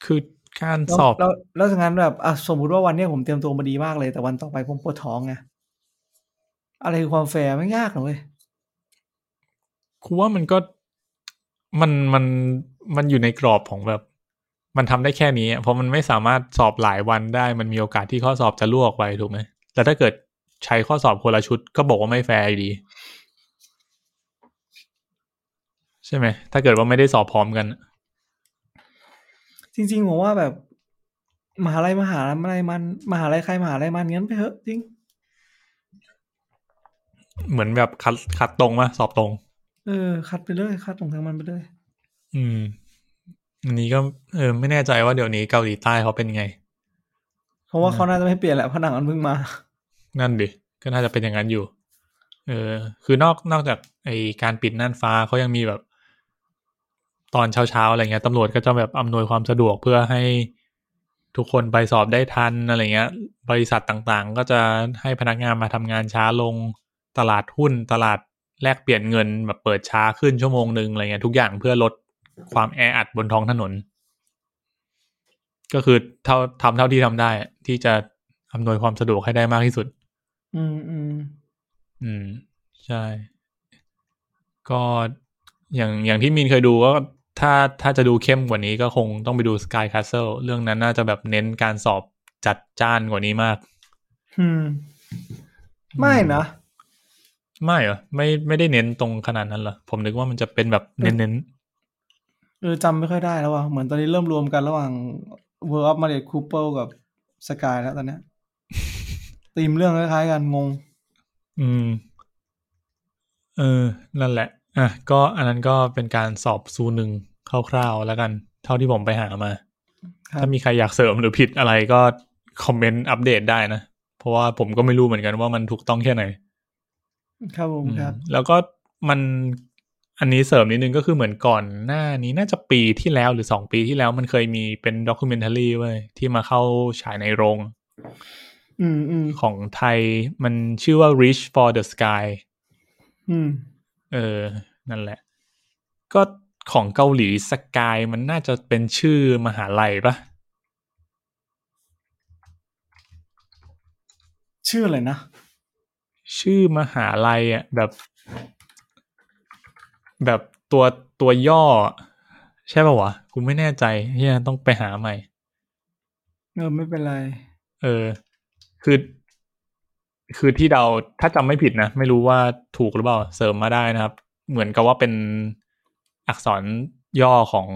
Speaker 1: คือการสอบ
Speaker 2: แล้วแล้วแล้วจากนั้นแบบอ่ะสมมุติว่าวันเนี้ยผมเตรียมตัวมาดีมากเลย แต่วันต่อไปผมปวดท้องไงอะไรคือความแฟร์ไม่งยากนะเว้ย
Speaker 1: ครูว่ามันก็มันมันมันอยู่ในกรอบของแบบ มันทำได้แค่นี้อะเพราะมันไม่สามารถสอบหลายวันได้ มันมีโอกาสที่ข้อสอบจะลวกไปถูกไหมแต่ถ้าเกิดใช้ข้อสอบคนละชุดก็บอกว่าไม่แฟร์อยู่ดี ใช่ไหม ถ้าเกิดว่าไม่ได้สอบพร้อมกัน
Speaker 2: จริงๆผมว่าแบบมหาลัยมหาลัยมันมหาลัยใครมหาลัยมันงั้นไปเถอะจริง
Speaker 1: เหมือนแบบคัดคัดตรงมาสอบตรง
Speaker 2: เออ คัดไปเลย คัดของทางมันไปเลย
Speaker 1: อืมอันนี้ก็เออไม่แน่ใจว่าเดี๋ยวนี้เกาหลีใต้เขาเป็นไง
Speaker 2: เพราะว่า
Speaker 1: อืม
Speaker 2: เขาน่าจะไม่เปลี่ยนแหละเพราะหนังมันเพิ่งมา
Speaker 1: นั่นดิ ก็น่าจะเป็นอย่างนั้นอยู่ เออ คือนอกนอกจากไอการปิดน่านฟ้าเขายังมีแบบ ตอนเช้าๆอะไรเงี้ยตำรวจก็จะแบบอำนวยความสะดวกเพื่อให้ทุกคนไปสอบได้ทันอะไรเงี้ย บริษัทต่างๆ ก็จะให้พนักงานมาทำงานช้าลง ตลาดหุ้น ตลาดแลกเปลี่ยนเงิน แบบเปิดช้าขึ้นชั่วโมงหนึ่งอะไรเงี้ยทุกอย่างเพื่อลดความแออัดบนท้องถนน ก็คือเท่าทำเท่าที่ทำได้ ที่จะอำนวยความสะดวกให้ได้มากที่สุด
Speaker 2: อืมอืม
Speaker 1: อืม ใช่ ก็อย่างอย่างที่มีนเคยดูก็ถ้าถ้าจะดูเข้มกว่านี้ก็คงต้องไปดู Sky Castle เรื่องนั้นน่าจะแบบเน้นการสอบจัดจ้านกว่านี้มาก
Speaker 2: อืม ไม่นะ
Speaker 1: ไม่เหรอไม่ไม่ได้เน้นตรงขนาดนั้นเหรอ ผมนึกว่ามันจะเป็นแบบเน้นเน้น
Speaker 2: เออจำไม่ค่อยได้แล้วว่ะเหมือนตอนนี้เริ่มรวมกันระหว่าง World of m a r i e t Cooper กับ Sky แล้วตอนเนี้ยตีมเรื่องคล้ายๆกันงง
Speaker 1: ๆอืม เออ นั่นแหละ อ่ะ ก็อันนั้นก็เป็นการสอบซูหนึ่งคร่าวๆแล้วกัน เท่าที่ผมไปหามา
Speaker 2: ครับ
Speaker 1: ถ้ามีใครอยากเสริมหรือผิดอะไรก็คอมเมนต์อัปเดตได้นะ เพราะว่าผมก็ไม่รู้เหมือนกันว่ามันถูกต้องแค่ไหน
Speaker 2: ครับผมครับ
Speaker 1: อืมแล้วก็มันอันนี้เสริมนิดนึงก็คือเหมือนก่อนหน้านี้น่าจะปีที่แล้วหรือสองปีที่แล้วมันเคยมีเป็นด็อกิเมนท r รีเว้ยที่มาเข้าฉายในโรง
Speaker 2: อืมอืม
Speaker 1: ของไทยมันชื่อว่า Reach for the Sky
Speaker 2: อืม
Speaker 1: เออ นั่นแหละ ก็ของเกาหลีสกายมันน่าจะเป็นชื่อมหาลัยปะ
Speaker 2: ชื่ออะไรนะ
Speaker 1: ชื่อมหาลัยอ่ะแบบ แบบตัวตัวย่อ ใช่ป่าวะกูไม่แน่ใจเฮียต้องไปหาใหม่
Speaker 2: เออไม่เป็นไร
Speaker 1: เออ คือ คือที่เราถ้าจำไม่ผิดนะ ไม่รู้ว่าถูกหรือเปล่า เสริมมาได้นะครับ เหมือนกับว่าเป็นอักษรย่อของ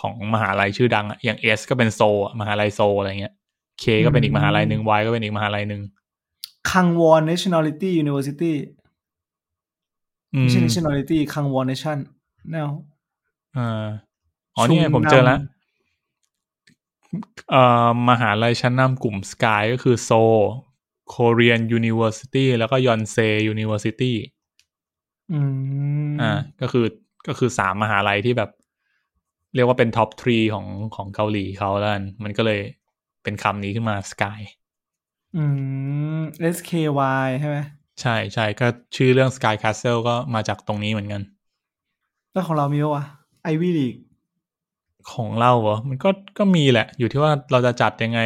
Speaker 1: ของมหาลัยชื่อดังอะอย่างเอสก็เป็นโซอะมหาลัยโซอะไรเงี้ยเคก็เป็นอีกมหาลัยหนึ่ง Y ก็เป็นอีกมหาลัยหนึ่ง
Speaker 2: คังวอน nationality university
Speaker 1: อืม
Speaker 2: ไม่ใช่ nationality คังวอน nation แนว
Speaker 1: อ่าอ๋อนี่ไง
Speaker 2: ซุง
Speaker 1: ผมเจอแล้ว
Speaker 2: นำ
Speaker 1: เอ่อมหาลัยชั้นนำกลุ่มสกายก็คือโซ Korean University แล้วก็ยอนเซ University
Speaker 2: อืม
Speaker 1: อ่าก็คือก็คือสามมหาลัยที่แบบ เรียกว่าเป็นท็อปทรีของของเกาหลีเขาแล้วกันมันก็เลยเป็นคำนี้ขึ้นมา Sky
Speaker 2: อืม SKY ใช่ไหม
Speaker 1: ใช่ใช่ก็ชื่อเรื่อง Sky Castle ก็มาจากตรงนี้เหมือนกัน
Speaker 2: แล้วของเรามีปะวะ Ivy League
Speaker 1: ของเราเหรอมันก็ก็มีแหละ อยู่ที่ว่าเราจะจัดยังไง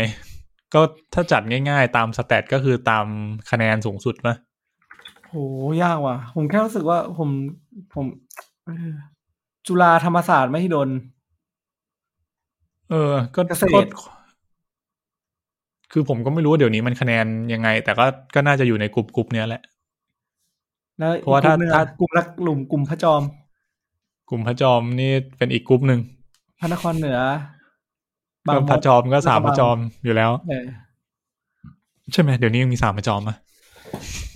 Speaker 1: ก็ถ้าจัดง่ายๆ ตามสแตทก็คือตามคะแนนสูงสุดปะ
Speaker 2: โหยากว่ะ ผมแค่รู้สึกว่าผมผมเออจุฬาธรรมศาสตร์ไม่ฮิดล
Speaker 1: เออ ก็
Speaker 2: เกษตร
Speaker 1: ก็คือผมก็ไม่รู้ว่าเดี๋ยวนี้มันคะแนนยังไง แต่ก็ก็น่าจะอยู่ในกลุ่มกลุ่มเนี้ยแหละ
Speaker 2: แล้ว
Speaker 1: เพราะว่า
Speaker 2: อีกกลุ่มหนึ่งอะ
Speaker 1: ถ้า
Speaker 2: กลุ่มรักกลุ่มกลุ่มพระจอม
Speaker 1: กลุ่มพระจอมนี่เป็นอีกกลุ่มหนึ่ง
Speaker 2: พระนครเหนือ
Speaker 1: ก็
Speaker 2: มด
Speaker 1: พระจอมก็สาม
Speaker 2: บางมด
Speaker 1: พระจอมอยู่แล้ว
Speaker 2: เออ
Speaker 1: ใช่ไหมเดี๋ยวนี้ยังมีสามพระจอมอ่ะ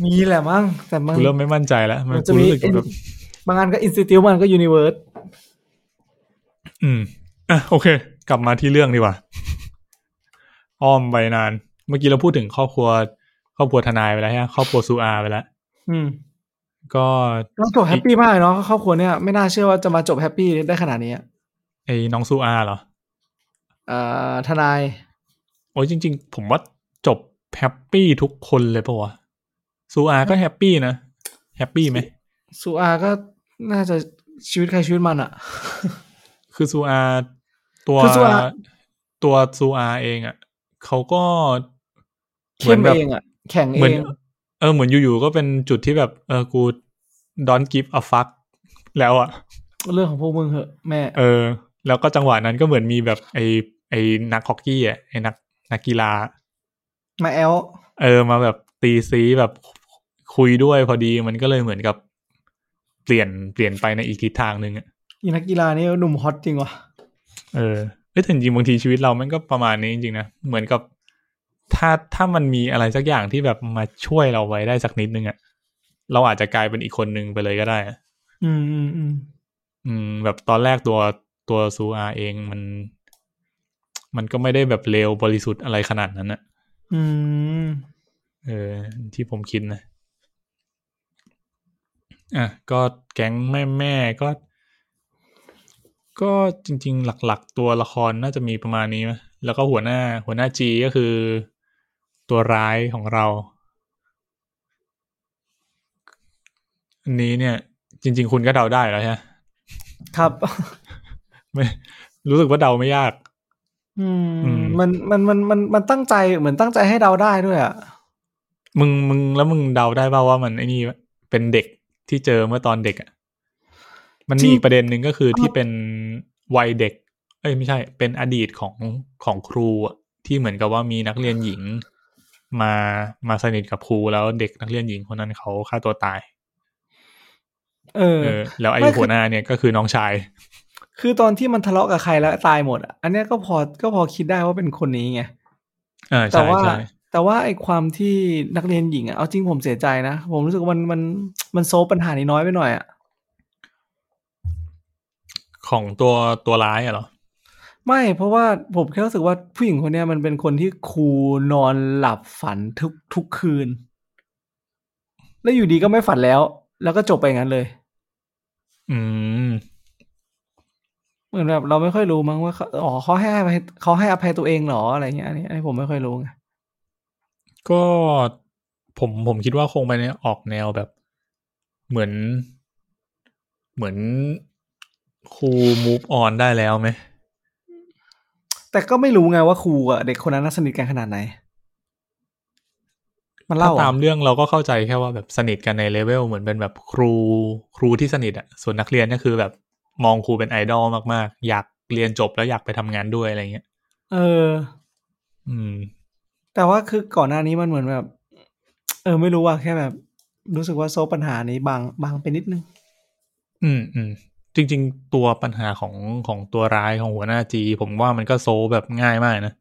Speaker 2: มีแหละมั้งแต่มัน
Speaker 1: กูเริ่มไม่มั่นใจแล้วมัน
Speaker 2: มัน
Speaker 1: กู
Speaker 2: จะ
Speaker 1: รู้สึก
Speaker 2: มี
Speaker 1: แบบ
Speaker 2: บางอันก็อินสติทิวบางอันก็ยูนิเวิร์ส
Speaker 1: อืมอ่ะโอเค กลับมาที่เรื่องดีกว่า อ้อมไปนาน เมื่อกี้เราพูดถึงครอบครัว ครอบครัวทนายไปแล้วฮะครอบครัวซูอาไปแล้ว
Speaker 2: อืม
Speaker 1: ก็
Speaker 2: แล้วจบแฮปปี้มากเนาะครอบครัวเนี่ยไม่น่าเชื่อว่าจะมาจบแฮปปี้ได้ขนาดนี้อะ
Speaker 1: ไอ้น้องซูอาเหรอ
Speaker 2: เอ่อทนาย
Speaker 1: โอ้ยจริง ๆ ผมว่าจบแฮปปี้ทุกคนเลยปะวะซูอาก็แฮปปี้นะแฮปปี้ไหม
Speaker 2: สุอาก็น่าจะชีวิตใครชีวิตมันอะ
Speaker 1: คือซูอาตัว
Speaker 2: คือซูอา
Speaker 1: ตัวซูอาเองอ่ะเขาก็หมื
Speaker 2: เข้
Speaker 1: น
Speaker 2: ม
Speaker 1: แบบ
Speaker 2: เองอะแข่งเอ
Speaker 1: เหมือน
Speaker 2: ง
Speaker 1: เออเหมือนอยู่ๆก็เป็นจุดที่แบบ เออกูดอนกิฟต์อฟักแล้วอะ่ะ
Speaker 2: เรื่องของพวกมึงเหอะแม่
Speaker 1: เออ แล้วก็จังหวะนั้นก็เหมือนมีแบบไอไอนักฮอกกี้อ่ะไอนักนักกีฬา
Speaker 2: มาแอล
Speaker 1: เออมาแบบตีซีแบบคุยด้วยพอดีมันก็เลยเหมือนกับ เปลี่ยนเปลี่ยนไปในอีกทิศทางหนึ่งอะ
Speaker 2: อีนักกีฬานี่หนุ่มฮอตจริงวะ
Speaker 1: เออเอ้ยแต่จริงๆบางทีชีวิตเรามันก็ประมาณนี้จริงๆนะเหมือนกับ ถ้าถ้ามันมีอะไรสักอย่างที่แบบมาช่วยเราไว้ได้สักนิดนึงอะเราอาจจะกลายเป็นอีกคนนึงไปเลยก็ได้อะ
Speaker 2: อืมอืมอืม
Speaker 1: อืม แบบตอนแรกตัวตัวซูอาเองมัน มันก็ไม่ได้แบบเลวบริสุทธิ์อะไรขนาดนั้นอะ
Speaker 2: อืม
Speaker 1: เออ ที่ผมคิดนะอ่ะก็แก๊งแม่แม่ๆก็ ก็จริง ๆ หลักๆ ตัวละครน่าจะมีประมาณนี้ไหมแล้วก็หัวหน้า หัวหน้าจีก็คือ ตัวร้ายของเรา อันนี้เนี่ย จริง ๆ คุณก็เดาได้แล้วใช่ไหม
Speaker 2: ครับ
Speaker 1: ไม่รู้สึกว่าเดาไม่ยาก
Speaker 2: อื
Speaker 1: อืม
Speaker 2: มมันมันมันมันมันตั้งใจเหมือนตั้งใจให้เดาได้ด้วยอ่ะ
Speaker 1: มึงมึงแล้วมึงเดาได้ป่าวว่ามันไอ้นี่เป็นเด็กที่เจอเมื่อตอนเด็กอ่ะมันมีอีกประเด็นหนึ่งก็คือที่เป็นวัยเด็ก เอ้ยไม่ใช่ เป็นอดีตของของครูอะที่เหมือนกับว่ามีนักเรียนหญิง มามาสนิทกับครูแล้วเด็กนักเรียนหญิงคนนั้นเขาฆ่าตัวตาย
Speaker 2: เออ
Speaker 1: เออ แล้วไอ้
Speaker 2: ไม่คือ
Speaker 1: หัวหน้าเนี่ยก็คือน้องชาย
Speaker 2: คือตอนที่มันทะเลาะกับใครแล้วตายหมดอะอันเนี้ยก็พอก็พอคิดได้ว่าเป็นคนนี้ไง
Speaker 1: เออ
Speaker 2: แต่
Speaker 1: ใช่
Speaker 2: ว่า
Speaker 1: ใช่
Speaker 2: แต่ว่าไอ้ความที่นักเรียนหญิงอะเอาจริงผมเสียใจนะ ผมรู้สึกว่ามันมันมันโซฟปัญหานี้น้อยไปหน่อยอะ
Speaker 1: ของตัวตัวร้ายอะเหรอ
Speaker 2: ไม่เพราะว่าผมแค่รู้สึกว่าผู้หญิงคนเนี้ยมันเป็นคนที่ครูนอนหลับฝันทุกทุกคืน แล้วอยู่ดีก็ไม่ฝันแล้ว แล้วก็จบไปอย่างนั้นเลย
Speaker 1: อืม
Speaker 2: เหมือนแบบเราไม่ค่อยรู้มั้งว่าเขาอ๋อเขาให้อภัยเขาให้อภัยตัวเองเหรออะไรเงี้ยอันนี้อันนี้ผมไม่ค่อยรู้ไง
Speaker 1: ก็ผมผมคิดว่าคงไปในออกแนวแบบเหมือน เหมือนครู move on ได้แล้วไหม
Speaker 2: แต่ก็ไม่รู้ไงว่าครูอะเด็กคนนั้นน่ะสนิทกันขนาดไหน มัน
Speaker 1: ถ้า
Speaker 2: เล่าอะ
Speaker 1: ตามเรื่องเราก็เข้าใจแค่ว่าแบบสนิทกันในเลเวลเหมือนเป็นแบบครูครูที่สนิทอะส่วนนักเรียนก็คือแบบมองครูเป็นไอดอลมากๆ อยากเรียนจบแล้วอยากไปทำงานด้วยอะไรเงี้ย
Speaker 2: เออ
Speaker 1: อืม
Speaker 2: แต่ว่าคือก่อนหน้านี้มันเหมือนแบบ เออไม่รู้ว่าแค่แบบ รู้สึกว่าโซฟปัญหานี้บางบางไปนิดนึง
Speaker 1: อืมอืมจริง ๆ ตัวปัญหาของของตัวร้ายของหัวหน้าจี ผมว่ามันก็โซลแบบง่ายมากนะ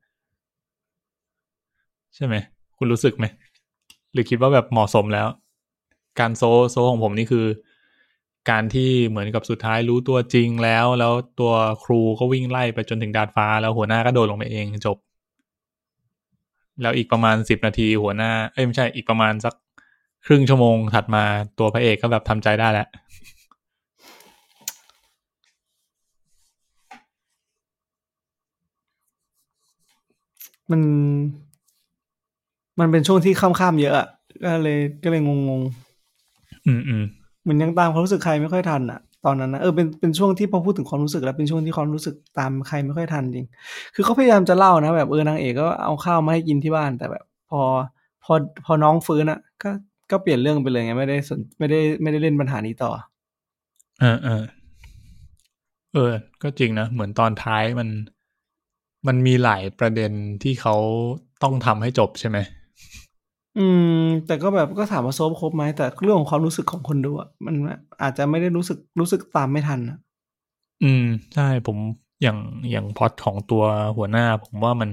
Speaker 1: ใช่ไหม คุณรู้สึกไหม หรือคิดว่าแบบเหมาะสมแล้ว การโซลโซลของผมนี่คือ การที่เหมือนกับสุดท้ายรู้ตัวจริงแล้ว แล้วตัวครูก็วิ่งไล่ไปจนถึงดาดฟ้า แล้วหัวหน้าก็โดดลงไปเองจบ แล้วอีกประมาณสิบนาทีหัวหน้า เอ้ยไม่ใช่อีกประมาณสักครึ่งชั่วโมงถัดมาตัวพระเอกก็แบบทำใจได้แล้ว
Speaker 2: มัน มันเป็นช่วงที่ข้ามข้ามๆเยอะอะก็เลยก็เลยงงง
Speaker 1: อืมอืม
Speaker 2: ๆเหมือนยังตามความรู้สึกใครไม่ค่อยทันอะตอนนั้นนะเออเป็นเป็นช่วงที่พอพูดถึงความรู้สึกแล้วเป็นช่วงที่ความรู้สึกตามใครไม่ค่อยทันจริง คือเขาพยายามจะเล่านะแบบเออนางเอกก็เอาข้าวมาให้กินที่บ้าน แต่แบบ พอพอพอน้องฟื้นอะก็ก็เปลี่ยนเรื่องไปเลยไงไม่ได้สนไม่ได้ไม่ได้เล่นปัญหานี้ต่อ
Speaker 1: เออเออเออ ก็จริงนะ เหมือนตอนท้ายมัน มันมีหลายประเด็นที่เขาต้องทำให้จบใช่ไหม
Speaker 2: อืม แต่ก็แบบก็ถามว่าโซฟครบไหมแต่เรื่องของความรู้สึกของคนดูอะมันอาจจะไม่ได้รู้สึกรู้สึกตามไม่ทันอะ
Speaker 1: อืม ใช่ ผมอย่างอย่างพล็อตของตัวหัวหน้า ผมว่ามัน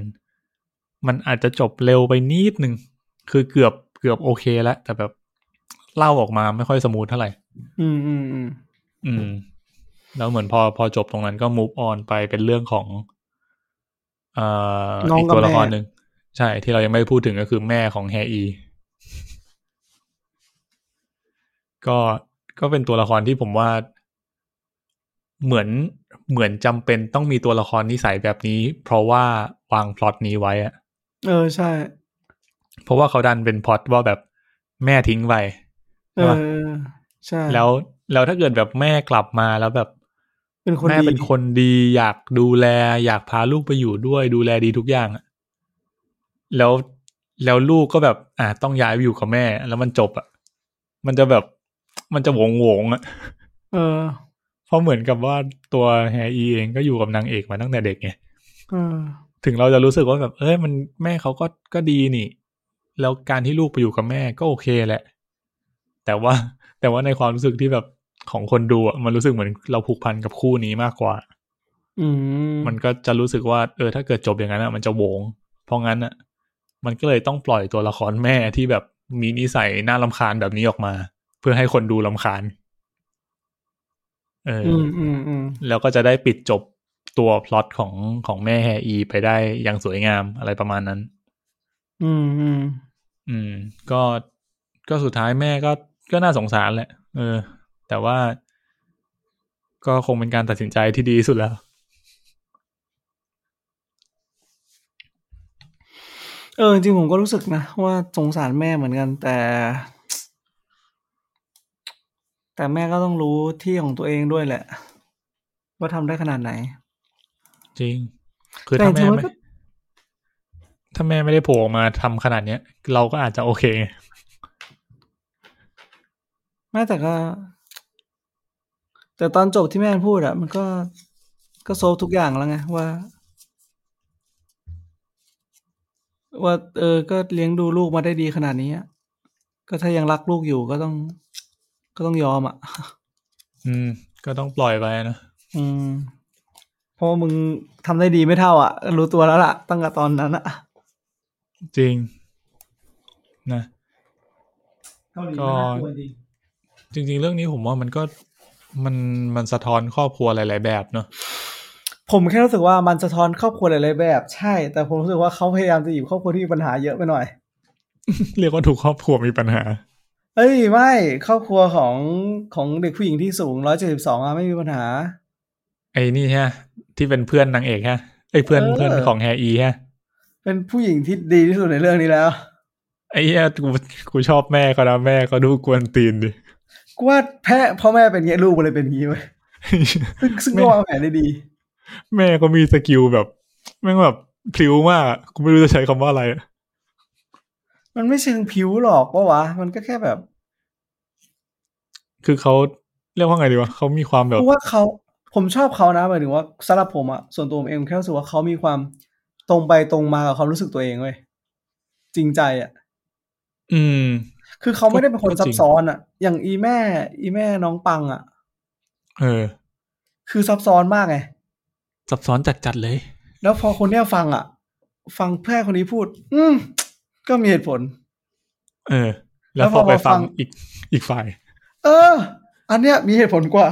Speaker 1: มันอาจจะจบเร็วไปนิดหนึ่ง คือเกือบเกือบโอเคแล้ว แต่แบบเล่าออกมาไม่ค่อยสมูทเท่าไหร่
Speaker 2: อืมอืมอืม
Speaker 1: อืม แล้วเหมือนพอพอจบตรงนั้นก็ move on ไปเป็นเรื่องของเอ่ออีกตัวละครหนึ่งใช่ ที่เรายังไม่ได้พูดถึงก็คือแม่ของแฮอี ก็ก็เป็นตัวละครที่ผมว่า เหมือนเหมือนจำเป็นต้องมีตัวละครนิสัยแบบนี้ เพราะว่าวางพล็อตนี้ไว้อะ
Speaker 2: เออใช่
Speaker 1: เพราะว่าเขาดันเป็นพล็อตว่าแบบแม่ทิ้งไป
Speaker 2: เอ
Speaker 1: ใช่ปะ
Speaker 2: อ ใช่
Speaker 1: แล้วแล้วถ้าเกิดแบบแม่กลับมาแล้วแบบ
Speaker 2: เป็นคน
Speaker 1: แม่
Speaker 2: ดี
Speaker 1: เป็นคนดีอยากดูแล อยากพาลูกไปอยู่ด้วยดูแลดีทุกอย่างอะแล้วแล้วลูกก็แบบ อ่าต้องย้ายไปอยู่กับแม่ แล้วมันจบอ่ะมันจะแบบมันจะโหวงโงๆอ่ะ
Speaker 2: เออ
Speaker 1: เพราะเหมือนกับว่าตัวแฮอีเองก็อยู่กับนางเอกมาตั้งแต่เด็กไง
Speaker 2: เออ
Speaker 1: ถึงเราจะรู้สึกว่าแบบ เอ้ยมันแม่เขาก็ก็ดีนี่ แล้วการที่ลูกไปอยู่กับแม่ก็โอเคแหละ แต่ว่าแต่ว่าในความรู้สึกที่แบบ ของคนดูอะมันรู้สึกเหมือนเราผูกพันกับคู่นี้มากกว่า
Speaker 2: อืม
Speaker 1: มันก็จะรู้สึกว่าเออถ้าเกิดจบอย่างนั้นอะมันจะโหวงเพราะงั้นอะมันก็เลยต้องปล่อยตัวละครแม่ที่แบบมีนิสัยน่าลำคาญแบบนี้ออกมา เพื่อให้คนดูลำคาญเอออ
Speaker 2: อืมอืมอืม
Speaker 1: แล้วก็จะได้ปิดจบตัวพล็อตของของแม่แฮอีไปได้อย่างสวยงามอะไรประมาณนั้น
Speaker 2: อืมอืม
Speaker 1: อืม ก็ก็สุดท้ายแม่ก็ก็น่าสงสารแหละ เออ แต่ว่า ก็คงเป็นการตัดสินใจที่ดีที่สุดแล้ว
Speaker 2: เออจริงๆผมก็รู้สึกนะว่าสงสารแม่เหมือนกันแต่ แต่แม่ก็ต้องรู้ที่ของตัวเองด้วยแหละ ว่าทำได้ขนาดไหน
Speaker 1: จริง คือ
Speaker 2: แต่
Speaker 1: ถ้า
Speaker 2: จริ
Speaker 1: แม่
Speaker 2: งๆมัน
Speaker 1: ไม่
Speaker 2: ก็
Speaker 1: ถ้าแม่ไม่ได้โผล่ออกมาทำขนาดเนี้ย เราก็อาจจะโอเค
Speaker 2: แม่แต่ก็ แต่ตอนจบที่แม่พูดอะมันก็ก็โซฟทุกอย่างแล้วไงว่า ว่า เออ ก็เลี้ยงดูลูกมาได้ดีขนาดนี้อะก็ถ้ายังรักลูกอยู่ก็ต้อง ก็ต้องยอมอะ
Speaker 1: อืม ก็ต้องปล่อยไปนะ
Speaker 2: อืม เพราะว่ามึงทำได้ดีไม่เท่าอะรู้ตัวแล้วล่ะ ตั้งแต่ตอนนั้นอะ
Speaker 1: จริง นะ ก็ จริง ๆ เรื่องนี้ผมว่ามันก็มันมันสะท้อนครอบครัวหลาย ๆ แบบเนอะ
Speaker 2: ผมแค่รู้สึกว่ามันสะท้อนครอบครัวหลายๆแบบ ใช่ แต่ผมรู้สึกว่าเขาพยายามจะหยิบครอบครัวที่มีปัญหาเยอะไปหน่อย
Speaker 1: เรียกว่าถูกครอบครัวมีปัญหา
Speaker 2: เอ้ยไม่ครอบครัวของของเด็กผู้หญิงที่สูงร้อยเจ็ดสิบสองอะไม่มีปัญหา
Speaker 1: ไอ้นี่ฮะ ที่เป็นเพื่อนนางเอกฮะไอ้เพื่อน
Speaker 2: เออ
Speaker 1: เพื่อนของแฮอีฮะ
Speaker 2: เป็นผู้หญิงที่ดีที่สุดในเรื่องนี้แล้ว
Speaker 1: ไอ้เหี้ยกูกูชอบแม่ก็นะแม่ก็ดูกวนตีนดิ
Speaker 2: กูว่าแพ้พ่อแม่เป็นอย่างเงี้ยลูกมันเลยเป็นอย่างงี้เว้ยซึ่งซึ่ง
Speaker 1: ไม่
Speaker 2: ก็วางแผนได้ดี
Speaker 1: แม่ก็มีสกิลแบบแม่งแบบพลิ้วมากอะกูไม่รู้จะใช้คำว่าอะไรอะ
Speaker 2: มันไม่เชิงผิวหรอกปะวะ มันก็แค่แบบ
Speaker 1: คือเขาเรียกว่าไงดีวะเขามีความแบบ
Speaker 2: กูว่าเขาผมชอบเขานะหมายถึงว่าสำหรับผมอะส่วนตัวผมเองผมแค่รู้สึกว่าเขามีความตรงไปตรงมากับความรู้สึกตัวเองเว้ยจริงใจอะ
Speaker 1: อืม
Speaker 2: คือเขาไม่ได้เป็นคน
Speaker 1: ก็จริง
Speaker 2: ซับซ้อนอะอย่างอีแม่ อีแม่น้องปังอะ
Speaker 1: เออ
Speaker 2: คือซับซ้อนมากไง
Speaker 1: ซับซ้อนจัดๆเลย
Speaker 2: แล้วพอคนเนี้ยฟังอ่ะ ฟังเพื่อนคนนี้พูด อืมก็มีเหตุผล
Speaker 1: เออ แล้ว
Speaker 2: แล้ว
Speaker 1: พ
Speaker 2: พ
Speaker 1: อ
Speaker 2: อ
Speaker 1: ไป
Speaker 2: มาฟั
Speaker 1: ฟัง
Speaker 2: ง
Speaker 1: อีกอีกฝ่าย
Speaker 2: เออ อันเนี้ยมีเหตุผลกว่า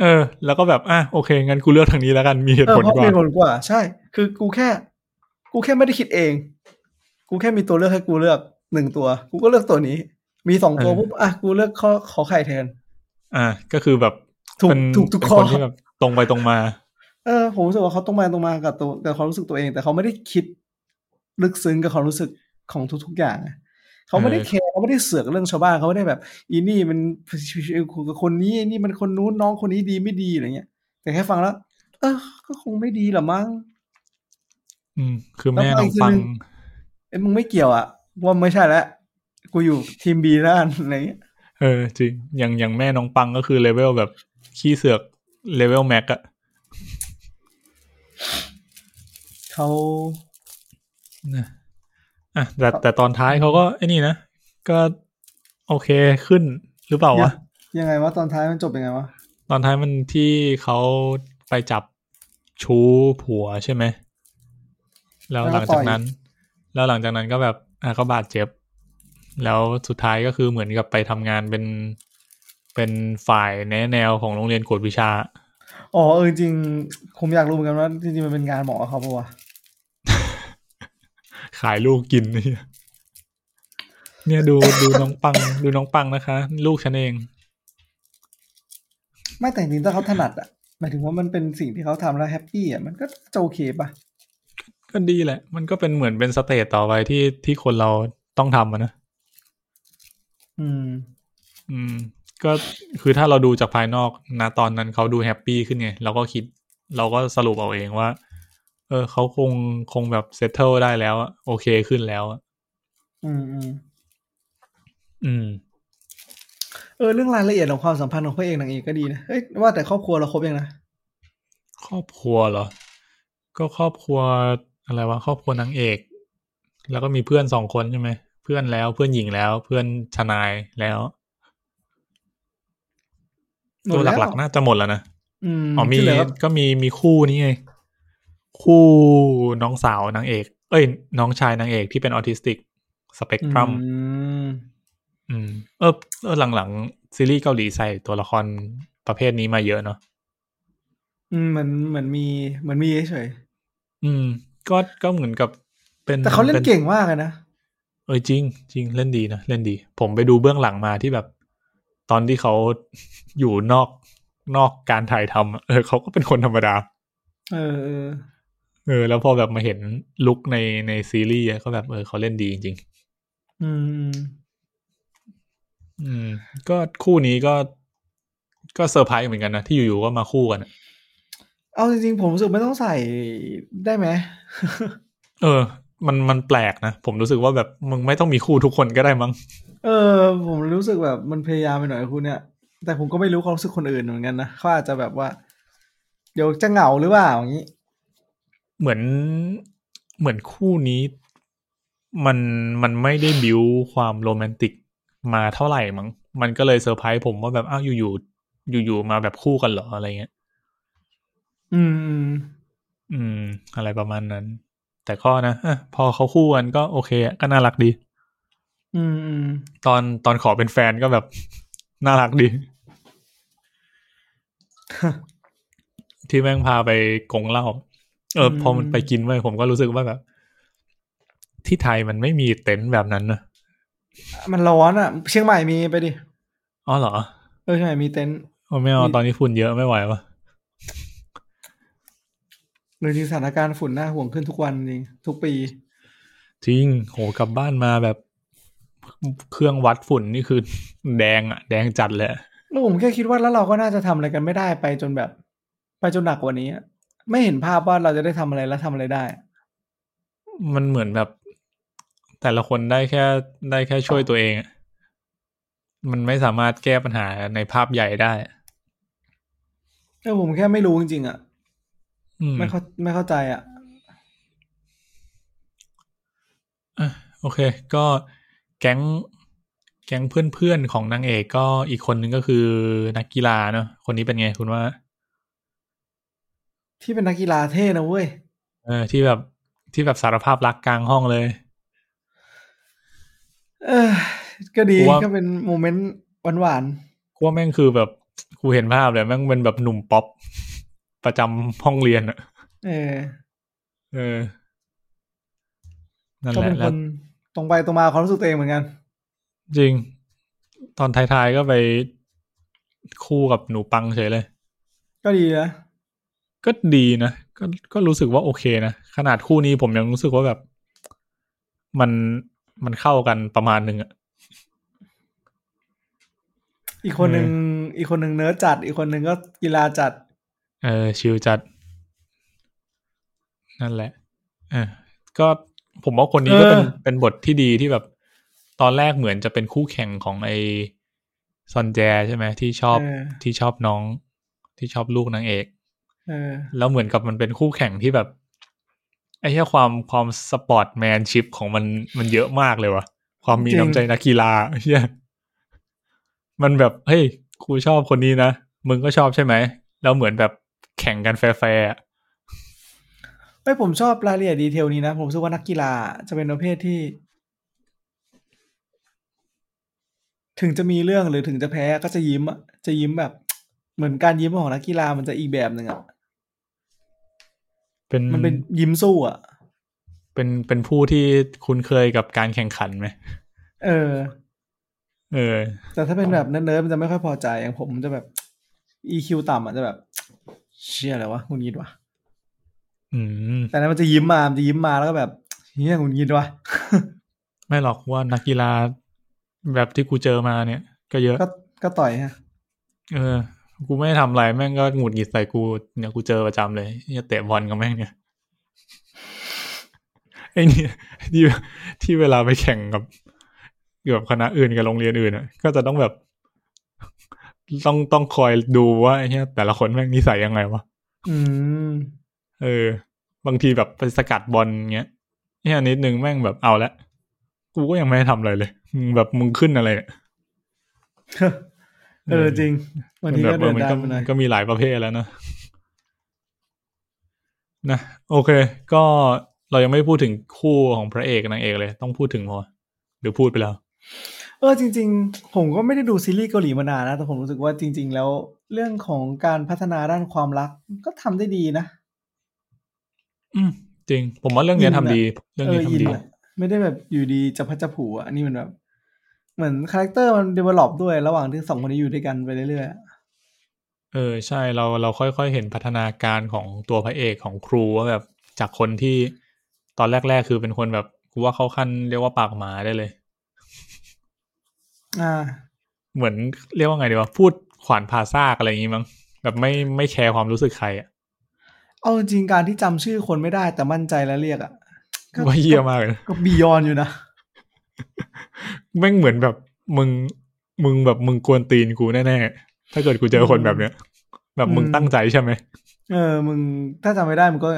Speaker 1: เออ แล้วก็แบบอ่ะโอเคงั้นกูเลือกทางนี้แล้วกันมีเหตุ
Speaker 2: เออ
Speaker 1: ผล
Speaker 2: เพราะ
Speaker 1: กว่า
Speaker 2: มีเหตุผลกว่า ใช่ คือกูแค่ กูแค่ไม่ได้คิดเอง กูแค่มีตัวเลือกให้กูเลือกหนึ่งตัว กูก็เลือกตัวนี้ มีสองตัวปุ๊บอ่ะกูเลือกข้อขอไข่แทน
Speaker 1: อ่ะก็คือแบบ
Speaker 2: ถูก
Speaker 1: เป็น
Speaker 2: ถูกทุก
Speaker 1: เป็น
Speaker 2: ข้อ
Speaker 1: คนที่แบบตรงไปตรงมา
Speaker 2: เออผมรู้สึกว่าเขาตรงมาตรงมากับตัวกับความรู้สึกตัวเอง แต่เขาไม่ได้คิด ลึกซึ้งกับความรู้สึกของทุก ๆ อย่างอะเขาไม่ได้
Speaker 1: เออ
Speaker 2: แคร์เขาไม่ได้เสือกเรื่องชาวบ้านเขาไม่ได้แบบ อีนี่มันคนนี้ไอ้นี่มันคนนู้นน้องคนนี้ดีไม่ดีอะไรเงี้ย แต่แค่ฟังแล้ว เออก็คงไม่ดีหรอมั้ง
Speaker 1: อืม คือแม่น้อง
Speaker 2: แล้วก็อีกที
Speaker 1: ฟั
Speaker 2: ห
Speaker 1: ง
Speaker 2: นึ่ง เอ้ยมึงไม่เกี่ยวอะว่าไม่ใช่แล้วกูอยู่ทีมบีแล้วกันอะไรเงี้ย
Speaker 1: เออจริงอย่างอย่างแม่น้องปังก็คือเลเวลแบบขี้เสือกเลเวลแม็กอะ
Speaker 2: เขา
Speaker 1: นะอ่ะแต่แต่ตอนท้ายเขาก็ไอ้นี่นะ ก็โอเคขึ้นหรือเปล่าวะ
Speaker 2: ยังไงวะตอนท้ายมันจบยังไงวะ
Speaker 1: ตอนท้ายมันที่เขาไปจับชู้ผัวใช่ไหม แล้วหลังจากนั้น แล้วหลังจากนั้นก็แบบอ่ะก็บาดเจ็บ แล้วสุดท้ายก็คือเหมือนกับไปทำงานเป็นเป็นฝ่ายแนะแนวของโรงเรียนกวดวิชา
Speaker 2: อ๋อเออจริงผมอยากรู้เหมือนกันว่าจริงๆมันเป็นงานหมอเขาปะวะ
Speaker 1: ขายลูกกินเนี่ยเนี่ยดูดูน้องปัง ดูน้องปังนะคะ ลูกฉันเอง
Speaker 2: ไม่แต่จริงๆถ้าเขาถนัดอ่ะหมายถึงว่ามันเป็นสิ่งที่เขาทำแล้วแฮปปี้อ่ะมันก็จะโอเคป่ะ
Speaker 1: ก็ดีแหละ มันก็เป็นเหมือนเป็นสเตจต่อไปที่ที่คนเราต้องทำอะนะ
Speaker 2: อืม
Speaker 1: อืม ก็คือถ้าเราดูจากภายนอกนะตอนนั้นเขาดูแฮปปี้ขึ้นไงเราก็คิด เราก็สรุปเอาเองว่า เออเขาคงคงแบบเซตเทิลได้แล้วอะโอเคขึ้นแล้วอะ
Speaker 2: อืมอืม
Speaker 1: อืม
Speaker 2: เออเรื่องรายละเอียดของความสัมพันธ์ของพระเอกนางเอกก็ดีนะเอ้ยว่าแต่ครอบครัวเราครบยังนะ
Speaker 1: ครอบครัวเหรอ ก็ครอบครัวอะไรวะครอบครัวนางเอก แล้วก็มีเพื่อนสองคนใช่ไหม เพื่อนแล้วเพื่อนหญิงแล้ว เพื่อนชนายแล้ว
Speaker 2: มด
Speaker 1: ตัว
Speaker 2: แว
Speaker 1: หลักๆน่าจะหมดแล้วนะ
Speaker 2: อืม
Speaker 1: อ๋อมี
Speaker 2: ที่เหลือ
Speaker 1: ก็มีมีคู่นี่ไงคู่น้องสาวนางเอก เอ้ย น้องชายนางเอกที่เป็นออทิสติกสเปกตรัม
Speaker 2: อืม
Speaker 1: อืมเออเออหลังๆ ซีรีส์เกาหลีใส่ตัวละครประเภทนี้มาเยอะเนาะ
Speaker 2: อืมเหมือนเหมือนมีเหมือนมีเฉย
Speaker 1: อืม ก็ก็เหมือนกับเป็น
Speaker 2: ๆแต่เขาเล่น
Speaker 1: ป็
Speaker 2: เก่งมากเลยนะ
Speaker 1: เออจริง จริงเล่นดีนะเล่นดี ผมไปดูเบื้องหลังมาที่แบบ ตอนที่เขา อยู่นอกนอกการถ่ายทำอะเออเขาก็เป็นคนธรรมดา
Speaker 2: เออเออ
Speaker 1: เออ แล้วพอแบบมาเห็นลุคในในซีรีส์อะก็แบบเออเขาเล่นดีจริง
Speaker 2: อืม
Speaker 1: ๆ อืม ก็คู่นี้ก็ ก็เซอร์ไพรส์เหมือนกันนะที่อยู่ๆก็มาคู่กันอะ
Speaker 2: เอาจริงๆ ผมรู้สึกไม่ต้องใส่ได้ไหม
Speaker 1: เออ มันมันแปลกนะผมรู้สึกว่าแบบมึงไม่ต้องมีคู่ทุกคนก็ได้มั้ง
Speaker 2: เออ ผมรู้สึกแบบมันพยายามไปหน่อยคุณเนี่ย แต่ผมก็ไม่รู้ความรู้สึกคนอื่นเหมือนกันนะเขาอาจจะแบบว่า เดี๋ยวจะเหงาหรือเปล่าอย่างนี้
Speaker 1: เหมือนเหมือนคู่นี้ มันมันไม่ได้บิวความโรแมนติกมาเท่าไหร่มั้งมันก็เลยเซอร์ไพรส์ผมว่าแบบอ้าวอยู่อยู่อยู่ๆมาแบบคู่กันเหรออะไรเงี้ย
Speaker 2: อืม
Speaker 1: อืม อะไรประมาณนั้น แต่ก็นะอ่ะพอเขาคู่กันก็โอเคอะก็น่ารักดี
Speaker 2: อืมอืม
Speaker 1: ตอนตอนขอเป็นแฟนก็แบบ น่ารักดี ที่แม่งพาไปกงเหล้าเออ พอมันไปกินไปผมก็รู้สึกว่าแบบ ที่ไทยมันไม่มีเต็นท์แบบนั้นนะ
Speaker 2: มันร้อนอ่ะ เชียงใหม่มีไปดิ
Speaker 1: อ๋อเหรอ
Speaker 2: เออเชียงใหม่มีเต็นท์
Speaker 1: โอ้ไม่เอาตอนนี้ฝุ่นเยอะไม่ไหววะ
Speaker 2: หรือจริงสถานการณ์ฝุ่นน่าห่วงขึ้นทุกวันจริงทุกปี
Speaker 1: จริงโหกลับบ้านมาแบบ เครื่องวัดฝุ่นนี่คือ แดงอะแดงจัดเลยอะ
Speaker 2: แล้วผมแค่คิดว่าแล้วเราก็น่าจะทำอะไรกันไม่ได้ไปจนแบบ ไปจนหนักกว่านี้อะไม่เห็นภาพว่าเราจะได้ทำอะไรและทำอะไรได้
Speaker 1: มันเหมือนแบบ แต่ละคนได้แค่ได้แค่ช่วยตัวเองอะมันไม่สามารถแก้ปัญหาในภาพใหญ่ได้อะ
Speaker 2: เออผมแค่ไม่รู้จริงๆอ่ะ
Speaker 1: อืม
Speaker 2: ไม่เข้าไม่เข้าใจอ่ะ
Speaker 1: อ่ะโอเค ก็แก๊งแก๊งเพื่อนๆของนางเอกก็อีกคนนึงก็คือนักกีฬาเนอะคนนี้เป็นไงคุณว่า
Speaker 2: ที่เป็นนักกีฬาเท่นะเว้ย
Speaker 1: เออที่แบบที่แบบสารภาพรักกลางห้องเลย
Speaker 2: เออ ก็ดี
Speaker 1: กูว่า
Speaker 2: ก็เป็นโมเมนต์หวาน
Speaker 1: กูว่าแม่งคือแบบกูเห็นภาพเลยแม่งเป็นแบบหนุ่มป๊อป ประจำห้องเรียนอะ
Speaker 2: ๆ เออ
Speaker 1: เออนั่น
Speaker 2: ก็
Speaker 1: แห
Speaker 2: เป็
Speaker 1: ละ
Speaker 2: นค
Speaker 1: แล้ว
Speaker 2: นตรงไปตรงมาความรู้สึกตัวเองเหมือนกัน
Speaker 1: จริง ตอนท้ายๆก็ไปคู่กับหนูปังเฉยเลย
Speaker 2: ก็ดีนะ
Speaker 1: ก็ดีนะก็ก็รู้สึกว่าโอเคนะ ขนาดคู่นี้ผมยังรู้สึกว่าแบบ มันมันเข้ากันประมาณหนึ่งอะ
Speaker 2: อีกคนหนึ่ง
Speaker 1: เอ
Speaker 2: อีกคนหนึ่งเนื้อจัด อีกคนหนึ่งก็กีฬาจัด
Speaker 1: เออชิลจัด นั่นแหละเออก็ผมว่าคนนี้ก็เป็น
Speaker 2: เออ
Speaker 1: เป็นบทที่ดีที่แบบ ตอนแรกเหมือนจะเป็นคู่แข่งของไอซอนแจใช่ไหมที่ชอบ
Speaker 2: เออ
Speaker 1: ที่ชอบน้อง ที่ชอบลูกนางเอก
Speaker 2: เออ
Speaker 1: แล้วเหมือนกับมันเป็นคู่แข่งที่แบบไอ้แค่ความความสปอร์ตแมนชิพของมันมันเยอะมากเลยวะความมี
Speaker 2: จริง
Speaker 1: น้ำใจนักกีฬาเฮียมันแบบเฮ้ยครูชอบคนนี้นะ มึงก็ชอบใช่ไหม แล้วเหมือนแบบแข่งกันแฟร์ๆอะ
Speaker 2: ไม่ผมชอบรายละเอียดดีเทลนี้นะ ผมรู้สึกว่านักกีฬาจะเป็นประเภทที่ ถึงจะมีเรื่องหรือถึงจะแพ้ก็จะยิ้มอะจะยิ้มแบบ เหมือนการยิ้มของนักกีฬามันจะอีกแบบหนึ่งอะ
Speaker 1: เป็น
Speaker 2: มันเป็นยิ้มสู้อะ
Speaker 1: เป็นเป็นผู้ที่คุ้นเคยกับการแข่งขันไหม
Speaker 2: เออ
Speaker 1: เออ
Speaker 2: แต่ถ้าเป็นแบบเนิร์ดๆมันจะไม่ค่อยพอใจอย่างผมมันจะแบบ EQ ต่ำอ่ะจะแบบ เชี่ยอะไรวะหงุนงิดวะ
Speaker 1: อืม
Speaker 2: แต่นั้นมันจะยิ้มมามันจะยิ้มมาแล้วก็แบบเฮียหงุนงิดวะ
Speaker 1: ไม่หรอกว่านักกีฬาแบบที่กูเจอมาเนี่ย ก็เยอะ
Speaker 2: ก็ก็ต่อยฮะ
Speaker 1: เออ กูไม่ทำอะไรแม่งก็หงุดหงิดใส่กูเนี่ยกูเจอประจำเลยเนี่ยเตะบอลกับแม่งเนี่ย ไอ้เนี่ย ที่ที่เวลาไปแข่งกับเกือบคณะอื่นกับโรงเรียนอื่นอ่ะ ก็จะต้องแบบ ต้องต้องคอยดูว่าไอ้เนี่ยแต่ละคนแม่งนิสัยยังไงวะ
Speaker 2: อืม
Speaker 1: เออ บางทีแบบไปสกัดบอลเงี้ยเนี่ยนิดนึงแม่งแบบเอาละกูก็ยังไม่ได้ทำอะไรเลยมึงแบบมึงขึ้นอะไรเนี่ย
Speaker 2: เออจริงวันนี้ก็
Speaker 1: มั
Speaker 2: เดิน
Speaker 1: นก็
Speaker 2: ได้ไม่ได้
Speaker 1: มันก็มีหลายประเภทแล้วนะนะโอเค ก็เรายังไม่พูดถึงคู่ของพระเอกกับนางเอกเลย ต้องพูดถึงพอหรือพูดไปแล้ว
Speaker 2: เออจริง ๆ ผมก็ไม่ได้ดูซีรีส์เกาหลีมานานนะ แต่ผมรู้สึกว่าจริง ๆ แล้ว เรื่องของการพัฒนาด้านความรักก็ทำได้ดีนะ
Speaker 1: อืมจริง ผมว่าเรื่องเนี้ย
Speaker 2: อิน
Speaker 1: ทำ
Speaker 2: อะ
Speaker 1: ดี เรื่อง
Speaker 2: เอ
Speaker 1: นี้
Speaker 2: อ
Speaker 1: ทำ
Speaker 2: อิน
Speaker 1: ดี
Speaker 2: อะไม่ได้แบบอยู่ดีจะพัดจะผูอะอันนี้มันแบบ เหมือนคาแรคเตอร์มันเดเวล็อปด้วยระหว่างที่สองคนนี้อยู่ด้วยกันไปเรื่อยๆอะ
Speaker 1: เออ ใช่เราเราค่อยๆเห็นพัฒนาการของตัวพระเอกของครูว่าแบบจากคนที่ตอนแรกๆคือเป็นคนแบบกูว่าเขาขั้นเรียกว่าปากหมาได้เลย
Speaker 2: อ่า
Speaker 1: เหมือนเรียกว่าไงดีวะพูดขวานผ่าซากอะไรอย่างงี้มั้งแบบไม่ไม่แคร์ความรู้สึกใครอ่ะ
Speaker 2: เอาจริงๆการที่จำชื่อคนไม่ได้แต่มั่นใจแล้วเรียกอะก็
Speaker 1: ว่าเยี่ยมากเลย
Speaker 2: ก็บียอนอยู่นะ
Speaker 1: แม่งเหมือนแบบมึงมึงแบบมึงกวนตีนกูแน่ๆ ถ้าเกิดกูเจอคนแบบเนี้ย แบบมึงตั้งใจใช่ไหม
Speaker 2: เออ มึงถ้าจำไม่ได้มึงก็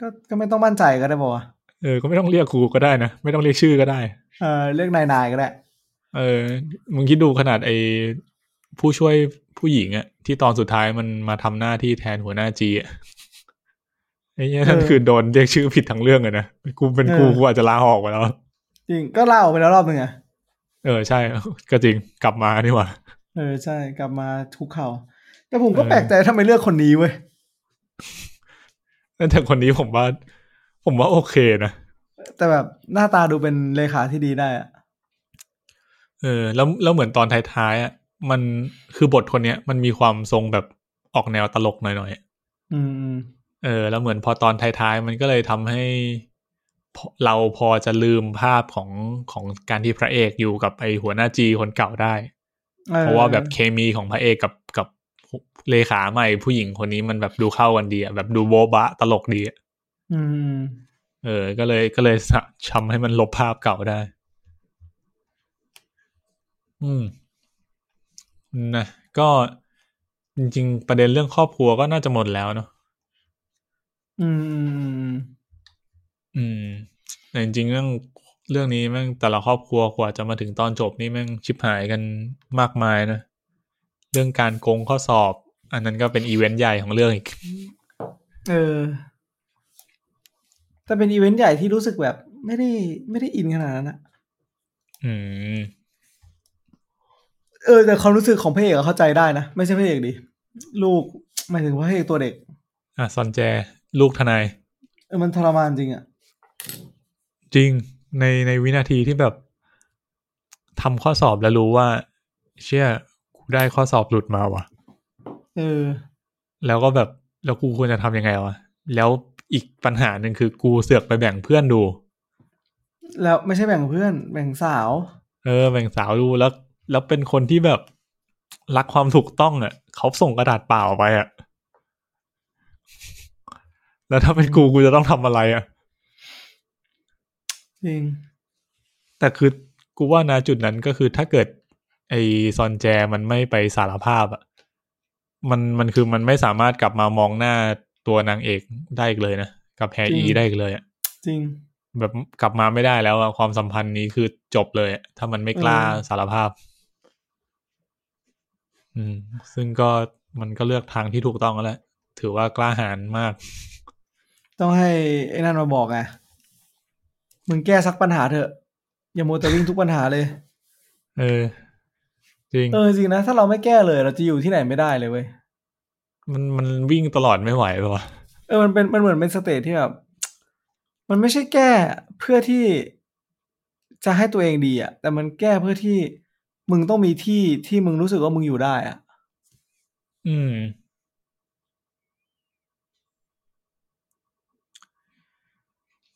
Speaker 2: ก็ก็ไม่ต้องมั่นใจก็ได้ป่าวะ
Speaker 1: เออก็ไม่ต้องเรียกกูก็ได้นะ ไม่ต้องเรียกชื่อก็ได้
Speaker 2: เออเรียกนายนายๆก็ได้
Speaker 1: เออ มึงคิดดูขนาดไอ้ผู้ช่วยผู้หญิงอะที่ตอนสุดท้ายมันมาทำหน้าที่แทนหัวหน้าจีอะไอ้เนี่ยนั่น
Speaker 2: เออ
Speaker 1: คือโดนเรียกชื่อผิดทั้งเรื่องเลยนะกูเป็นกู
Speaker 2: เออ
Speaker 1: กูอาจจะลาออกไปแล้ว
Speaker 2: จริงก็ลาออกไปแล้วรอบหนึ่งอะ
Speaker 1: เออใช่ ก็จริงกลับมานี่หว่า
Speaker 2: เออใช่กลับมาทุกเขาแต่ผมก็
Speaker 1: เออ
Speaker 2: แปลกใจทำไมเลือกคนนี้เว้ย
Speaker 1: แต่คนนี้ผมว่า ผมว่าโอเคนะ
Speaker 2: แต่แบบหน้าตาดูเป็นเลขาที่ดีได้อะ
Speaker 1: เออแล้วแล้วเหมือนตอนท้ายๆอ่ะมันคือบทคนเนี้ยมันมีความทรงแบบออกแนวตลกหน่อย
Speaker 2: อืมอืม
Speaker 1: ๆเออ แล้วเหมือนพอตอนท้ายๆมันก็เลยทำให้พอเราพอจะลืมภาพของของการที่พระเอกอยู่กับไอหัวหน้าจีคนเก่าได้ เพราะว่าแบบเคมีของพระเอกกับกับเลขาใหม่ผู้หญิงคนนี้มันแบบดูเข้ากันดีอ่ะแบบดูโบบะตลกดีอะ
Speaker 2: อืม
Speaker 1: เออ ก็เลยก็เลยสะทำให้มันลบภาพเก่าได้ อืมนะก็จริงๆ ประเด็นเรื่องครอบครัวก็น่าจะหมดแล้วเนาะ
Speaker 2: อืมอืมอืม
Speaker 1: อืม แต่จริงๆเรื่องเรื่องนี้แม่งแต่ละครอบครัวกว่าจะมาถึงตอนจบนี่แม่งชิบหายกันมากมายนะ เรื่องการโกงข้อสอบ อันนั้นก็เป็นอีเวนต์ใหญ่ของเรื่องอีก
Speaker 2: เออแต่เป็นอีเวนต์ใหญ่ที่รู้สึกแบบไม่ได้ไม่ได้อินขนาดนั้นอะ
Speaker 1: อืม
Speaker 2: เออแต่ความรู้สึกของพระเอกอะเข้าใจได้นะ ไม่ใช่พระเอกดิลูกหมายถึงพระเอกตัวเด็ก
Speaker 1: อ่ะซอนแจ ลูกทนาย
Speaker 2: เออมันทรมานจริงอะ
Speaker 1: จริงในในวินาทีที่แบบทำข้อสอบแล้วรู้ว่า เชี่ยกูได้ข้อสอบหลุดมาว่ะ
Speaker 2: เออ
Speaker 1: แล้วก็แบบแล้วกูควรจะทำยังไงวะ แล้วอีกปัญหาหนึ่งคือกูเสือกไปแบ่งเพื่อนดู
Speaker 2: แล้วไม่ใช่แบ่งเพื่อน แบ่งสาว
Speaker 1: เออ แบ่งสาวดูแล้ว แล้วเป็นคนที่แบบรักความถูกต้องอะ่ะ เขาส่งกระดาษเปล่าไปอะ่ะ แล้วถ้าเป็นกูกูจะต้องทำอะไรอ่ะ
Speaker 2: จริง
Speaker 1: แต่คือกูว่านะจุดนั้นก็คือถ้าเกิด ไอซอนแจมันไม่ไปสารภาพอะมันมันคือมันไม่สามารถกลับมามองหน้าตัวนางเอกได้อีกเลยนะ กับแฮอี
Speaker 2: จริง
Speaker 1: ได้อีกเลยอะ
Speaker 2: จริง
Speaker 1: แบบกลับมาไม่ได้แล้วอะความสัมพันธ์นี้คือจบเลยอะถ้ามันไม่กล้า
Speaker 2: เออ
Speaker 1: สารภาพ อืม ซึ่งก็มันก็เลือกทางที่ถูกต้องแล้วแหละถือว่ากล้าหาญมาก
Speaker 2: ต้องให้ไอ้นั่นมาบอกไงมึงแก้สักปัญหาเถอะ อย่ามัวแต่วิ่งทุกปัญหาเลย
Speaker 1: เออ จริง
Speaker 2: เออจริงนะ ถ้าเราไม่แก้เลย เราจะอยู่ที่ไหนไม่ได้เลยเว้ย
Speaker 1: มันมันวิ่งตลอดไม่ไหวป่ะวะ
Speaker 2: เออ มันเป็น มันเหมือนเป็นสเตจที่แบบ มันไม่ใช่แก้เพื่อที่จะให้ตัวเองดีอะแต่มันแก้เพื่อที่มึงต้องมีที่ที่มึงรู้สึกว่ามึงอยู่ได้อะ
Speaker 1: อืม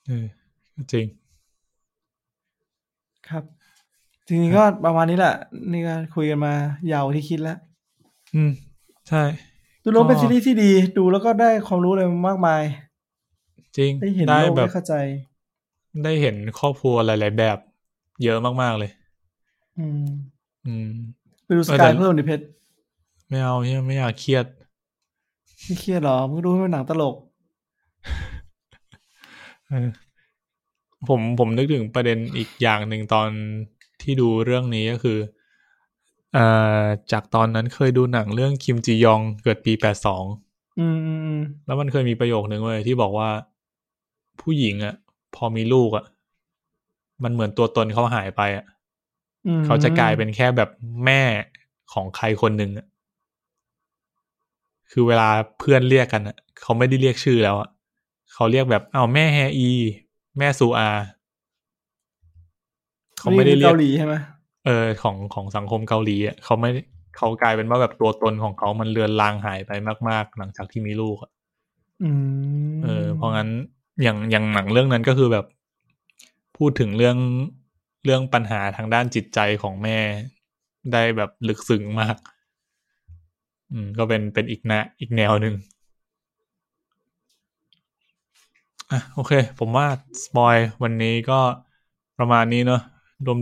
Speaker 1: เออจริง
Speaker 2: ครับ จริงๆก็ประมาณนี้แหละ นี่ก็คุยกันมายาวกว่าที่คิดแล้ว
Speaker 1: อืม ใช่
Speaker 2: ดูแล้วเป็น
Speaker 1: ก็
Speaker 2: ซีรีส์ที่ดี ดูแล้วก็ได้ความรู้อะไรมากมาย
Speaker 1: จริง
Speaker 2: ได้เห็น
Speaker 1: ได้
Speaker 2: โลก
Speaker 1: แบบ
Speaker 2: ได้เข้าใจ
Speaker 1: ได้เห็นครอบครัวหลาย ๆ แบบ เยอะมาก ๆ เลย
Speaker 2: อืม
Speaker 1: อืม
Speaker 2: ไปดู
Speaker 1: เออก
Speaker 2: สา
Speaker 1: แต่
Speaker 2: ยเพิ่มดิเพชร
Speaker 1: ไม่เอาเนี่ยไม่อยากเครียด
Speaker 2: ไม่เครียดหรอมึงดูให้เป็นหนังตลก
Speaker 1: เออผมผมนึกถึงประเด็นอีกอย่างหนึ่งตอนที่ดูเรื่องนี้ก็คือ เอ่อจากตอนนั้นเคยดูหนังเรื่องคิมจียองเกิดปีแปดสอง
Speaker 3: อืมอืมอืม
Speaker 1: แล้วมันเคยมีประโยคนึงเว้ยที่บอกว่า ผู้หญิงอะพอมีลูกอะมันเหมือนตัวตนเขาหายไปอะ
Speaker 3: อืม
Speaker 1: เขาจะกลายเป็นแค่แบบแม่ของใครคนหนึ่งอะคือเวลาเพื่อนเรียกกันอะเขาไม่ได้เรียกชื่อแล้วอะเขาเรียกแบบอ้าวแม่แฮอี แม่ซูอาเขาไม่ได้เรียก
Speaker 3: เกาหลีใช่ไหม
Speaker 1: เออของของสังคมเกาหลีอะเขาไม่เขากลายเป็นว่าแบบตัวตนของเขามันเลือนลางหายไปมาก ๆ หลังจากที่มีลูกอะ
Speaker 3: อืม
Speaker 1: เออเพราะงั้นอย่างอย่างหนังเรื่องนั้นก็คือแบบ พูดถึงเรื่องเรื่องปัญหาทางด้านจิตใจของแม่ได้แบบลึกซึ้งมาก อืม ก็เป็นเป็นอีกแนะอีกแนวหนึ่งอ่ะโอเค ผมว่าสปอยวันนี้ก็ประมาณนี้เนอะ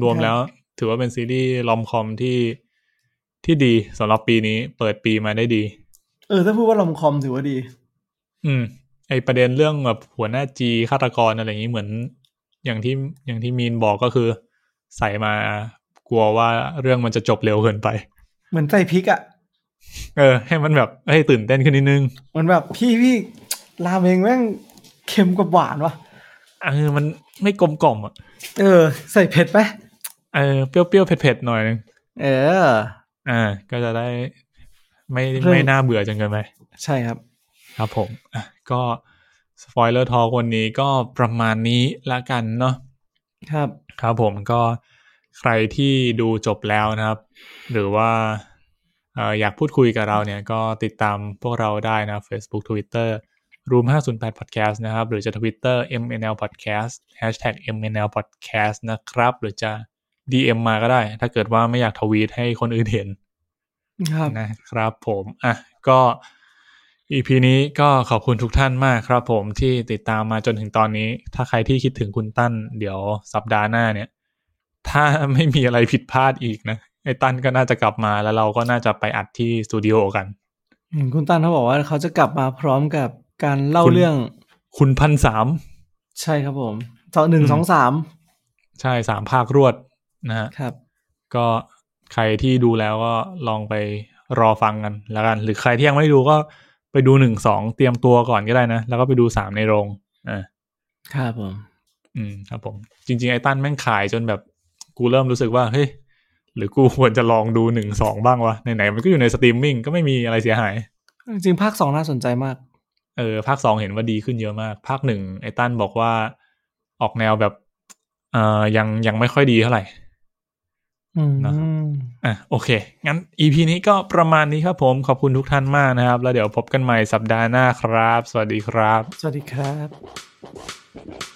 Speaker 1: รวมๆแล้ว ถือว่าเป็นซีรีส์ลอมคอมที่ที่ดีสำหรับปีนี้ เปิดปีมาได้ดี
Speaker 3: เออถ้าพูดว่าลอมคอมถือว่าดี
Speaker 1: อืมไอประเด็นเรื่องแบบหัวหน้าจีฆาตกรอะไรอย่างนี้เหมือน อย่างที่อย่างที่มีนบอกก็คือ ใส่มากลัวว่าเรื่องมันจะจบเร็วเกินไป
Speaker 3: เหมือนใส่พริกอ่ะ
Speaker 1: เออ ให้มันแบบให้ตื่นเต้นขึ้นนิดนึง
Speaker 3: เหมือนแบบพี่พี่ราเมงแม่งเค็มกับหวานวะ
Speaker 1: เออมันไม่กลมกล่อมอ่ะ
Speaker 3: เออ ใส่เผ็ดไหม
Speaker 1: เออเปรี้ยวๆเผ็ดๆหน่อยนึง
Speaker 3: เออ
Speaker 1: อ่า ก็จะได้ไม่
Speaker 3: เรื่อง
Speaker 1: ไม่น่าเบื่อจนเกินไป
Speaker 3: ใช่ครับ
Speaker 1: ครับผมอ่ะก็สปอยเลอร์ทอวันนี้ก็ประมาณนี้ละกันเนาะ
Speaker 3: ครับ
Speaker 1: ครับผมก็ใครที่ดูจบแล้วนะครับ หรือว่าเอ่ออยากพูดคุยกับเราเนี่ยก็ติดตามพวกเราได้นะ Facebook Twitter Room 508 Podcast นะครับ หรือจะ Twitter MNL Podcast Hashtag MNL Podcast นะครับ หรือจะ DM มาก็ได้ ถ้าเกิดว่าไม่อยากทวีตให้คนอื่นเห็น
Speaker 3: ครับ
Speaker 1: นะครับผมอ่ะก็อีพีนี้ก็ขอบคุณทุกท่านมากครับผมที่ติดตามมาจนถึงตอนนี้ ถ้าใครที่คิดถึงคุณตั้น เดี๋ยวสัปดาห์หน้าเนี่ย ถ้าไม่มีอะไรผิดพลาดอีกนะไอ้ตั้นก็น่าจะกลับมาแล้วเราก็น่าจะไปอัดที่สตูดิโอกัน
Speaker 3: เห็นคุณตั้นเขาบอกว่าเขาจะกลับมาพร้อมกับการเล่า
Speaker 1: คุณ
Speaker 3: เรื่อง
Speaker 1: คุณพันสาม
Speaker 3: ใช่ครับผมสองหนึ่ง
Speaker 1: อืม
Speaker 3: สองสาม
Speaker 1: ใช่สามภาครวดนะฮะ
Speaker 3: ครับ
Speaker 1: ก็ใครที่ดูแล้วก็ลองไปรอฟังกันแล้วกัน หรือใครที่ยังไม่ดูก็ไปดูหนึ่งสองเตรียมตัวก่อนก็ได้นะ แล้วก็ไปดูสามในโรงอ่า
Speaker 3: ครับผม
Speaker 1: อืมครับผม จริง ๆ ไอ้ตั้นแม่งขายจนแบบกูเริ่มรู้สึกว่า เฮ้ย หรือกูควรจะลองดูหนึ่งสองบ้างวะไหนๆมันก็อยู่ในสตรีมมิ่งก็ไม่มีอะไรเสียหาย
Speaker 3: จริงๆภาคสองน่าสนใจมาก
Speaker 1: เออ ภาคสองเห็นว่าดีขึ้นเยอะมาก ภาคหนึ่งไอ้ตั้นบอกว่าออกแนวแบบเอ่อยังยังไม่ค่อยดีเท่าไหร่
Speaker 3: อืม
Speaker 1: นะครับ อ่ะโอเค งั้น EP นี้ก็ประมาณนี้ครับผม ขอบคุณทุกท่านมากนะครับ แล้วเดี๋ยวพบกันใหม่สัปดาห์หน้าครับ สวัสดีครับ
Speaker 3: สวัสดีครับ